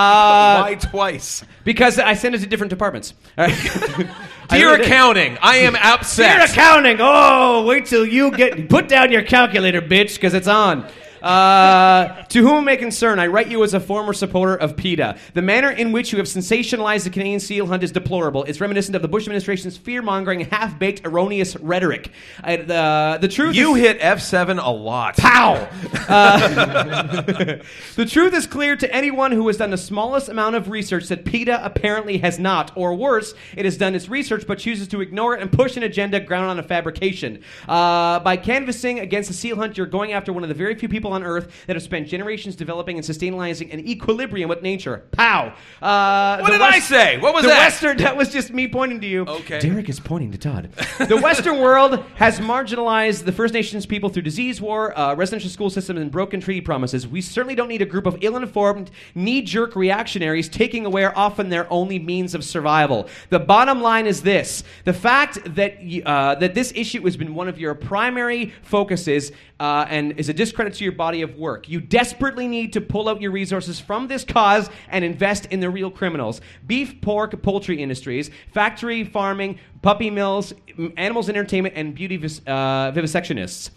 [SPEAKER 1] Why twice?
[SPEAKER 5] because I sent it to different departments. [laughs] All right. I
[SPEAKER 1] Dear
[SPEAKER 5] really did.
[SPEAKER 1] accounting, I am
[SPEAKER 5] [laughs] Dear
[SPEAKER 1] upset.
[SPEAKER 5] accounting. Oh, wait till you get put down your calculator, bitch, because it's on. Uh, to whom it may concern, I write you as a former supporter of PETA. The manner in which you have sensationalized the Canadian seal hunt is deplorable. It's reminiscent of the Bush administration's fear-mongering, half-baked, erroneous rhetoric. I, uh, the, the truth
[SPEAKER 1] You
[SPEAKER 5] is-
[SPEAKER 1] hit F7 a lot.
[SPEAKER 5] Pow! [laughs] Uh, the truth is clear to anyone who has done the smallest amount of research that PETA apparently has not, or worse, it has done its research but chooses to ignore it and push an agenda grounded on a fabrication. Uh, by canvassing against the seal hunt, you're going after one of the very few people on Earth that have spent generations developing and sustainalizing an equilibrium with nature. Pow! Uh,
[SPEAKER 1] What
[SPEAKER 5] the
[SPEAKER 1] did I say? What was
[SPEAKER 5] the
[SPEAKER 1] that?
[SPEAKER 5] Western, that was just me pointing to you.
[SPEAKER 1] Okay.
[SPEAKER 5] Derek Rick is pointing to Todd. the Western world has marginalized the First Nations people through disease war, uh, residential school systems, and broken treaty promises. We certainly don't need a group of ill informed, knee jerk reactionaries taking away often their only means of survival. The bottom line is this the fact that, y- uh, that this issue has been one of your primary focuses uh, and is a discredit to your body of work. You desperately need to pull out your resources from this cause and invest in the real criminals beef, pork, poultry industries, factory farming, puppy mills, m- animals entertainment, and beauty vis- uh, vivisectionists.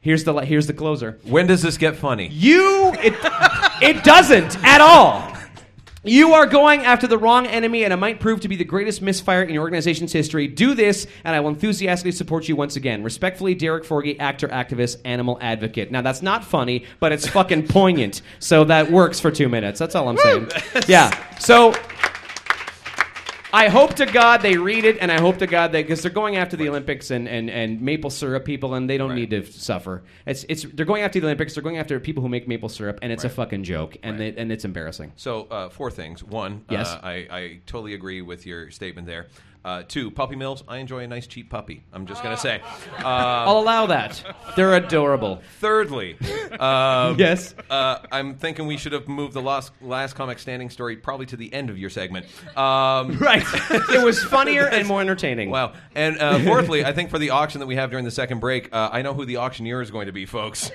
[SPEAKER 5] Here's the li- here's the closer.
[SPEAKER 1] When does this get funny?
[SPEAKER 5] You it it doesn't at all. You are going after the wrong enemy, and it might prove to be the greatest misfire in your organization's history. Do this, and I will enthusiastically support you once again. Respectfully, Derek Forgy, actor, activist, animal advocate. Now, that's not funny, but it's fucking poignant. So that works for two minutes. That's all I'm saying. Yeah. So I hope to God they read it, and I hope to God they because they're going after the Olympics and, and, and maple syrup people, and they don't need to suffer. It's it's they're going after the Olympics. They're going after people who make maple syrup, and it's a fucking joke, and it, and it's embarrassing.
[SPEAKER 1] So uh, four things. One,
[SPEAKER 5] Yes.
[SPEAKER 1] uh, I, I totally agree with your statement there. Uh, two, puppy mills. I enjoy a nice cheap puppy. I'm just gonna
[SPEAKER 5] [laughs]
[SPEAKER 1] say. Uh,
[SPEAKER 5] I'll allow that. They're adorable.
[SPEAKER 1] thirdly, um,
[SPEAKER 5] Yes.
[SPEAKER 1] uh, I'm thinking we should have moved the last, last comic standing story probably to the end of your segment. Um,
[SPEAKER 5] Right. it was funnier and more entertaining.
[SPEAKER 1] Wow. And
[SPEAKER 5] [laughs]
[SPEAKER 1] uh, fourthly, I think for the auction that we have during the second break, uh, I know who the auctioneer is going to be, folks.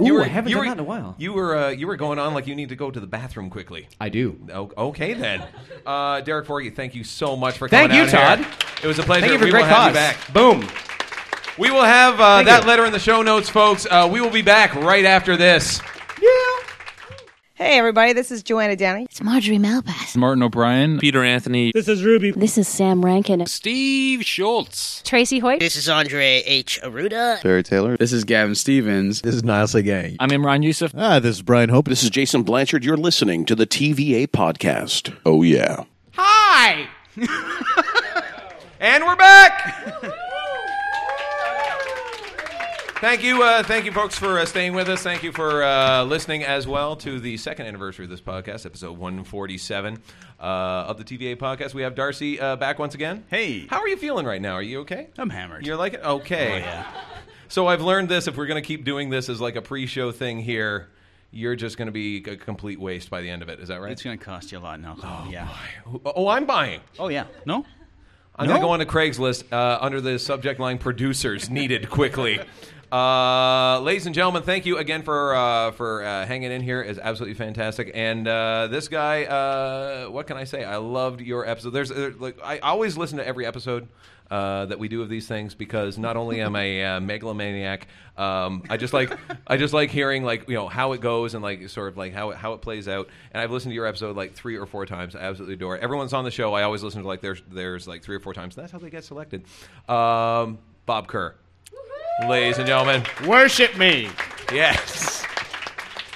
[SPEAKER 5] Ooh, I haven't done that in a while.
[SPEAKER 1] You were uh, you were going on like you need to go to the bathroom quickly.
[SPEAKER 5] I do.
[SPEAKER 1] O- Okay then, uh, Derek Forgy, thank you so much for coming.
[SPEAKER 5] Thank you,
[SPEAKER 1] out here.
[SPEAKER 5] Todd.
[SPEAKER 1] It was a pleasure.
[SPEAKER 5] Thank you for
[SPEAKER 1] we
[SPEAKER 5] great
[SPEAKER 1] will have you
[SPEAKER 5] cause.
[SPEAKER 1] back.
[SPEAKER 5] Boom.
[SPEAKER 1] We will have uh,
[SPEAKER 5] Thank
[SPEAKER 1] that
[SPEAKER 5] you.
[SPEAKER 1] letter in the show notes, folks. Uh, we will be back right after this.
[SPEAKER 7] Hey, everybody, this is Joanna Denny.
[SPEAKER 4] It's Marjorie Malpass.
[SPEAKER 8] Martin O'Brien.
[SPEAKER 9] Peter Anthony.
[SPEAKER 10] This is Sam Rankin.
[SPEAKER 9] Steve Schultz.
[SPEAKER 10] Tracy Hoyt.
[SPEAKER 6] This is Andre H. Aruda.
[SPEAKER 11] Barry Taylor.
[SPEAKER 8] This is Gavin Stevens.
[SPEAKER 11] This is Niles Gang.
[SPEAKER 9] I'm Imran Yusuf.
[SPEAKER 11] Ah, this is Brian Hope.
[SPEAKER 8] This is Jason Blanchard. You're listening to the TVA podcast. Oh, yeah.
[SPEAKER 3] Hi.
[SPEAKER 1] And we're back. Thank you, uh, thank you, folks, for uh, staying with us. Thank you for uh, listening as well to the second anniversary of this podcast, episode 147 uh, of the TVA podcast. We have Darcy uh, back once again.
[SPEAKER 9] Hey.
[SPEAKER 1] how are you feeling right now? Are you okay?
[SPEAKER 9] I'm hammered. Oh,
[SPEAKER 1] You're like it?
[SPEAKER 2] Oh,
[SPEAKER 1] Okay. So I've learned this. If we're going to keep doing this as like a pre-show thing here, you're just going to be a complete waste by the end of it. Is that right?
[SPEAKER 9] It's going to cost you a lot in alcohol. yeah.
[SPEAKER 1] oh, I'm buying.
[SPEAKER 9] Oh, yeah. No?
[SPEAKER 1] I'm
[SPEAKER 9] No?
[SPEAKER 1] going to go on to Craigslist uh, under the subject line "Producers [laughs] Needed Quickly." Uh, ladies and gentlemen, thank you again for uh, for uh, hanging in here. It's absolutely fantastic. And uh, this guy, uh, what can I say? I loved your episode. There's there, like I always listen to every episode. Uh, that we do of these things because not only am I a uh, megalomaniac, um, I just like I just like hearing like you know how it goes and like sort of like how it, how it plays out. And I've listened to your episode like three or four times. I absolutely adore it. Everyone's on the show. I always listen to like there's there's like three or four times. That's how they get selected. Um, Bob Kerr, ladies and gentlemen,
[SPEAKER 3] Worship me.
[SPEAKER 1] yes,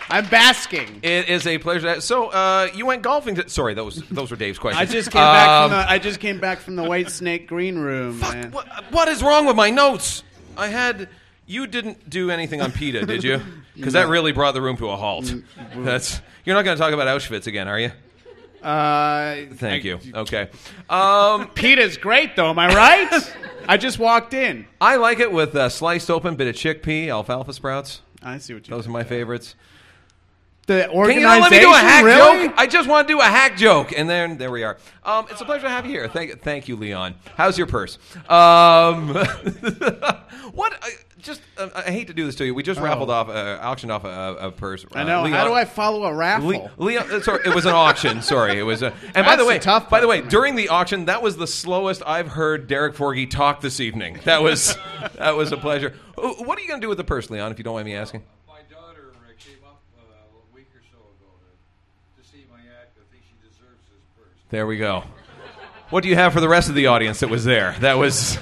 [SPEAKER 3] I'm basking.
[SPEAKER 1] it is a pleasure. So uh, you went golfing? To, sorry, those those were Dave's questions.
[SPEAKER 12] I just came back from the I just came back from the White Snake Green Room. man.
[SPEAKER 1] Um, What, what is wrong with my notes? I had. You didn't do anything on PETA, did you? Because that really brought the room to a halt. That's you're not going to talk about Auschwitz again, are you?
[SPEAKER 12] Uh,
[SPEAKER 1] Thank you. Okay. Um,
[SPEAKER 12] Peta's great though, am I right?
[SPEAKER 1] [laughs]
[SPEAKER 12] I just walked in.
[SPEAKER 1] I like it with uh, sliced open bit of chickpea, alfalfa sprouts.
[SPEAKER 12] I see what you.
[SPEAKER 1] Those are my favorites.
[SPEAKER 12] The
[SPEAKER 1] Can
[SPEAKER 12] organization.
[SPEAKER 1] you not let me do a hack
[SPEAKER 12] really?
[SPEAKER 1] joke? Uh, I just want to do a hack joke, and then there we are. Um, it's a pleasure to have you here. Thank, thank you, Leon. How's your purse? Um, [laughs] what? I, just uh, I hate to do this to you. We just raffled off, uh, auctioned off a, a purse.
[SPEAKER 12] Oh.
[SPEAKER 1] Uh,
[SPEAKER 12] I know. How
[SPEAKER 1] Leon-
[SPEAKER 12] do I follow a raffle?
[SPEAKER 1] Le- Leon, uh, sorry, it was an auction. Sorry, it was. A, and by
[SPEAKER 12] That's
[SPEAKER 1] the way,
[SPEAKER 12] a tough
[SPEAKER 1] by the way,
[SPEAKER 12] part, man.
[SPEAKER 1] during the auction, that was the slowest I've heard Derek Forgy talk this evening. That
[SPEAKER 12] [laughs]
[SPEAKER 1] was that was a pleasure. Oh, What are you going to do with the purse, Leon? If you don't mind me asking.
[SPEAKER 8] My daughter uh, came up uh, a week or so ago to, to see my act. I think she deserves this purse.
[SPEAKER 1] There we go. What do you have for the rest of the audience that was there? That was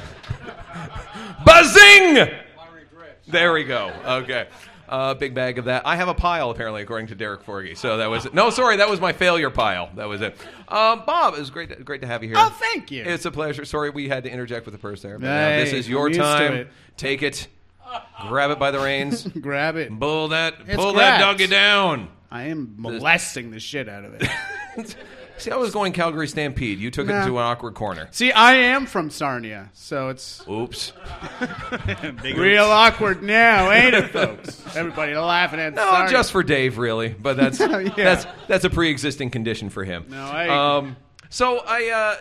[SPEAKER 1] [laughs] buzzing. There we go. Okay. Uh, big bag of that. I have a pile, apparently, according to Derek Forgy. So that was it. No, sorry, that was my failure pile. That was it. Um, Bob, it was great, great to have you here.
[SPEAKER 12] Oh, thank you.
[SPEAKER 1] It's a pleasure. Sorry, we had to interject with the purse there. But now
[SPEAKER 12] Hey,
[SPEAKER 1] this is your
[SPEAKER 12] I'm used to
[SPEAKER 1] time.
[SPEAKER 12] it.
[SPEAKER 1] Take it. Grab it by the
[SPEAKER 12] [laughs]
[SPEAKER 1] reins.
[SPEAKER 12] Grab it.
[SPEAKER 1] pull that.
[SPEAKER 12] It's
[SPEAKER 1] pull that
[SPEAKER 12] grabbed.
[SPEAKER 1] doggy down. [laughs]
[SPEAKER 12] I am molesting the shit out of it.
[SPEAKER 1] See, I was going Calgary Stampede. You took it
[SPEAKER 12] Nah.
[SPEAKER 1] into an awkward corner.
[SPEAKER 12] See, I am from Sarnia, so it's
[SPEAKER 1] Oops.
[SPEAKER 12] real awkward now, ain't it,
[SPEAKER 1] [laughs]
[SPEAKER 12] folks? Everybody laughing at
[SPEAKER 1] No,
[SPEAKER 12] Sarnia.
[SPEAKER 1] just for Dave, really. But that's
[SPEAKER 12] [laughs] Yeah.
[SPEAKER 1] that's that's a pre-existing condition for him.
[SPEAKER 12] No, I agree.
[SPEAKER 1] Um, so I. Uh,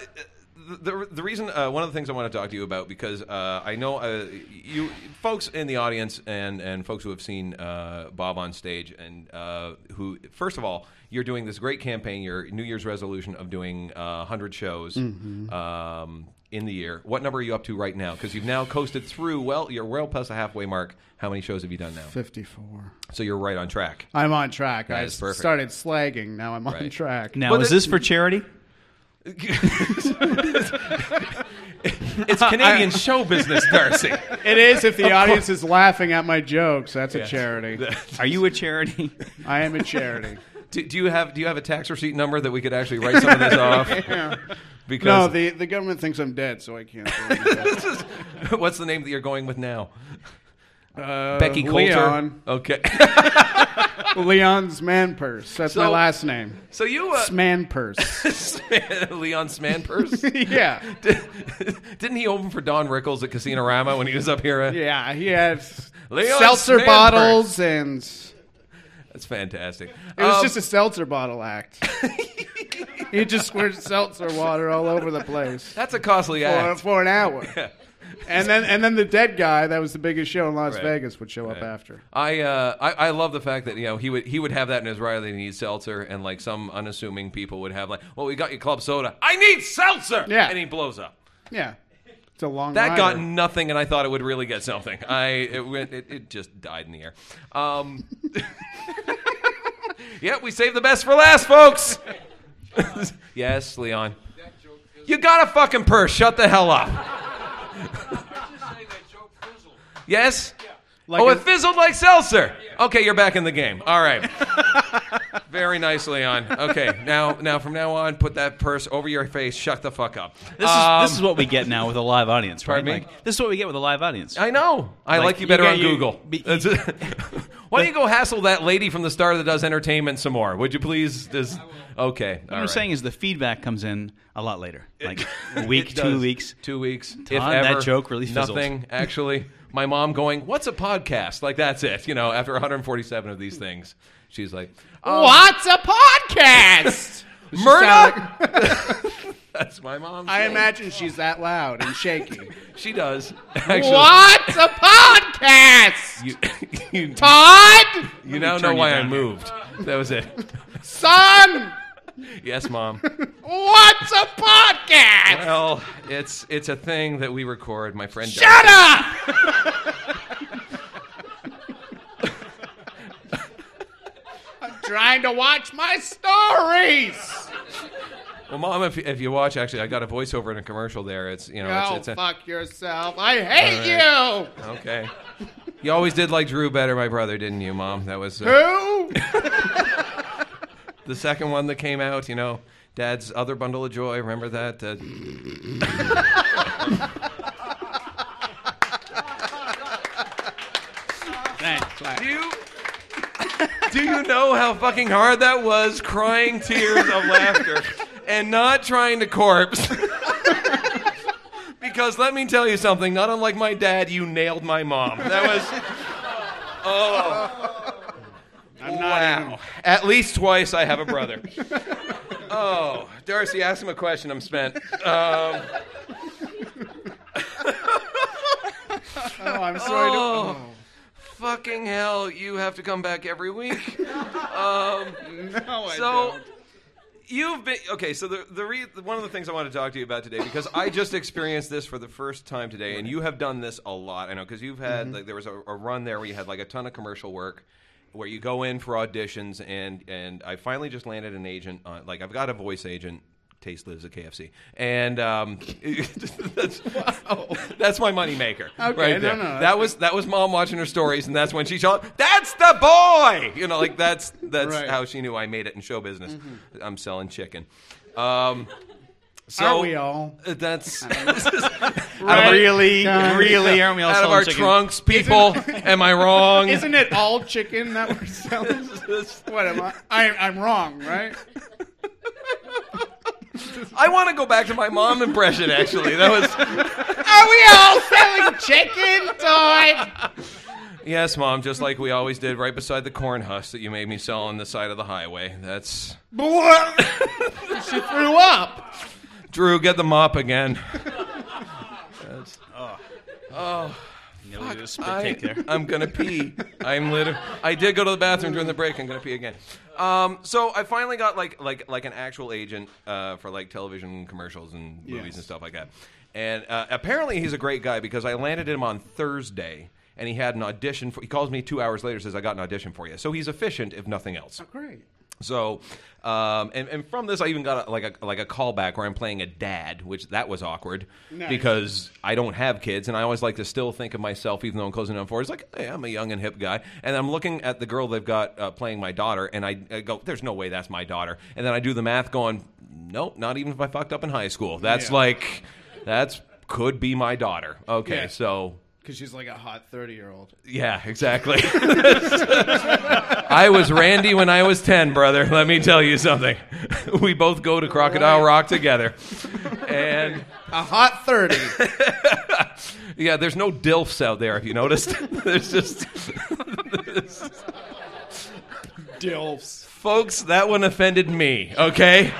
[SPEAKER 1] the, the reason uh, one of the things I want to talk to you about because uh, I know uh, you folks in the audience and, and folks who have seen uh, Bob on stage and uh, who first of all you're doing this great campaign your New Year's resolution of doing uh, hundred shows
[SPEAKER 12] Mm-hmm.
[SPEAKER 1] um, in the year what number are you up to right now because you've now coasted through well you're well past the halfway mark how many shows have you done now
[SPEAKER 12] fifty-four.
[SPEAKER 1] so you're right on
[SPEAKER 12] [laughs]
[SPEAKER 1] track
[SPEAKER 12] I'm on track. I
[SPEAKER 1] is perfect.
[SPEAKER 12] started slagging. Now I'm on
[SPEAKER 1] Right.
[SPEAKER 12] track.
[SPEAKER 2] Now,
[SPEAKER 1] Well,
[SPEAKER 2] is
[SPEAKER 1] the-
[SPEAKER 2] [laughs] this for charity?
[SPEAKER 1] It's Canadian show business, Darcy.
[SPEAKER 12] It is if the audience is laughing at my jokes. That's a charity.
[SPEAKER 2] Are you a charity?
[SPEAKER 1] [laughs]
[SPEAKER 12] I am a charity.
[SPEAKER 1] [laughs] Do, do you have do you have a tax receipt number that we could actually write some of
[SPEAKER 12] [laughs]
[SPEAKER 1] this off?
[SPEAKER 12] Yeah.
[SPEAKER 1] Because
[SPEAKER 12] no, the, the government thinks I'm dead, so I can't. do anything.
[SPEAKER 1] what's the name that you're going with now?
[SPEAKER 12] Uh,
[SPEAKER 1] [laughs] Becky Coulter.
[SPEAKER 12] Leon.
[SPEAKER 1] Okay. [laughs]
[SPEAKER 12] Leon's man purse. That's my
[SPEAKER 1] So-
[SPEAKER 12] last name.
[SPEAKER 1] so you, uh, [laughs]
[SPEAKER 12] Sman purse.
[SPEAKER 1] Leon Smanpers.
[SPEAKER 12] [laughs] yeah.
[SPEAKER 1] [laughs] Didn't he open for Don Rickles at Casinorama when he was up here?
[SPEAKER 12] Yeah, he had
[SPEAKER 1] Leon
[SPEAKER 12] seltzer
[SPEAKER 1] Smanpers.
[SPEAKER 12] bottles, and it
[SPEAKER 1] That's fantastic.
[SPEAKER 12] was
[SPEAKER 1] Um,
[SPEAKER 12] just a seltzer bottle
[SPEAKER 1] [laughs]
[SPEAKER 12] act. he just squirted seltzer water all over the place
[SPEAKER 1] that's a costly
[SPEAKER 12] for,
[SPEAKER 1] act.
[SPEAKER 12] for
[SPEAKER 3] [laughs]
[SPEAKER 12] an hour.
[SPEAKER 1] Yeah.
[SPEAKER 12] And then and then the dead guy that was the biggest show in Las
[SPEAKER 1] Right.
[SPEAKER 12] Vegas would show up after.
[SPEAKER 1] I, uh, I I love the fact that you know he would he would have that in his Riley and need seltzer and like some unassuming people would have like well we got you club soda I need seltzer
[SPEAKER 12] Yeah.
[SPEAKER 1] and he blows up
[SPEAKER 12] Yeah. It's a long
[SPEAKER 1] that
[SPEAKER 12] rider.
[SPEAKER 1] got nothing and I thought it would really get something I it went it, it just died in the air um [laughs] yeah we saved the best for last folks [laughs] yes Leon you got a fucking purse shut the hell up [laughs] yes
[SPEAKER 12] Like
[SPEAKER 1] oh
[SPEAKER 12] a-
[SPEAKER 1] it fizzled like seltzer okay you're back in the game all
[SPEAKER 2] [laughs]
[SPEAKER 1] right. Very nice, Leon. Okay, now now from now on, put that purse over your face. Shut the fuck up.
[SPEAKER 2] [laughs] This is,
[SPEAKER 1] Um,
[SPEAKER 2] this is what we get now with a live audience, right?
[SPEAKER 1] Pardon me?
[SPEAKER 2] Like, this is what we get with a live audience.
[SPEAKER 1] I know. I like,
[SPEAKER 2] Like,
[SPEAKER 1] you better
[SPEAKER 2] you
[SPEAKER 1] on
[SPEAKER 2] got- you-
[SPEAKER 1] Google.
[SPEAKER 2] be-
[SPEAKER 1] That's it. Why don't you go hassle that lady from the star that does entertainment some more? Would you please? Just, okay.
[SPEAKER 2] What I'm saying is the feedback comes in a lot later,
[SPEAKER 1] [laughs]
[SPEAKER 2] like week, two
[SPEAKER 1] does.
[SPEAKER 2] weeks.
[SPEAKER 1] two weeks. if
[SPEAKER 2] Todd, that
[SPEAKER 1] ever,
[SPEAKER 2] joke really fizzled.
[SPEAKER 1] nothing actually. My mom going, "What's a podcast?" Like that's it. You know, after 147 of these things, she's like, um,
[SPEAKER 3] What's a podcast?
[SPEAKER 1] "Murder." [laughs] that's my mom.
[SPEAKER 12] [laughs] I imagine she's that loud and shaky.
[SPEAKER 1] She does. Actually,
[SPEAKER 3] What's a podcast?
[SPEAKER 1] You, [laughs] you,
[SPEAKER 3] Todd,
[SPEAKER 1] you now
[SPEAKER 2] turn
[SPEAKER 1] know
[SPEAKER 2] you
[SPEAKER 1] why I
[SPEAKER 2] down here.
[SPEAKER 1] moved. That was it.
[SPEAKER 3] son,
[SPEAKER 1] Yes, mom.
[SPEAKER 3] what's a podcast?
[SPEAKER 1] Well, it's it's a thing that we record. My friend.
[SPEAKER 3] Shut up! I'm trying to watch my stories.
[SPEAKER 1] Well, mom, if, if you watch, actually, I got a voiceover in a commercial there. It's you know,
[SPEAKER 12] Go
[SPEAKER 1] it's, it's a,
[SPEAKER 12] Oh, fuck yourself. I hate you.
[SPEAKER 1] okay. You always did like Drew better, my brother, didn't you, mom? That was uh,
[SPEAKER 12] Who? [laughs]
[SPEAKER 1] the second one that came out. You know, Dad's other bundle of joy. Remember that? Uh,
[SPEAKER 2] Thanks.
[SPEAKER 1] do you do you know how fucking hard that was? Crying tears of laughter and not trying to corpse. [laughs] because let me tell you something. Not unlike my dad, you nailed my mom. That was.
[SPEAKER 12] I'm
[SPEAKER 1] wow. At least twice I have a brother. oh, Darcy, ask him a question. I'm spent. Um,
[SPEAKER 12] even- Oh, I'm sorry. to-
[SPEAKER 1] Oh. fucking hell, you have to come back every week.
[SPEAKER 12] No, Oh, I
[SPEAKER 1] so
[SPEAKER 12] don't.
[SPEAKER 1] you've been okay. So the the re, one of the things I want to talk to you about today because I just experienced this for the first time today, and you have done this a lot. I know because you've had
[SPEAKER 12] Mm-hmm.
[SPEAKER 1] like there was a, a run there where you had like a ton of commercial work. Where you go in for auditions, and and I finally just landed an agent. On, like I've got a voice agent. Taste lives at KFC, and um, [laughs] that's, that's my moneymaker. right
[SPEAKER 12] Okay, no,
[SPEAKER 1] there.
[SPEAKER 12] no, that's
[SPEAKER 1] that was that was mom watching her stories, and that's when she shot. That's the boy. You know, like that's that's
[SPEAKER 12] Right. Mm-hmm.
[SPEAKER 1] how she knew I made it in show business. I'm selling chicken. Um, so
[SPEAKER 12] Are we all?
[SPEAKER 1] uh, That's
[SPEAKER 9] Really,
[SPEAKER 12] Yeah.
[SPEAKER 9] really, aren't we all
[SPEAKER 1] [laughs] out of
[SPEAKER 9] selling
[SPEAKER 1] our
[SPEAKER 9] chicken?
[SPEAKER 1] trunks,
[SPEAKER 12] [laughs]
[SPEAKER 1] people. Am I wrong?
[SPEAKER 12] Isn't it all chicken that we're [laughs] selling? what am I? I I'm wrong, [laughs] right?
[SPEAKER 1] I want to go back to my mom impression. Actually, that was
[SPEAKER 12] Are we all selling chicken, Todd?
[SPEAKER 1] yes, mom. Just like we always did, right beside the corn husk that you made me sell on the side of the highway. That's
[SPEAKER 12] [laughs] she threw up.
[SPEAKER 1] Drew. Get the mop again.
[SPEAKER 9] Nearly did a spit take there.
[SPEAKER 1] I'm gonna pee. I'm literally. I did go to the bathroom during the break. I'm gonna pee again. Um, so I finally got like like like an actual agent uh, for like television commercials and movies
[SPEAKER 12] Yes.
[SPEAKER 1] and stuff like that. And uh, apparently he's a great guy because I landed him on Thursday. And he had an audition. For, he calls me two hours later. Says I got an audition for you. So he's efficient, if nothing else.
[SPEAKER 12] Great.
[SPEAKER 1] So, um, and, and from this, I even got a, like a like a callback where I'm playing a dad, which that was awkward
[SPEAKER 11] Nice.
[SPEAKER 1] because I don't have kids, and I always like to still think of myself, even though I'm closing down four. It's like, hey, I'm a young and hip guy, and I'm looking at the girl they've got uh, playing my daughter, and I, I go, "There's no way that's my daughter," and then I do the math, going, "Nope, not even if I fucked up in high school. That's
[SPEAKER 12] Yeah.
[SPEAKER 1] like, that's could be my daughter." Okay,
[SPEAKER 12] Yeah.
[SPEAKER 1] so
[SPEAKER 12] Because she's like a hot 30 year old.
[SPEAKER 1] yeah, exactly. [laughs] I was Randy when I was 10, brother. Let me tell you something. [laughs] We both go to Crocodile Rock together. And
[SPEAKER 12] a hot 30.
[SPEAKER 1] yeah, there's no DILFs out there, if you noticed. [laughs] There's just.
[SPEAKER 12] [laughs] Dilfs.
[SPEAKER 1] Folks, that one offended me, okay?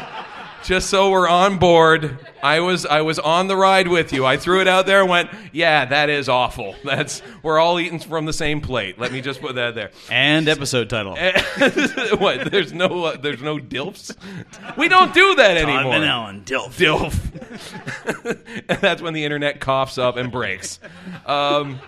[SPEAKER 1] Just so we're on board, I was I was on the ride with you. I threw it out there and went, "Yeah, that is awful. That's we're all eating from the same plate." Let me just put that there.
[SPEAKER 2] And episode title.
[SPEAKER 1] [laughs] what? There's no uh, there's no dilfs. We don't do that
[SPEAKER 2] Todd
[SPEAKER 1] anymore.
[SPEAKER 2] Van Allen, dilf.
[SPEAKER 1] Dilf. [laughs] and that's when the internet coughs up and breaks. Um,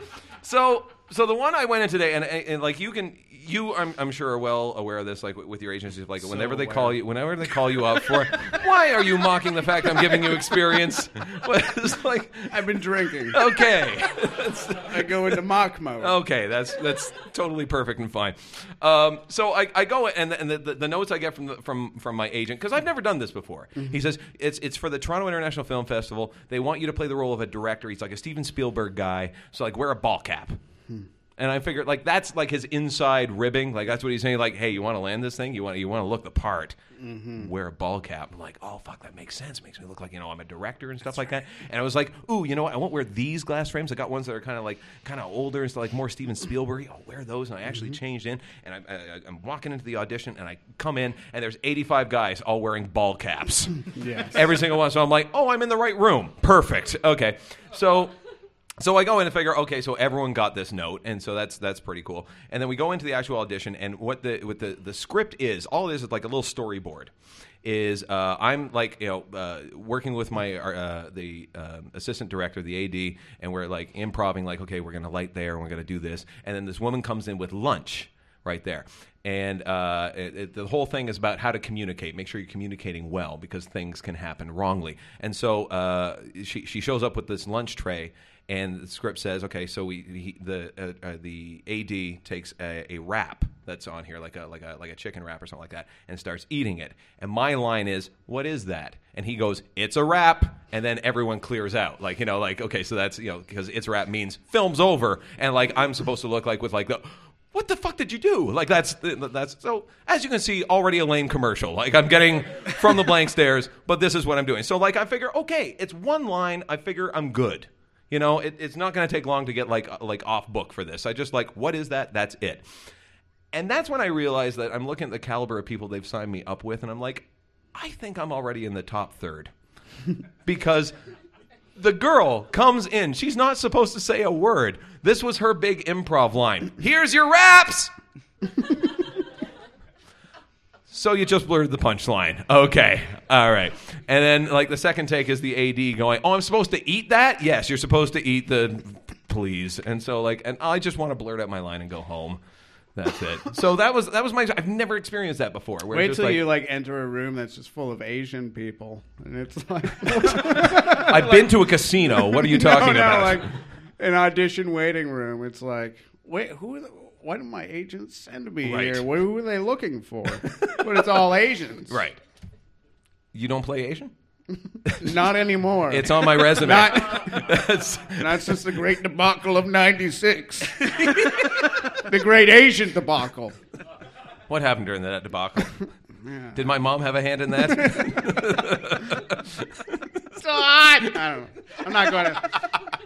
[SPEAKER 1] so so the one I went in today, and, and, and, like you can you I'm, I'm sure are well aware of this, like with your agencies, like whenever they call you, whenever they call you up for, why are you mocking the fact I'm giving you experience? [laughs] it's like
[SPEAKER 12] I've been [laughs] drinking.
[SPEAKER 1] Okay.
[SPEAKER 12] I go into mock mode.
[SPEAKER 1] Okay, that's that's totally perfect and fine. Um, so I, I go and, the, and the, the notes I get from the, from from my agent because I've never done this before. He says it's it's for the Toronto International Film Festival. They want you to play the role of a director. He's like a Steven Spielberg guy, so like wear a ball cap. And I figured like that's like his inside ribbing. Like that's what he's saying. Like hey, you want to land this thing? You want you want to look the part? Wear a ball cap. I'm like oh fuck, that makes sense. Makes me look like you know I'm a director and stuff like that. And I was like ooh, you know what? I won't wear these glass frames. I got ones that are kind of like kind of older and stuff, like more Steven Spielberg. I'll wear those. And I actually changed in. And I, I, I- I'm walking into the audition and I come in and there's 85 guys all wearing ball caps.
[SPEAKER 12] Yes.
[SPEAKER 1] Every single one. So I'm like oh, I'm in the right room. Perfect. Okay. So so I go in and figure, okay, so everyone got this note, and so that's that's pretty cool. And then we go into the actual audition, and what the what the, the script is, all it is is like a little storyboard. Is uh, I'm like you know uh, working with my uh, the um, assistant director, the AD, and we're like improving, like okay, we're gonna light there, and we're gonna do this, and then this woman comes in with lunch right there. And uh, it, it- the whole thing is about how to communicate. Make sure you're communicating well because things can happen wrongly. And so uh, she she shows up with this lunch tray, and the script says, "Okay, so we he, the uh, uh, the AD takes a, a wrap that's on here, like a like a like a chicken wrap or something like that, and starts eating it." And my line is, "What is that?" And he goes, "It's a wrap." And then everyone clears out, like you know, like okay, so that's you know because it's a wrap means film's over, and like I'm supposed to look like with like the what the fuck did you do? Like that's that's so. As you can see, already a lame commercial. Like I'm getting from the blank stares, but this is what I'm doing. So like I figure, okay, it's one line. I figure I'm good. You know, it, it's not going to take long to get like like off book for this. I just like, what is that? That's it. And that's when I realized that I'm looking at the caliber of people they've signed me up with, and I'm like, I think I'm already in the top third [laughs] because the girl comes in. She's not supposed to say a word. This was her big improv line. Here's your raps. [laughs] so you just blurred the punchline. Okay. All right. And then like the second take is the AD going, "Oh, I'm supposed to eat that?" Yes, you're supposed to eat the please. And so like and I just want to blurt out my line and go home. That's it. So that was that was my I've never experienced that before. where
[SPEAKER 12] Wait
[SPEAKER 1] just
[SPEAKER 12] till
[SPEAKER 1] like-
[SPEAKER 12] you like enter a room that's just full of Asian people, and it's [laughs] like
[SPEAKER 1] I've been to a casino. What are you talking
[SPEAKER 12] [laughs] no, no,
[SPEAKER 1] about?
[SPEAKER 12] Like an audition waiting room. It's like, wait, who? Are the, why did my agents send me
[SPEAKER 1] Right.
[SPEAKER 12] here? What, who are they
[SPEAKER 1] [laughs]
[SPEAKER 12] looking for? but it's all Asians.
[SPEAKER 1] Right. You don't play Asian?
[SPEAKER 12] Not anymore.
[SPEAKER 1] It's on my resume.
[SPEAKER 12] [laughs] Not, [laughs] not since the great debacle of '96. [laughs] the great Asian debacle.
[SPEAKER 1] What happened during that debacle? Did my mom have a hand in
[SPEAKER 12] [laughs]
[SPEAKER 1] that?
[SPEAKER 12] So I, I don't know. I'm not going to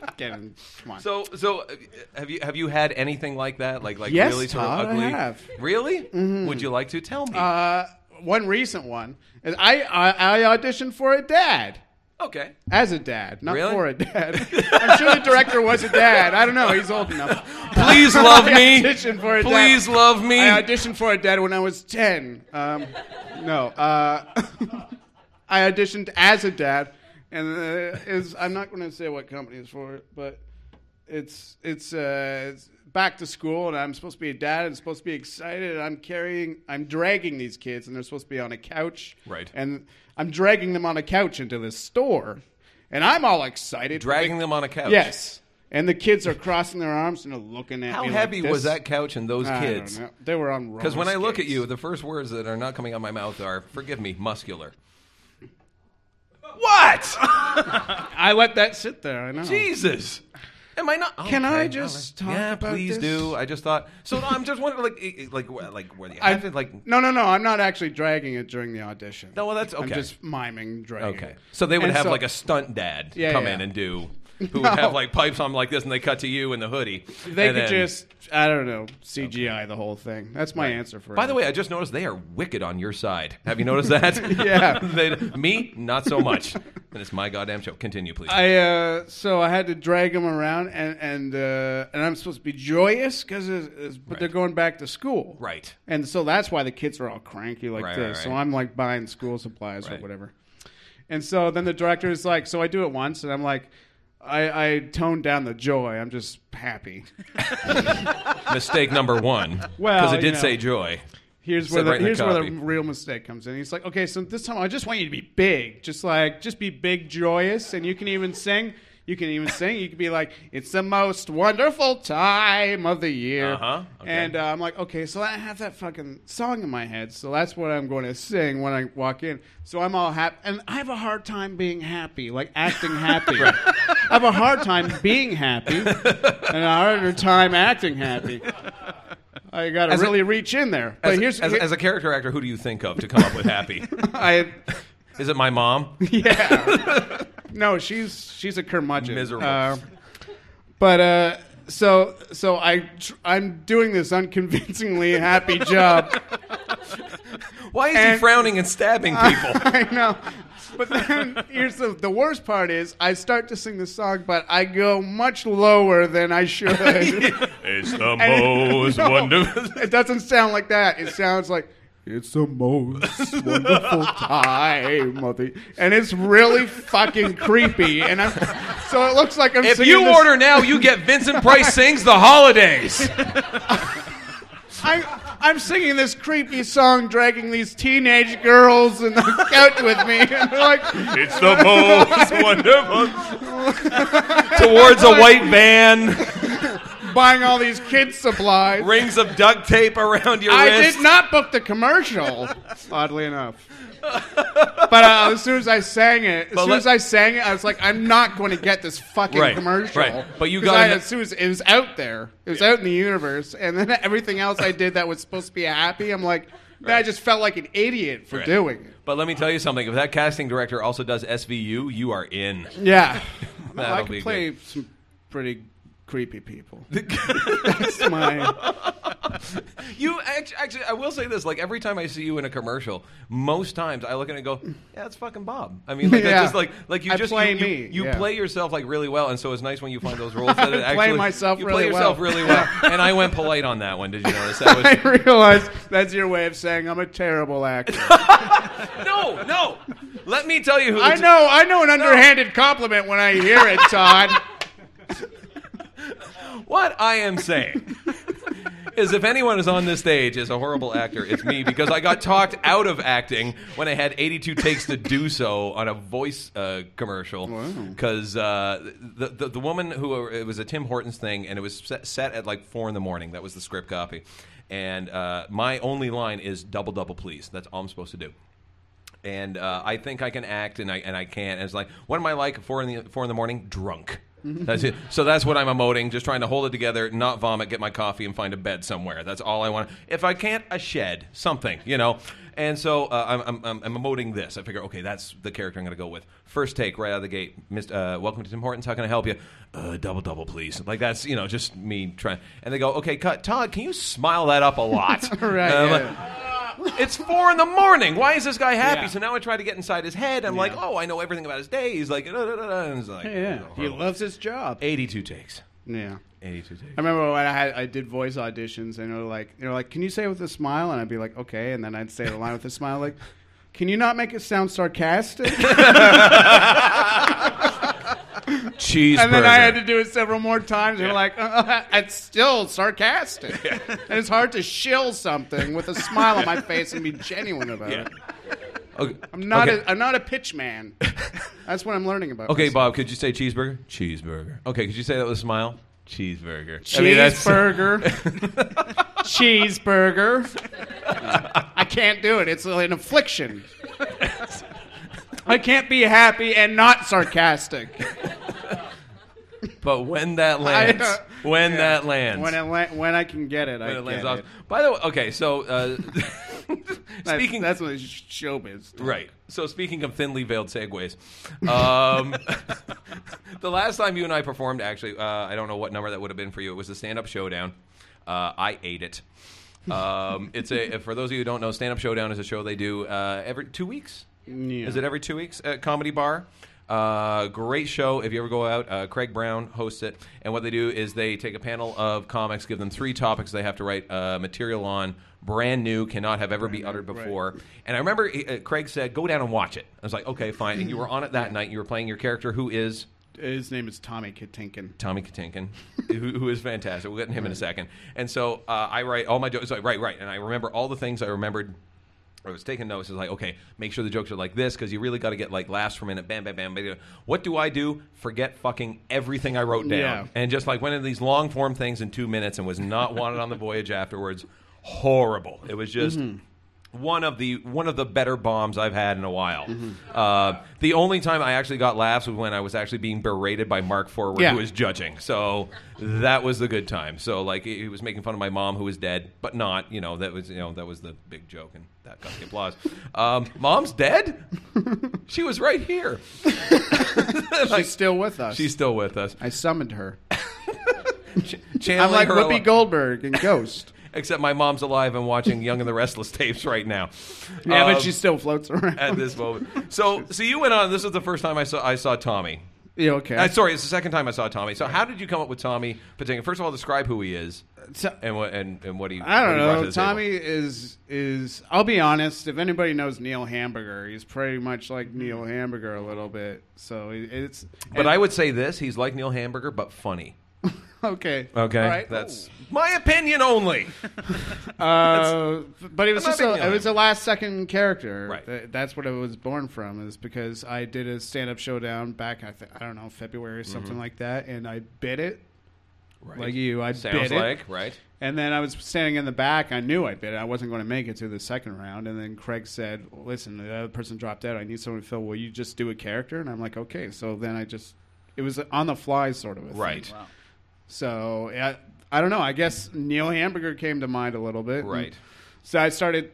[SPEAKER 12] [laughs] get in. Come on.
[SPEAKER 1] so, so uh, have you have you had anything like that? Like like
[SPEAKER 12] Yes,
[SPEAKER 1] really sort
[SPEAKER 12] Todd,
[SPEAKER 1] of
[SPEAKER 12] I
[SPEAKER 1] ugly?
[SPEAKER 12] have. Mm-hmm.
[SPEAKER 1] Really? Would you like to tell me?
[SPEAKER 12] Uh, one recent one. is I, I I auditioned for a dad.
[SPEAKER 1] okay.
[SPEAKER 12] As a dad, not
[SPEAKER 1] Really?
[SPEAKER 12] for a dad. [laughs] I'm sure the director was a dad. I don't know. He's old enough.
[SPEAKER 1] Please love me.
[SPEAKER 12] [laughs] I auditioned for a dad.
[SPEAKER 1] Please love me.
[SPEAKER 12] I auditioned for a dad when I was 10. Um, no. Uh, [laughs] I auditioned as a dad. And uh, is I'm not going to say what company it's for, but it's it's, uh, it's back to school, and I'm supposed to be a dad, and supposed to be excited, and I'm carrying, I'm dragging these kids, and they're supposed to be on a couch,
[SPEAKER 1] Right.
[SPEAKER 12] And I'm dragging them on a couch into this store, and I'm all excited,
[SPEAKER 1] Dragging them on a couch.
[SPEAKER 12] Yes, and the kids are crossing their arms and are looking at
[SPEAKER 1] How
[SPEAKER 12] me. like
[SPEAKER 1] heavy was
[SPEAKER 12] this.
[SPEAKER 1] that couch and those
[SPEAKER 12] I don't
[SPEAKER 1] kids?
[SPEAKER 12] know. They were on roller
[SPEAKER 1] Because when I look at you, the first words that are not coming out of my mouth are, forgive me, muscular. What?
[SPEAKER 12] I let that sit there. I know.
[SPEAKER 1] Jesus. Am I not?
[SPEAKER 12] Can
[SPEAKER 1] Okay,
[SPEAKER 12] I
[SPEAKER 1] all
[SPEAKER 12] just
[SPEAKER 1] right.
[SPEAKER 12] talk
[SPEAKER 1] yeah,
[SPEAKER 12] about
[SPEAKER 1] please
[SPEAKER 12] this?
[SPEAKER 1] do. I just thought. So no, I'm just wondering, like, i- i- like, wh- like, where the
[SPEAKER 12] I-
[SPEAKER 1] I did like.
[SPEAKER 12] No, no, no. I'm not actually dragging it during the audition.
[SPEAKER 1] No, well, that's
[SPEAKER 12] I'm
[SPEAKER 1] okay.
[SPEAKER 12] just miming dragging.
[SPEAKER 1] Okay,
[SPEAKER 12] it.
[SPEAKER 1] so they would
[SPEAKER 12] And
[SPEAKER 1] have
[SPEAKER 12] so-
[SPEAKER 1] like a stunt dad
[SPEAKER 12] Yeah,
[SPEAKER 1] come
[SPEAKER 12] yeah.
[SPEAKER 1] in and do, who
[SPEAKER 12] No.
[SPEAKER 1] would have like pipes on like this, and they cut to you in the hoodie.
[SPEAKER 12] They
[SPEAKER 1] and
[SPEAKER 12] could
[SPEAKER 1] then-
[SPEAKER 12] just, I don't know, CGI the whole thing. That's my answer for.
[SPEAKER 1] By the
[SPEAKER 12] it.
[SPEAKER 1] way, I just noticed they are wicked on your side. Have you noticed that?
[SPEAKER 12] [laughs] Yeah.
[SPEAKER 1] [laughs] They- me, not so much. And it's my goddamn show. Continue, please.
[SPEAKER 12] I uh, so I had to drag them around, and and uh, and I'm supposed to be joyous because, but they're going back to school,
[SPEAKER 1] Right.
[SPEAKER 12] And so that's why the kids are all cranky like
[SPEAKER 1] Right,
[SPEAKER 12] this.
[SPEAKER 1] right,
[SPEAKER 12] So
[SPEAKER 1] right.
[SPEAKER 12] I'm like buying school supplies
[SPEAKER 1] Right.
[SPEAKER 12] or whatever. And so then the director is like, so I do it once, and I'm like, I, I tone down the joy. I'm just
[SPEAKER 1] [laughs]
[SPEAKER 12] happy.
[SPEAKER 1] Mistake number one.
[SPEAKER 12] [laughs] Well,
[SPEAKER 1] because it
[SPEAKER 12] you
[SPEAKER 1] did
[SPEAKER 12] know.
[SPEAKER 1] say joy.
[SPEAKER 12] Here's
[SPEAKER 1] Said
[SPEAKER 12] where the,
[SPEAKER 1] right in the
[SPEAKER 12] here's where the
[SPEAKER 1] copy.
[SPEAKER 12] real mistake comes in. He's like, okay, so this time I just want you to be big, just like just be big, joyous, and you can even sing. You can even sing. You can be like, it's the most wonderful time of the year.
[SPEAKER 1] Uh-huh, okay.
[SPEAKER 12] And uh, I'm like, okay, so I have that fucking song in my head, so that's what I'm going to sing when I walk in. So I'm all happy, and I have a hard time being happy, like acting
[SPEAKER 1] [laughs]
[SPEAKER 12] happy. I have a hard time being happy, and a harder time acting happy. I got to
[SPEAKER 1] As a-
[SPEAKER 12] really reach in there. But
[SPEAKER 1] As,
[SPEAKER 12] here's
[SPEAKER 1] as,
[SPEAKER 12] here-
[SPEAKER 1] as a [laughs] character actor, who do you think of to come up with happy?
[SPEAKER 12] [laughs] I
[SPEAKER 1] Is it my mom?
[SPEAKER 12] no, she's she's a curmudgeon.
[SPEAKER 1] Miserable.
[SPEAKER 12] Uh, but uh, so so I tr- I'm doing this
[SPEAKER 1] [laughs]
[SPEAKER 12] unconvincingly happy job.
[SPEAKER 1] Why is he
[SPEAKER 12] And- Uh,
[SPEAKER 1] frowning and stabbing
[SPEAKER 12] [laughs]
[SPEAKER 1] people?
[SPEAKER 12] I know. But then here's the the worst part is I start to sing the song, but I go much lower
[SPEAKER 1] [laughs]
[SPEAKER 12] than I should.
[SPEAKER 1] it's the
[SPEAKER 12] And-
[SPEAKER 1] most
[SPEAKER 12] [laughs] No,
[SPEAKER 1] wonderful.
[SPEAKER 12] It doesn't sound like that. It sounds like it's
[SPEAKER 1] [laughs]
[SPEAKER 12] the most wonderful time of the, and it's really fucking creepy. And I'm so it looks like I'm.
[SPEAKER 1] If
[SPEAKER 12] singing
[SPEAKER 1] you
[SPEAKER 12] this-
[SPEAKER 1] order now, you get
[SPEAKER 12] [laughs]
[SPEAKER 1] Vincent Price sings the [laughs] holidays.
[SPEAKER 12] I, I'm singing this creepy song, dragging these teenage girls in the couch with me, [laughs] and they're like,
[SPEAKER 1] It's the most wonderful. Towards a white van,
[SPEAKER 12] buying all these kids
[SPEAKER 1] [laughs]
[SPEAKER 12] supplies.
[SPEAKER 1] rings of duct tape around your
[SPEAKER 12] I
[SPEAKER 1] wrist.
[SPEAKER 12] did not book the
[SPEAKER 1] [laughs]
[SPEAKER 12] commercial, oddly enough. [laughs] But uh, as soon as I sang it, as
[SPEAKER 1] But
[SPEAKER 12] soon
[SPEAKER 1] let-
[SPEAKER 12] as I sang it, I was like, I'm not going to get this fucking
[SPEAKER 1] Right,
[SPEAKER 12] commercial.
[SPEAKER 1] right. But you
[SPEAKER 12] 'Cause
[SPEAKER 1] got
[SPEAKER 12] I-
[SPEAKER 1] it-
[SPEAKER 12] as soon as it was out there, it was out in the universe, and then [laughs] everything else I did that was supposed to be happy, I'm like, then I just felt like an idiot for
[SPEAKER 1] Right.
[SPEAKER 12] doing it.
[SPEAKER 1] But let me tell you something. If that casting director also does SVU, you are in. [laughs]
[SPEAKER 12] Yeah,
[SPEAKER 1] That'll
[SPEAKER 12] I can
[SPEAKER 1] be
[SPEAKER 12] play some pretty creepy people.
[SPEAKER 1] [laughs]
[SPEAKER 12] That's my
[SPEAKER 1] You act- actually, I will say this: like every time I see you in a commercial, most times I look at it and go, "Yeah, it's fucking Bob." I mean, like that's
[SPEAKER 12] [laughs] Yeah.
[SPEAKER 1] just like like you
[SPEAKER 12] I
[SPEAKER 1] just
[SPEAKER 12] play
[SPEAKER 1] you, you-
[SPEAKER 12] me,
[SPEAKER 1] you
[SPEAKER 12] yeah.
[SPEAKER 1] play yourself like really well, and so it's nice when you
[SPEAKER 12] [laughs]
[SPEAKER 1] find those roles that it
[SPEAKER 12] I
[SPEAKER 1] actually
[SPEAKER 12] play myself
[SPEAKER 1] you
[SPEAKER 12] really
[SPEAKER 1] play yourself
[SPEAKER 12] well.
[SPEAKER 1] really
[SPEAKER 12] [laughs]
[SPEAKER 1] well. and I went polite on that one. Did you notice that?
[SPEAKER 12] I
[SPEAKER 1] Was,
[SPEAKER 12] realize that's your way of saying I'm a terrible actor.
[SPEAKER 1] no, no. Let me tell you who. the
[SPEAKER 12] I
[SPEAKER 1] t-
[SPEAKER 12] know, I know an underhanded compliment when I hear it, [laughs] Todd.
[SPEAKER 1] What I am saying is if anyone is on this stage as a horrible actor, it's me because I got talked out of acting when I had 82 takes to do so on a voice uh, commercial. Because uh, the, the, the woman who, it was a Tim Hortons thing, and it was set, set at like four in the morning. That was the script copy. And uh, my only line is double, double, please. That's all I'm supposed to do and uh, I think I can act, and I and I can't. And it's like, what am I like at four in the four in the morning?
[SPEAKER 12] [laughs]
[SPEAKER 1] Drunk. That's it. So that's what I'm emoting. Just trying to hold it together, not vomit, get my coffee, and find a bed somewhere. That's all I want. If I can't, a shed, something, you know. And so uh, I'm, I'm- I'm I'm emoting this. I figure, okay, that's the character I'm going to go with. First take, right out of the gate. Mist- uh, welcome to Tim Hortons. How can I help you? Uh, double double, please. Like that's you know just me trying. And they go, okay, cut. Todd, can you smile that up a lot?
[SPEAKER 12] [laughs] Right,
[SPEAKER 1] And I'm
[SPEAKER 12] yeah.
[SPEAKER 1] like, it's four in the morning. Why is this guy happy? So now I try to get inside his head. I'm like, oh, I know everything about his day. He's like, da, da, da, da. and it's like,
[SPEAKER 12] he loves his job.
[SPEAKER 1] 82 takes.
[SPEAKER 12] Yeah.
[SPEAKER 1] 82 takes.
[SPEAKER 12] I remember when I had I did voice auditions and they were like they were like, Can you say it with a smile? And I'd be like, Okay, and then I'd say the line with a smile like, [laughs] Can you not make it sound sarcastic?
[SPEAKER 1] cheeseburger.
[SPEAKER 12] And then I had to do it several more times. And like, uh, it's still sarcastic. And it's hard to shill something with a smile on my face and be genuine about it.
[SPEAKER 1] Okay.
[SPEAKER 12] I'm not,
[SPEAKER 1] okay.
[SPEAKER 12] a, I'm not a pitch man. That's what I'm learning about.
[SPEAKER 1] Okay,
[SPEAKER 12] myself.
[SPEAKER 1] Bob, could you say cheeseburger? Cheeseburger. Okay, could you say that with a smile? Cheeseburger.
[SPEAKER 12] Cheeseburger. [laughs] Cheeseburger. [laughs] I can't do it. It's an affliction. I can't be happy and not sarcastic.
[SPEAKER 1] [laughs] but when that lands,
[SPEAKER 12] I, uh,
[SPEAKER 1] when
[SPEAKER 12] yeah.
[SPEAKER 1] that lands,
[SPEAKER 12] When, it la- when I can get it,
[SPEAKER 1] when
[SPEAKER 12] I
[SPEAKER 1] it lands
[SPEAKER 12] get
[SPEAKER 1] off.
[SPEAKER 12] it.
[SPEAKER 1] By the way, okay, so uh, [laughs]
[SPEAKER 12] That's-
[SPEAKER 1] speaking
[SPEAKER 12] that's what it's showbiz.
[SPEAKER 1] Right. So speaking of thinly veiled segues, um, [laughs] the last time you and I performed, actually, uh, I don't know what number that would have been for you. It was the stand up showdown. Uh, I ate it. Um, it's a for those of you who don't know, stand up showdown is a show they do uh, every two weeks. Is it every two weeks at Comedy Bar? Uh, great show. If you ever go out, uh, Craig Brown hosts it. And what they do is they take a panel of comics, give them three topics they have to write uh, material on, brand new, cannot have ever be uttered before. And I remember uh, Craig said, "Go down and watch it." I was like, "Okay, fine." And you were on it that night. You were playing your character, who is
[SPEAKER 12] His name is Tommy Katinkin.
[SPEAKER 1] Tommy Katinkin, who, who is fantastic. We'll get to him in a second. And so uh, I write all my jokes. I write, right. And I remember all the things I remembered. I was taking notes. It's like, okay, make sure the jokes are like this because you really got to get like laughs per minute. Bam, bam, bam, bam. What do I do? Forget fucking everything I wrote down.
[SPEAKER 12] Yeah.
[SPEAKER 1] And just like went into these long form things in two minutes and was not wanted on the voyage afterwards. Horrible. It was just
[SPEAKER 12] Mm-hmm.
[SPEAKER 1] one of the one of the better bombs I've had in a while. Uh, the only time I actually got laughs was when I was actually being berated by Mark Forward,
[SPEAKER 12] Yeah.
[SPEAKER 1] who was judging. So that was the good time. So like he he was making fun of my mom, who was dead, but not. You know that was you know that was the big joke, and that got the applause. Um, Mom's dead. she was right
[SPEAKER 12] [laughs]
[SPEAKER 1] here. [laughs]
[SPEAKER 12] She's still with us.
[SPEAKER 1] She's still with us.
[SPEAKER 12] I summoned her. I'm
[SPEAKER 1] Channeling
[SPEAKER 12] like
[SPEAKER 1] her
[SPEAKER 12] Whoopi
[SPEAKER 1] al-
[SPEAKER 12] Goldberg and Ghost.
[SPEAKER 1] Except my mom's alive and
[SPEAKER 12] [laughs]
[SPEAKER 1] watching Young and the Restless tapes right now. [laughs]
[SPEAKER 12] Yeah,
[SPEAKER 1] Um,
[SPEAKER 12] but she still floats around.
[SPEAKER 1] at
[SPEAKER 12] [laughs]
[SPEAKER 1] this moment. So, so you went on. This is the first time I saw I saw Tommy.
[SPEAKER 12] yeah, okay.
[SPEAKER 1] Uh, sorry, it's the second time I saw Tommy. So, how did you come up with Tommy Patinkin? First of all, describe who he is
[SPEAKER 12] So-
[SPEAKER 1] and what and, and what he.
[SPEAKER 12] I
[SPEAKER 1] what
[SPEAKER 12] don't
[SPEAKER 1] he brought to
[SPEAKER 12] know.
[SPEAKER 1] the table.
[SPEAKER 12] Tommy is is. I'll be honest. If anybody knows Neil Hamburger, he's pretty much like Neil Hamburger a little bit. So it- it's.
[SPEAKER 1] Hmm. But I would say this: he's like Neil Hamburger, but funny.
[SPEAKER 12] [laughs] okay.
[SPEAKER 1] Okay,
[SPEAKER 12] All right.
[SPEAKER 1] that's my opinion
[SPEAKER 12] [laughs]
[SPEAKER 1] only.
[SPEAKER 12] Uh, but it was
[SPEAKER 1] I'm not
[SPEAKER 12] just
[SPEAKER 1] being
[SPEAKER 12] a,
[SPEAKER 1] mean.
[SPEAKER 12] it was a last second character.
[SPEAKER 1] Right.
[SPEAKER 12] Th- that's what it was born from. Is because I did a stand up showdown back. I, th- I don't know February or something like that, and I bit it.
[SPEAKER 1] Mm-hmm. Right.
[SPEAKER 12] Like you, I
[SPEAKER 1] Sounds
[SPEAKER 12] bit
[SPEAKER 1] like
[SPEAKER 12] it.
[SPEAKER 1] right.
[SPEAKER 12] And then I was standing in the back. I knew I bit it. I wasn't going to make it to the second round. And then Craig said, "Listen, the other person dropped out. I need someone to fill. Will you just do a character?" And I'm like, "Okay." So then I just it was on the fly sort of a thing.
[SPEAKER 1] Right.
[SPEAKER 12] So I, I don't know. I guess Neil Hamburger came to mind a little bit. And
[SPEAKER 1] Right.
[SPEAKER 12] So I started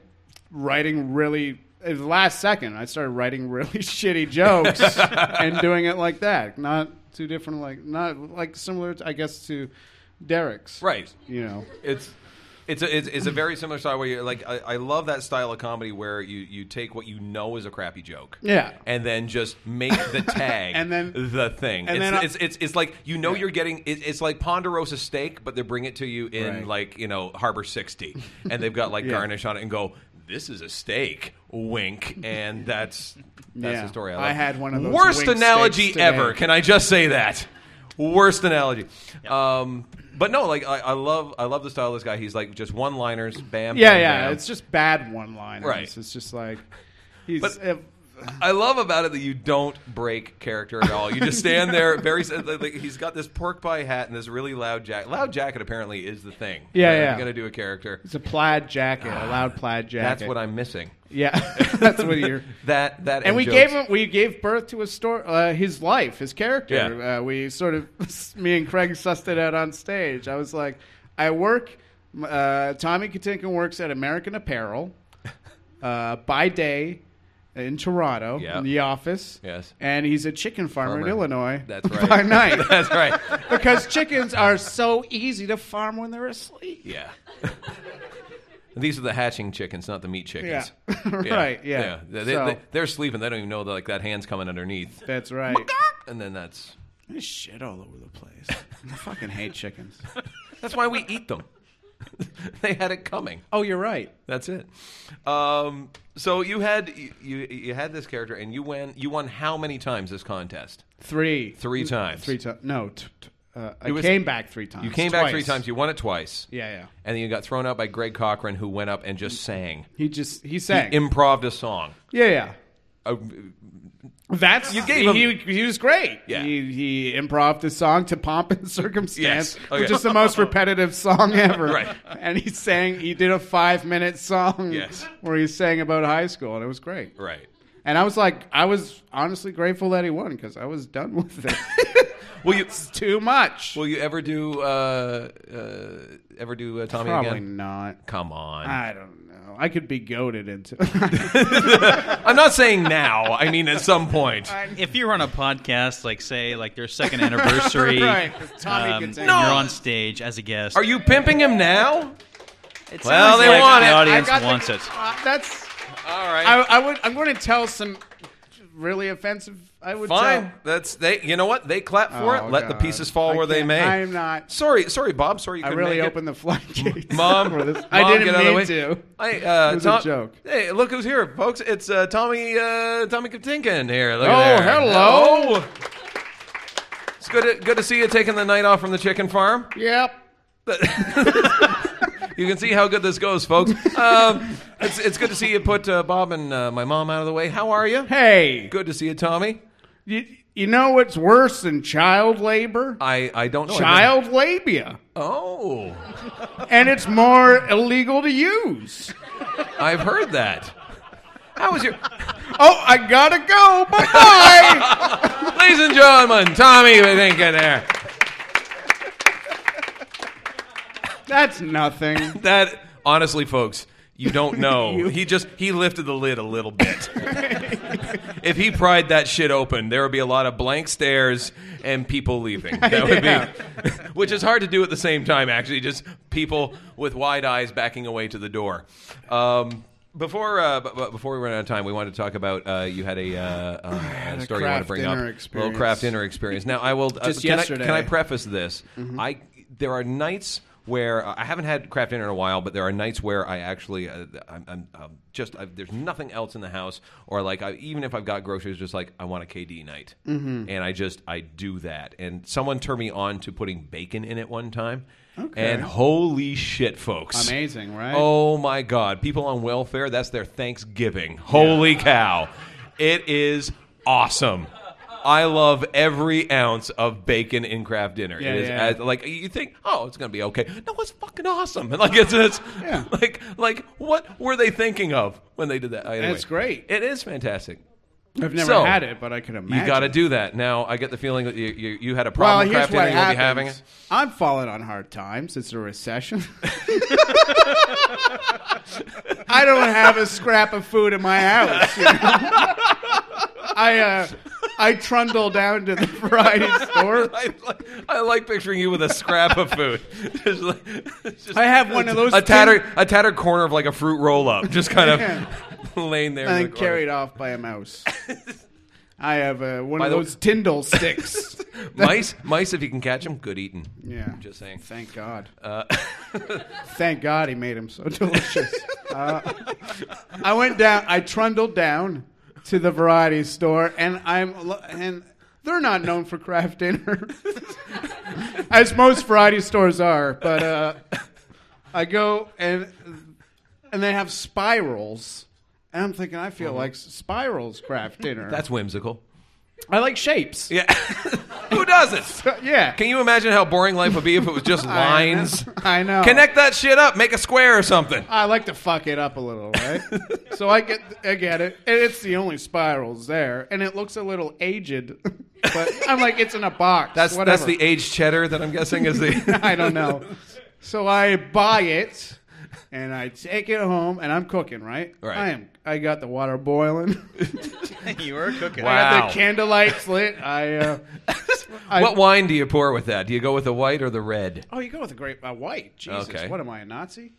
[SPEAKER 12] writing really. It was the last second. I started writing [laughs] really
[SPEAKER 1] [laughs]
[SPEAKER 12] shitty jokes and doing it like that. Not too different. Like not like similar. To, I guess to Derek's.
[SPEAKER 1] Right.
[SPEAKER 12] You know.
[SPEAKER 1] it's it's a, it's, it's a very similar style where you're like I, I love that style of comedy where you, you take what you know is a crappy joke
[SPEAKER 12] Yeah.
[SPEAKER 1] and then just make the
[SPEAKER 12] [laughs]
[SPEAKER 1] tag
[SPEAKER 12] And then-
[SPEAKER 1] the thing
[SPEAKER 12] and
[SPEAKER 1] it's,
[SPEAKER 12] then I-
[SPEAKER 1] it's, it's, it's like you know you're getting it, it's like Ponderosa steak but they bring it to you in
[SPEAKER 12] Right.
[SPEAKER 1] like you know Harbor 60 and they've got like
[SPEAKER 12] [laughs] Yeah.
[SPEAKER 1] garnish on it and go this is a steak wink and that's that's
[SPEAKER 12] Yeah.
[SPEAKER 1] the story I,
[SPEAKER 12] I
[SPEAKER 1] love.
[SPEAKER 12] had one of those
[SPEAKER 1] worst
[SPEAKER 12] wink steaks
[SPEAKER 1] analogy
[SPEAKER 12] today.
[SPEAKER 1] ever can I just say that? Worst analogy. Um, but no, like I, I love, I love the style of this guy. He's like just one liners, bam.
[SPEAKER 12] Yeah,
[SPEAKER 1] bam,
[SPEAKER 12] yeah.
[SPEAKER 1] bam.
[SPEAKER 12] It's just bad one liners.
[SPEAKER 1] Right.
[SPEAKER 12] It's just like he's.
[SPEAKER 1] But-
[SPEAKER 12] if-
[SPEAKER 1] I love about it that you don't break character at all. You just stand
[SPEAKER 12] [laughs]
[SPEAKER 1] there. Very. Like, like, he's got this pork pie hat and this really loud jacket. Loud jacket apparently is the thing.
[SPEAKER 12] Yeah,
[SPEAKER 1] If
[SPEAKER 12] yeah.
[SPEAKER 1] You're gonna do a character.
[SPEAKER 12] it's a plaid jacket, a loud plaid jacket.
[SPEAKER 1] Ah, That's what I'm missing. [laughs]
[SPEAKER 12] Yeah, [laughs] that's what you're.
[SPEAKER 1] That that.
[SPEAKER 12] and we
[SPEAKER 1] jokes.
[SPEAKER 12] gave him we gave birth to a story uh, his life his character
[SPEAKER 1] Yeah.
[SPEAKER 12] uh, we sort of [laughs] me and craig sussed it out on stage i was like i work uh, tommy katinkin works at american apparel
[SPEAKER 1] [laughs]
[SPEAKER 12] uh, by day in toronto
[SPEAKER 1] Yeah.
[SPEAKER 12] in the office
[SPEAKER 1] Yes.
[SPEAKER 12] and he's a chicken farmer, in
[SPEAKER 1] Farmer.
[SPEAKER 12] illinois
[SPEAKER 1] That's right.
[SPEAKER 12] [laughs] by night
[SPEAKER 1] [laughs] [laughs] That's right.
[SPEAKER 12] [laughs] because chickens are so easy to farm when they're asleep
[SPEAKER 1] Yeah. [laughs] These are the hatching chickens, not the meat chickens. [laughs]
[SPEAKER 12] [laughs] Right, yeah.
[SPEAKER 1] They, they,
[SPEAKER 12] So-
[SPEAKER 1] are sleeping. They don't even know that like that hand's coming underneath,
[SPEAKER 12] that's right
[SPEAKER 1] and then that's [laughs]
[SPEAKER 12] there's shit all over the place i fucking hate chickens
[SPEAKER 1] that's why we eat them. [laughs] they had it coming.
[SPEAKER 12] Oh, you're right.
[SPEAKER 1] That's it. Um, so you had you, you you had this character, and you won. You won how many times this contest?
[SPEAKER 12] Three. Mm,
[SPEAKER 1] Three times.
[SPEAKER 12] Three times. No. T- t- uh, I
[SPEAKER 1] It was-
[SPEAKER 12] came back three times.
[SPEAKER 1] You came back three
[SPEAKER 12] Twice.
[SPEAKER 1] times. You won it twice.
[SPEAKER 12] Yeah, yeah.
[SPEAKER 1] And then you got thrown out by Greg Cochran, who went up and just sang.
[SPEAKER 12] He just he sang.
[SPEAKER 1] He improved a song.
[SPEAKER 12] yeah, yeah.
[SPEAKER 1] A-
[SPEAKER 12] That's
[SPEAKER 1] You gave him-
[SPEAKER 12] He, he was great.
[SPEAKER 1] Yeah.
[SPEAKER 12] He he improv the song to pomp and [laughs] circumstance,
[SPEAKER 1] Yes. Okay.
[SPEAKER 12] which is the most
[SPEAKER 1] [laughs]
[SPEAKER 12] repetitive song ever.
[SPEAKER 1] Right.
[SPEAKER 12] And he sang. He did a five minute song.
[SPEAKER 1] Yes.
[SPEAKER 12] Where he sang about high school, and it was great.
[SPEAKER 1] right.
[SPEAKER 12] And I was like, I was honestly grateful that he won because I was done with it.
[SPEAKER 1] [laughs] Will
[SPEAKER 12] [laughs]
[SPEAKER 1] you
[SPEAKER 12] too much?
[SPEAKER 1] Will you ever do uh, uh, ever do uh, Tommy
[SPEAKER 12] Probably
[SPEAKER 1] again?
[SPEAKER 12] not. Uh,
[SPEAKER 1] Come on.
[SPEAKER 12] I don't know. I could be goaded
[SPEAKER 1] [laughs]
[SPEAKER 12] into. [laughs]
[SPEAKER 1] I'm not saying now. I mean at some
[SPEAKER 12] [laughs]
[SPEAKER 1] point.
[SPEAKER 12] Uh,
[SPEAKER 2] If you were on a podcast, like say, like their second
[SPEAKER 1] [laughs]
[SPEAKER 2] anniversary, um,
[SPEAKER 12] Right, Tommy gets
[SPEAKER 2] you're
[SPEAKER 12] angry.
[SPEAKER 2] on stage as a guest.
[SPEAKER 1] Are you pimping him now?
[SPEAKER 2] It
[SPEAKER 1] Well,
[SPEAKER 2] sounds
[SPEAKER 1] they
[SPEAKER 2] like
[SPEAKER 1] want
[SPEAKER 2] the
[SPEAKER 1] it.
[SPEAKER 2] audience
[SPEAKER 12] I got the-
[SPEAKER 2] wants [laughs] it.
[SPEAKER 12] Uh, that's
[SPEAKER 1] All right.
[SPEAKER 12] I, I would. I'm going to tell some really offensive. I would
[SPEAKER 1] Fine.
[SPEAKER 12] Tell,
[SPEAKER 1] That's they. You know what? They clap for
[SPEAKER 12] Oh,
[SPEAKER 1] it. Let the
[SPEAKER 12] God.
[SPEAKER 1] pieces fall
[SPEAKER 12] I
[SPEAKER 1] where they
[SPEAKER 12] can't-
[SPEAKER 1] may.
[SPEAKER 12] I'm not.
[SPEAKER 1] Sorry, sorry, Bob. Sorry, you
[SPEAKER 12] I
[SPEAKER 1] couldn't
[SPEAKER 12] really
[SPEAKER 1] make it.
[SPEAKER 12] opened the
[SPEAKER 1] [laughs]
[SPEAKER 12] floodgates.
[SPEAKER 1] Mom,
[SPEAKER 12] for this.
[SPEAKER 1] Mom,
[SPEAKER 12] I didn't
[SPEAKER 1] get out
[SPEAKER 12] mean
[SPEAKER 1] of the way.
[SPEAKER 12] to.
[SPEAKER 1] I, uh,
[SPEAKER 12] It was a
[SPEAKER 1] Tom-
[SPEAKER 12] joke.
[SPEAKER 1] Hey, look who's here, folks! It's uh, Tommy uh, Tommy Katinkin here. Look
[SPEAKER 12] Oh,
[SPEAKER 1] at there. Oh.
[SPEAKER 12] hello.
[SPEAKER 1] Hello. It's good. To, good to see you taking the night off from the chicken farm.
[SPEAKER 12] Yep.
[SPEAKER 1] You can see how good this goes, folks.
[SPEAKER 12] [laughs]
[SPEAKER 1] Um, it's, it's good to see you put uh, Bob and uh, my mom out of the way. How are you?
[SPEAKER 12] Hey,
[SPEAKER 1] Good to see you, Tommy.
[SPEAKER 12] you, you know what's worse than child labor?
[SPEAKER 1] I, I don't know.
[SPEAKER 12] Child labia,
[SPEAKER 1] Oh,
[SPEAKER 12] and it's more illegal to use.
[SPEAKER 1] I've heard that. How was your?
[SPEAKER 12] Oh, I gotta go. Bye
[SPEAKER 1] [laughs]
[SPEAKER 12] bye.
[SPEAKER 1] Ladies and gentlemen, Tommy Katinkin there.
[SPEAKER 12] That's nothing.
[SPEAKER 1] That honestly, folks, you
[SPEAKER 12] [laughs]
[SPEAKER 1] don't know. He just he lifted the lid a little bit. if he pried that shit open, there would be a lot of blank stares and people leaving.
[SPEAKER 12] [laughs]
[SPEAKER 1] That would be, [laughs] which is hard to do at the same time. Actually, just people with wide eyes backing away to the door. Um, before uh, b- b- before we run out of time, we wanted to talk about uh, you had a, uh, uh, story you want to
[SPEAKER 12] craft
[SPEAKER 1] bring
[SPEAKER 12] dinner
[SPEAKER 1] up,
[SPEAKER 12] experience.
[SPEAKER 1] little craft dinner experience. Now, I will uh,
[SPEAKER 12] Just
[SPEAKER 1] can I-
[SPEAKER 12] yesterday.
[SPEAKER 1] can I preface this. I there are nights where uh, I haven't had craft dinner in a while, but there are nights where I actually uh, I'm, I'm, i just I, there's nothing else in the house, or like I, even if I've got groceries, just like I want a KD night, and I just I do that. And someone turned me on to putting bacon in it one time, and holy shit, folks!
[SPEAKER 12] Amazing, right?
[SPEAKER 1] Oh my god, people on welfare, that's their Thanksgiving. Holy cow. It is awesome. I love every ounce of bacon in craft dinner. it
[SPEAKER 12] Yeah,
[SPEAKER 1] is
[SPEAKER 12] yeah.
[SPEAKER 1] as- like you think, oh, it's gonna be okay. No, it's fucking awesome. [laughs] And like it's, it's
[SPEAKER 12] Yeah.
[SPEAKER 1] like like what were they thinking of when they did that? Anyway,
[SPEAKER 12] That's great.
[SPEAKER 1] It is fantastic.
[SPEAKER 12] I've never
[SPEAKER 1] So,
[SPEAKER 12] had it, but I can imagine.
[SPEAKER 1] You got to do that now. I get the feeling that you, you, you had a
[SPEAKER 12] Well,
[SPEAKER 1] problem
[SPEAKER 12] here's
[SPEAKER 1] craft dinner.
[SPEAKER 12] what
[SPEAKER 1] You'll be
[SPEAKER 12] happens.
[SPEAKER 1] having it.
[SPEAKER 12] I'm falling on hard times. It's a recession. [laughs] I don't have a scrap of food in my house. you know? [laughs] I uh, I trundle down to
[SPEAKER 1] [laughs]
[SPEAKER 12] the variety store.
[SPEAKER 1] I like, I like picturing you with a scrap of food. [laughs] Just like- just
[SPEAKER 12] I have one of those
[SPEAKER 1] a
[SPEAKER 12] tin-
[SPEAKER 1] tattered, a tattered corner of like a fruit roll up, just kind of [laughs] laying there. in
[SPEAKER 12] and
[SPEAKER 1] the
[SPEAKER 12] then
[SPEAKER 1] corner.
[SPEAKER 12] carried off by a mouse. I have uh, one
[SPEAKER 1] By
[SPEAKER 12] of
[SPEAKER 1] the-
[SPEAKER 12] those
[SPEAKER 1] [laughs]
[SPEAKER 12] Tyndall sticks.
[SPEAKER 1] mice, mice. If you can catch them, good eating.
[SPEAKER 12] yeah.
[SPEAKER 1] Just saying.
[SPEAKER 12] Thank God.
[SPEAKER 1] Uh, [laughs]
[SPEAKER 12] Thank God he made him so delicious. Uh, I went down. I trundled down to the variety store, and I'm lo- and they're not known for craft dinner, [laughs] as most variety stores are. But uh, I go and and they have spirals, and I'm thinking I feel like spirals craft dinner.
[SPEAKER 1] Uh-huh. That's whimsical.
[SPEAKER 12] I like shapes.
[SPEAKER 1] Yeah. [laughs] Who
[SPEAKER 12] [laughs]
[SPEAKER 1] doesn't?
[SPEAKER 12] Yeah.
[SPEAKER 1] Can you imagine how boring life would be if it was just
[SPEAKER 12] [laughs] I know.
[SPEAKER 1] lines?
[SPEAKER 12] I know.
[SPEAKER 1] Connect that shit up. Make a square or something.
[SPEAKER 12] I like to fuck it up a
[SPEAKER 1] [laughs]
[SPEAKER 12] little, right? so I get I get it, and it's the only spirals there, and it looks a little aged, but I'm like, it's in a box.
[SPEAKER 1] That's
[SPEAKER 12] whatever.
[SPEAKER 1] that's
[SPEAKER 12] [laughs]
[SPEAKER 1] the aged cheddar that I'm guessing is the.
[SPEAKER 12] I don't know. So I buy it, and I take it home, and I'm cooking, right?
[SPEAKER 1] Right.
[SPEAKER 12] I am. I got the
[SPEAKER 1] [laughs]
[SPEAKER 12] water boiling. [laughs]
[SPEAKER 9] you were cooking.
[SPEAKER 12] I got
[SPEAKER 1] Wow.
[SPEAKER 12] the candlelights lit. I.
[SPEAKER 1] [laughs]
[SPEAKER 12] Uh, I
[SPEAKER 1] what wine do you pour with that? Do you go with the white or the red?
[SPEAKER 12] Oh, you go with a great uh, white. Jesus,
[SPEAKER 1] Okay. Oh.
[SPEAKER 12] what am I,
[SPEAKER 1] [laughs]
[SPEAKER 12] a Nazi?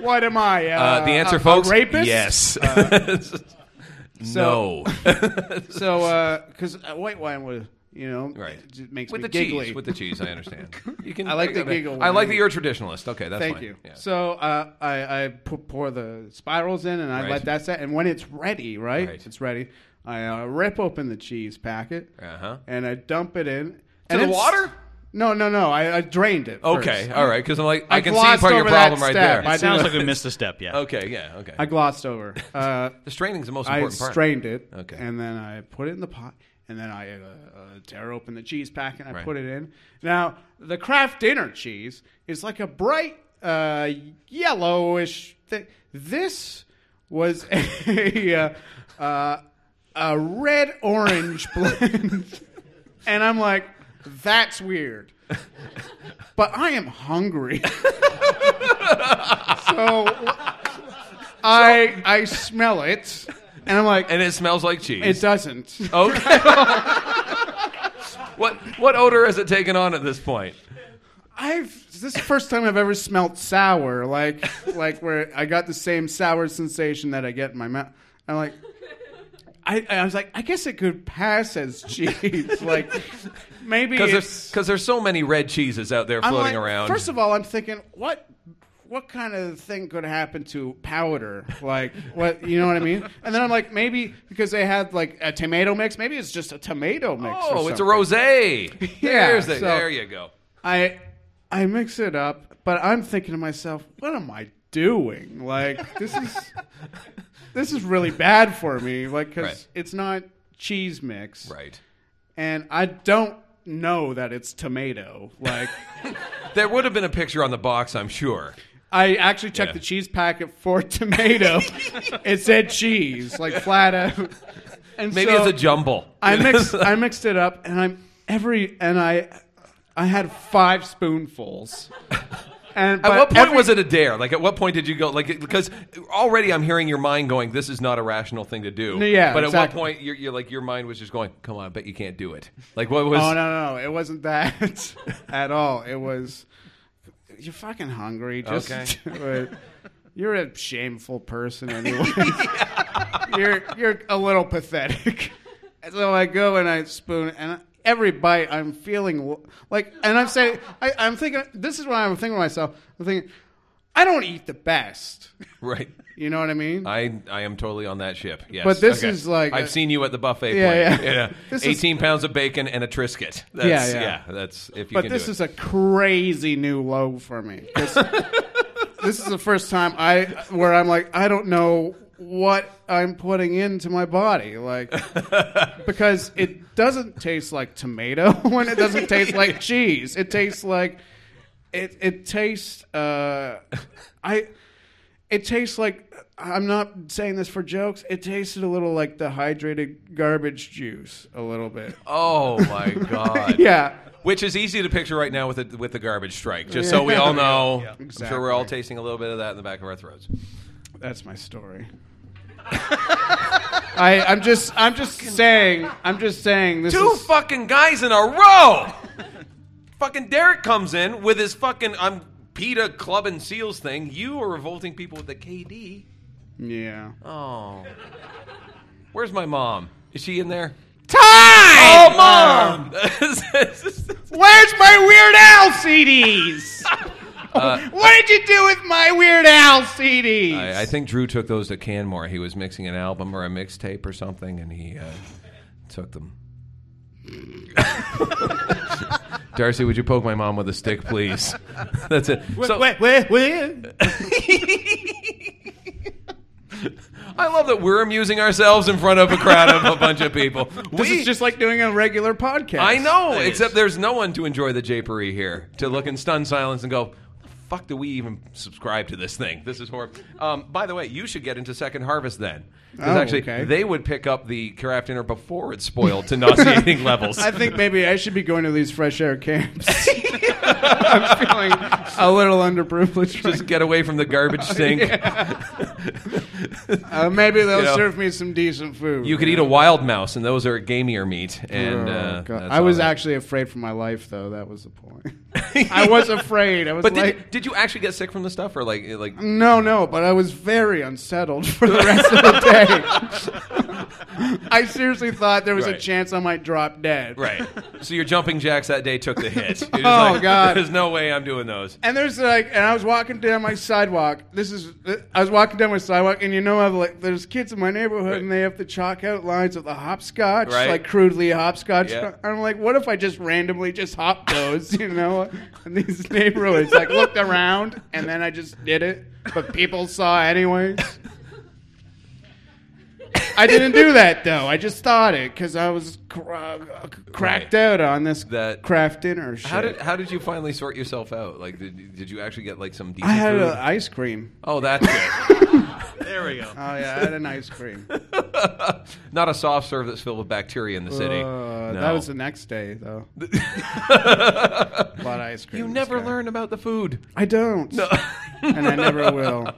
[SPEAKER 12] what am I? Uh,
[SPEAKER 1] Uh, the answer,
[SPEAKER 12] a- a
[SPEAKER 1] folks,
[SPEAKER 12] rapist?
[SPEAKER 1] yes. [laughs] no.
[SPEAKER 12] So, because uh, white wine was You know,
[SPEAKER 1] Right.
[SPEAKER 12] It just makes
[SPEAKER 1] With
[SPEAKER 12] me
[SPEAKER 1] the cheese,
[SPEAKER 12] giggly.
[SPEAKER 1] with the cheese, I understand. [laughs] You can-
[SPEAKER 12] I like the
[SPEAKER 1] I mean,
[SPEAKER 12] giggle.
[SPEAKER 1] I like
[SPEAKER 12] when
[SPEAKER 1] that you're a traditionalist. Okay, that's
[SPEAKER 12] Thank
[SPEAKER 1] fine.
[SPEAKER 12] you.
[SPEAKER 1] Yeah.
[SPEAKER 12] So uh, I I pu- pour the spirals in and I
[SPEAKER 1] Right.
[SPEAKER 12] let that set. And when it's ready, right? It's ready. I uh, rip open the cheese packet
[SPEAKER 1] Uh-huh.
[SPEAKER 12] and I dump it in.
[SPEAKER 1] To
[SPEAKER 12] and
[SPEAKER 1] the
[SPEAKER 12] it's-
[SPEAKER 1] water?
[SPEAKER 12] No, no, no. I, I drained it.
[SPEAKER 1] Okay,
[SPEAKER 12] first.
[SPEAKER 1] all right, because I'm like, I, can see
[SPEAKER 12] glossed
[SPEAKER 1] part of your
[SPEAKER 12] over that
[SPEAKER 1] problem right
[SPEAKER 12] step.
[SPEAKER 1] there.
[SPEAKER 12] I did-
[SPEAKER 2] missed a step, yeah.
[SPEAKER 1] Okay, yeah, okay.
[SPEAKER 12] I glossed over.
[SPEAKER 1] [laughs]
[SPEAKER 12] Uh,
[SPEAKER 1] the straining's the most
[SPEAKER 12] I
[SPEAKER 1] important part.
[SPEAKER 12] strained it.
[SPEAKER 1] Okay.
[SPEAKER 12] And then I put it in the pot. And then I uh, uh, tear open the cheese pack and I
[SPEAKER 1] Right.
[SPEAKER 12] put it in. Now, the Kraft dinner cheese is like a bright uh, yellowish thing. This was [laughs] a, uh, uh, a red
[SPEAKER 1] [laughs]
[SPEAKER 12] orange blend. and I'm like, that's weird. But I am hungry. [laughs] so I I smell it, and I'm like,
[SPEAKER 1] and it smells like cheese.
[SPEAKER 12] It doesn't.
[SPEAKER 1] Okay. what what odor has it taken on at this point?
[SPEAKER 12] [laughs] I've this is the first time I've ever smelt sour, like like where I got the same sour sensation that I get in my mouth. I'm like. I, I was like, I guess it could pass as cheese. [laughs] like, maybe
[SPEAKER 1] Because
[SPEAKER 12] it's
[SPEAKER 1] there's, 'cause there's so many red cheeses out there
[SPEAKER 12] I'm
[SPEAKER 1] floating
[SPEAKER 12] like,
[SPEAKER 1] around.
[SPEAKER 12] First of all, I'm thinking what what kind of thing could happen to powder? Like what you know what I mean? And then I'm like maybe because they had like a tomato mix, maybe it's just a tomato mix. or
[SPEAKER 1] oh, it's a
[SPEAKER 12] something.
[SPEAKER 1] rosé.
[SPEAKER 12] [laughs] Yeah,
[SPEAKER 1] There's the-
[SPEAKER 12] so-
[SPEAKER 1] there you go.
[SPEAKER 12] I I mix it up, but I'm thinking to myself, what am I doing? Like this is
[SPEAKER 1] [laughs]
[SPEAKER 12] this is really bad for me, like because
[SPEAKER 1] Right.
[SPEAKER 12] it's not cheese mix,
[SPEAKER 1] right?
[SPEAKER 12] And I don't know that it's tomato,
[SPEAKER 1] [laughs]
[SPEAKER 12] like.
[SPEAKER 1] There would have been a picture on the box, I'm sure.
[SPEAKER 12] I actually checked
[SPEAKER 1] Yeah.
[SPEAKER 12] the cheese packet for
[SPEAKER 1] [laughs]
[SPEAKER 12] tomato. it said cheese, like flat out. And
[SPEAKER 1] Maybe
[SPEAKER 12] so
[SPEAKER 1] it's a jumble.
[SPEAKER 12] I
[SPEAKER 1] [laughs]
[SPEAKER 12] mixed I mixed it up, and I'm every and I I had five spoonfuls. And
[SPEAKER 1] [laughs] At
[SPEAKER 12] but
[SPEAKER 1] what point
[SPEAKER 12] every-
[SPEAKER 1] was it a dare? Like, at what point did you go? Like, because already I'm hearing your mind going, "This is not a rational thing to do."
[SPEAKER 12] No, yeah,
[SPEAKER 1] But at what
[SPEAKER 12] exactly.
[SPEAKER 1] point you're, you're like your mind was just going, "Come on, I bet you can't do it." Like, what was?
[SPEAKER 12] Oh no, no, no! It wasn't that at all. It was you're fucking hungry. Just
[SPEAKER 1] Okay.
[SPEAKER 12] [laughs] do it. You're a shameful person anyway. [laughs] you're you're a little pathetic. And So I go and I spoon and. Every bite, I'm feeling w- like, and I'm saying, I, I'm thinking, this is what I'm thinking to myself. I'm thinking, I don't eat the best.
[SPEAKER 1] [laughs] Right.
[SPEAKER 12] You know what I mean?
[SPEAKER 1] I I am totally on that ship. Yes.
[SPEAKER 12] But this
[SPEAKER 1] Okay.
[SPEAKER 12] is like-
[SPEAKER 1] I've seen you at the buffet.
[SPEAKER 12] Yeah,
[SPEAKER 1] plate.
[SPEAKER 12] yeah. [laughs] This is-
[SPEAKER 1] Eighteen pounds of bacon and a Triscuit. That's,
[SPEAKER 12] Yeah, yeah.
[SPEAKER 1] That's if you
[SPEAKER 12] but
[SPEAKER 1] can
[SPEAKER 12] this
[SPEAKER 1] do it.
[SPEAKER 12] is a crazy new low for me. [laughs] 'Cause this is the first time I where I'm like, I don't know what I'm putting into my
[SPEAKER 1] [laughs]
[SPEAKER 12] body, like because it doesn't taste like tomato [laughs] and it doesn't
[SPEAKER 1] [laughs]
[SPEAKER 12] taste like cheese. It tastes like it. It tastes. Uh, I. It tastes like I'm not saying this for jokes. It tasted a little like dehydrated garbage juice, a little bit.
[SPEAKER 1] Oh my god.
[SPEAKER 12] [laughs] Yeah.
[SPEAKER 1] Which is easy to picture right now with the, with the garbage strike. Just so we [laughs] all know, I'm sure we're all tasting a little bit of that in the back of our throats.
[SPEAKER 12] That's my story. [laughs] I, I'm just, I'm just saying, I'm just saying this
[SPEAKER 1] Two
[SPEAKER 12] is
[SPEAKER 1] fucking guys in a row. [laughs] fucking Derek comes in with his fucking I'm PETA Club and Seals thing. You are revolting people with the KD.
[SPEAKER 12] yeah.
[SPEAKER 1] Oh. Where's my mom? Is she in there?
[SPEAKER 12] Time.
[SPEAKER 1] Oh, [laughs] mom!
[SPEAKER 12] Where's my Weird
[SPEAKER 1] [laughs]
[SPEAKER 12] Al [laughs] CDs?
[SPEAKER 1] Uh,
[SPEAKER 12] what did you do with my Weird Al CDs?
[SPEAKER 1] I, I think Drew took those to Canmore. He was mixing an album or a mixtape or something, and he uh, took them. [laughs] Darcy, would you poke my mom with a stick, please? [laughs] That's it. So- I love that we're amusing ourselves in front of a crowd of a bunch of people.
[SPEAKER 12] this
[SPEAKER 1] We-
[SPEAKER 12] is just like doing a regular podcast.
[SPEAKER 1] I know,
[SPEAKER 12] It is.
[SPEAKER 1] except there's no one to enjoy the japery here to look in stunned silence and go, "What the fuck do we even subscribe to this thing? This is horrible. Um, by the way, you should get into Second Harvest then. 'Cause
[SPEAKER 12] Oh,
[SPEAKER 1] actually,
[SPEAKER 12] okay.
[SPEAKER 1] they would pick up the craft dinner before it's spoiled to
[SPEAKER 12] [laughs]
[SPEAKER 1] nauseating levels.
[SPEAKER 12] I think maybe I should be going to these fresh air
[SPEAKER 1] [laughs]
[SPEAKER 12] camps. I'm feeling a little underprivileged.
[SPEAKER 1] Just get away from the
[SPEAKER 12] [laughs]
[SPEAKER 1] garbage sink.
[SPEAKER 12] Uh, maybe they'll
[SPEAKER 1] You know,
[SPEAKER 12] serve me some decent food.
[SPEAKER 1] You could eat a wild mouse, and those are gamier meat. And
[SPEAKER 12] Oh,
[SPEAKER 1] uh,
[SPEAKER 12] God.
[SPEAKER 1] that's
[SPEAKER 12] I was
[SPEAKER 1] all that-
[SPEAKER 12] actually afraid for my life, though. That was
[SPEAKER 1] [laughs]
[SPEAKER 12] the point. I was afraid. I was
[SPEAKER 1] But
[SPEAKER 12] like,
[SPEAKER 1] did, did you actually get sick from the stuff, or like like [laughs]
[SPEAKER 12] [laughs] no, no. But I was very unsettled for the rest of the day. I seriously thought there was a
[SPEAKER 1] Right.
[SPEAKER 12] chance I might drop dead. [laughs]
[SPEAKER 1] Right. So your jumping jacks that day took the hit. You're just
[SPEAKER 12] Oh,
[SPEAKER 1] like, [laughs]
[SPEAKER 12] God.
[SPEAKER 1] There's no way I'm doing those.
[SPEAKER 12] And there's like, and I was walking down my sidewalk. This is, I was walking down my sidewalk, and you know, I've like, there's kids in my neighborhood, and they have to chalk out lines of the hopscotch,
[SPEAKER 1] Right.
[SPEAKER 12] like crudely hopscotch.
[SPEAKER 1] Yeah.
[SPEAKER 12] I'm like, what if I just randomly just hop those, [laughs] you know, in these neighborhoods? Like, looked around, and then I just did it, but people saw anyways. I didn't do that though. I just thought it because I was cra- uh, cracked out on this craft dinner shit.
[SPEAKER 1] How did how did you finally sort yourself out? Like, did, did you actually get like some decent
[SPEAKER 12] I had
[SPEAKER 1] food?
[SPEAKER 12] an ice cream.
[SPEAKER 1] Oh, that's good. there we go.
[SPEAKER 12] Oh yeah, I had an ice
[SPEAKER 1] [laughs]
[SPEAKER 12] cream.
[SPEAKER 1] Not a soft serve that's filled with bacteria in the city.
[SPEAKER 12] Uh,
[SPEAKER 1] no.
[SPEAKER 12] That was the next
[SPEAKER 1] [laughs]
[SPEAKER 12] day, though. Bought ice cream.
[SPEAKER 1] You never learn about the food. [laughs]
[SPEAKER 12] I don't. [laughs] and I never will.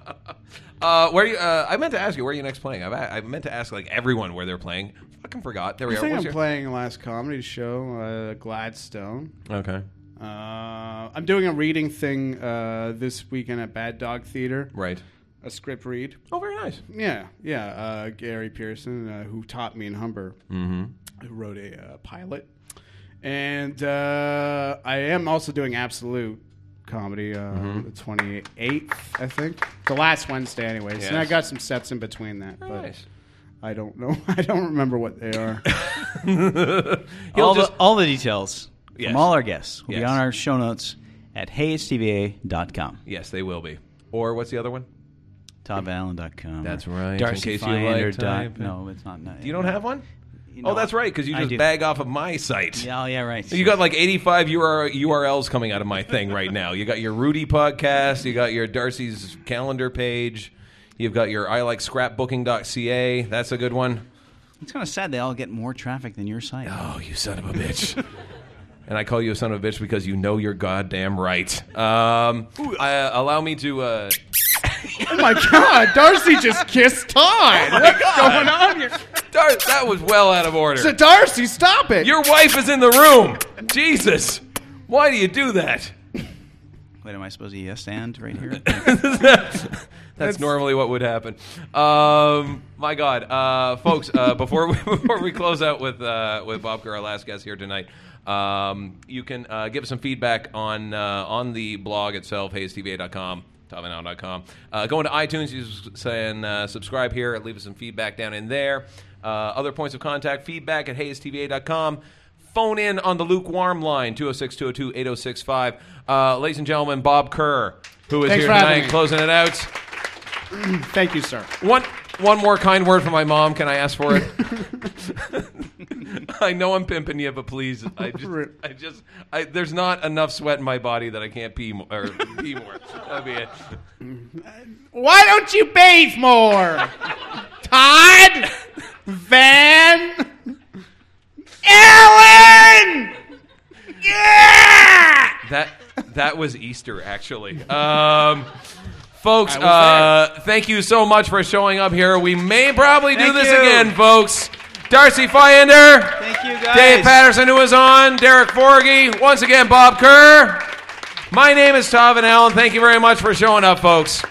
[SPEAKER 1] Uh, where you, uh, I meant to ask you where are you next playing. I've, I meant to ask like everyone where they're playing. Fucking forgot. There we
[SPEAKER 12] I
[SPEAKER 1] are.
[SPEAKER 12] think
[SPEAKER 1] What's
[SPEAKER 12] I'm
[SPEAKER 1] your-
[SPEAKER 12] playing last comedy show, uh, Gladstone.
[SPEAKER 1] Okay.
[SPEAKER 12] Uh, I'm doing a reading thing uh, this weekend at Bad Dog Theater.
[SPEAKER 1] Right.
[SPEAKER 12] A script read.
[SPEAKER 1] Oh, very nice.
[SPEAKER 12] Yeah, yeah. Uh, Gary Pearson, uh, who taught me in Humber,
[SPEAKER 1] Mhm.
[SPEAKER 12] who wrote a uh, pilot, and uh, I am also doing absolute comedy uh, the twenty eighth, I think, the last Wednesday, anyways. And I
[SPEAKER 1] Yes.
[SPEAKER 12] got some sets in between that, but
[SPEAKER 1] nice.
[SPEAKER 12] I don't know. [laughs] I don't remember what they are.
[SPEAKER 1] He'll
[SPEAKER 2] all,
[SPEAKER 1] just-
[SPEAKER 2] the, all the details
[SPEAKER 1] Yes.
[SPEAKER 2] from all our guests will be
[SPEAKER 1] Yes.
[SPEAKER 2] on our show notes at hayestva.com.
[SPEAKER 1] Yes, they will be. Or what's the other one?
[SPEAKER 2] ToddVallen.com.
[SPEAKER 1] That's right.
[SPEAKER 2] Darcy
[SPEAKER 1] in case you like
[SPEAKER 2] Finder dot-
[SPEAKER 1] type.
[SPEAKER 2] No, it's not.
[SPEAKER 1] You don't have one?
[SPEAKER 2] You know,
[SPEAKER 1] oh, that's right, because you
[SPEAKER 2] I
[SPEAKER 1] just
[SPEAKER 2] do.
[SPEAKER 1] bag off of my site.
[SPEAKER 2] Yeah, oh, yeah, right.
[SPEAKER 1] You got like 85 UR- URLs coming out of my thing right now. You got your Rudy podcast, you got your Darcy's calendar page, you've got your I like scrapbooking.ca. That's a good one.
[SPEAKER 2] It's kind of sad they all get more traffic than your site.
[SPEAKER 1] Oh, you son of a bitch. [laughs] And I call you a son of a bitch because you know you're goddamn right. Um, I, allow me to. Uh,
[SPEAKER 12] oh my [laughs] god, Darcy just kissed Todd. What's going on here?
[SPEAKER 1] Dar- that was well out of order.
[SPEAKER 12] So Darcy, stop it.
[SPEAKER 1] Your wife is in the room. Jesus. Why do you do that?
[SPEAKER 2] Wait, am I supposed to yes and
[SPEAKER 1] [laughs]
[SPEAKER 2] right here?
[SPEAKER 1] That's normally what would happen. Um, my God, uh, folks!
[SPEAKER 12] [laughs]
[SPEAKER 1] Uh, before we, [laughs] before we close out with uh, with Bob Kerr, our last guest here tonight, um, you can uh, give us some feedback on uh, on the blog itself, hayestva.com. Tavanow.com. Uh, go into iTunes, you s- say and uh, subscribe here. Leave us some feedback down in there. Uh, other points of contact feedback at hayestva.com. Phone in on the lukewarm line 206 202 8065. Uh, Ladies and gentlemen, Bob Kerr, who is
[SPEAKER 12] Thanks
[SPEAKER 1] here
[SPEAKER 12] for having
[SPEAKER 1] tonight,
[SPEAKER 12] me.
[SPEAKER 1] closing it out.
[SPEAKER 12] Thank you, sir.
[SPEAKER 1] One one more kind word from my mom. Can I ask for
[SPEAKER 2] [laughs]
[SPEAKER 1] it? I know I'm pimping you, but please, I just, I just, I, there's not enough sweat in my body that I can't pee more. Or pee more. That'd be it.
[SPEAKER 12] Why don't you bathe more? Todd? Van? Ellen!
[SPEAKER 1] That that was Easter, actually. Um, folks,
[SPEAKER 12] I was
[SPEAKER 1] uh, thank you so much for showing up here. We may probably do
[SPEAKER 2] Thank
[SPEAKER 1] this
[SPEAKER 2] you.
[SPEAKER 1] again, folks. Darcy Finder.
[SPEAKER 2] Thank you, guys.
[SPEAKER 1] Dave Patterson, who was on, Derek Forgy, once again, Bob Kerr. My name is Tavin Allen. Thank you very much for showing up, folks.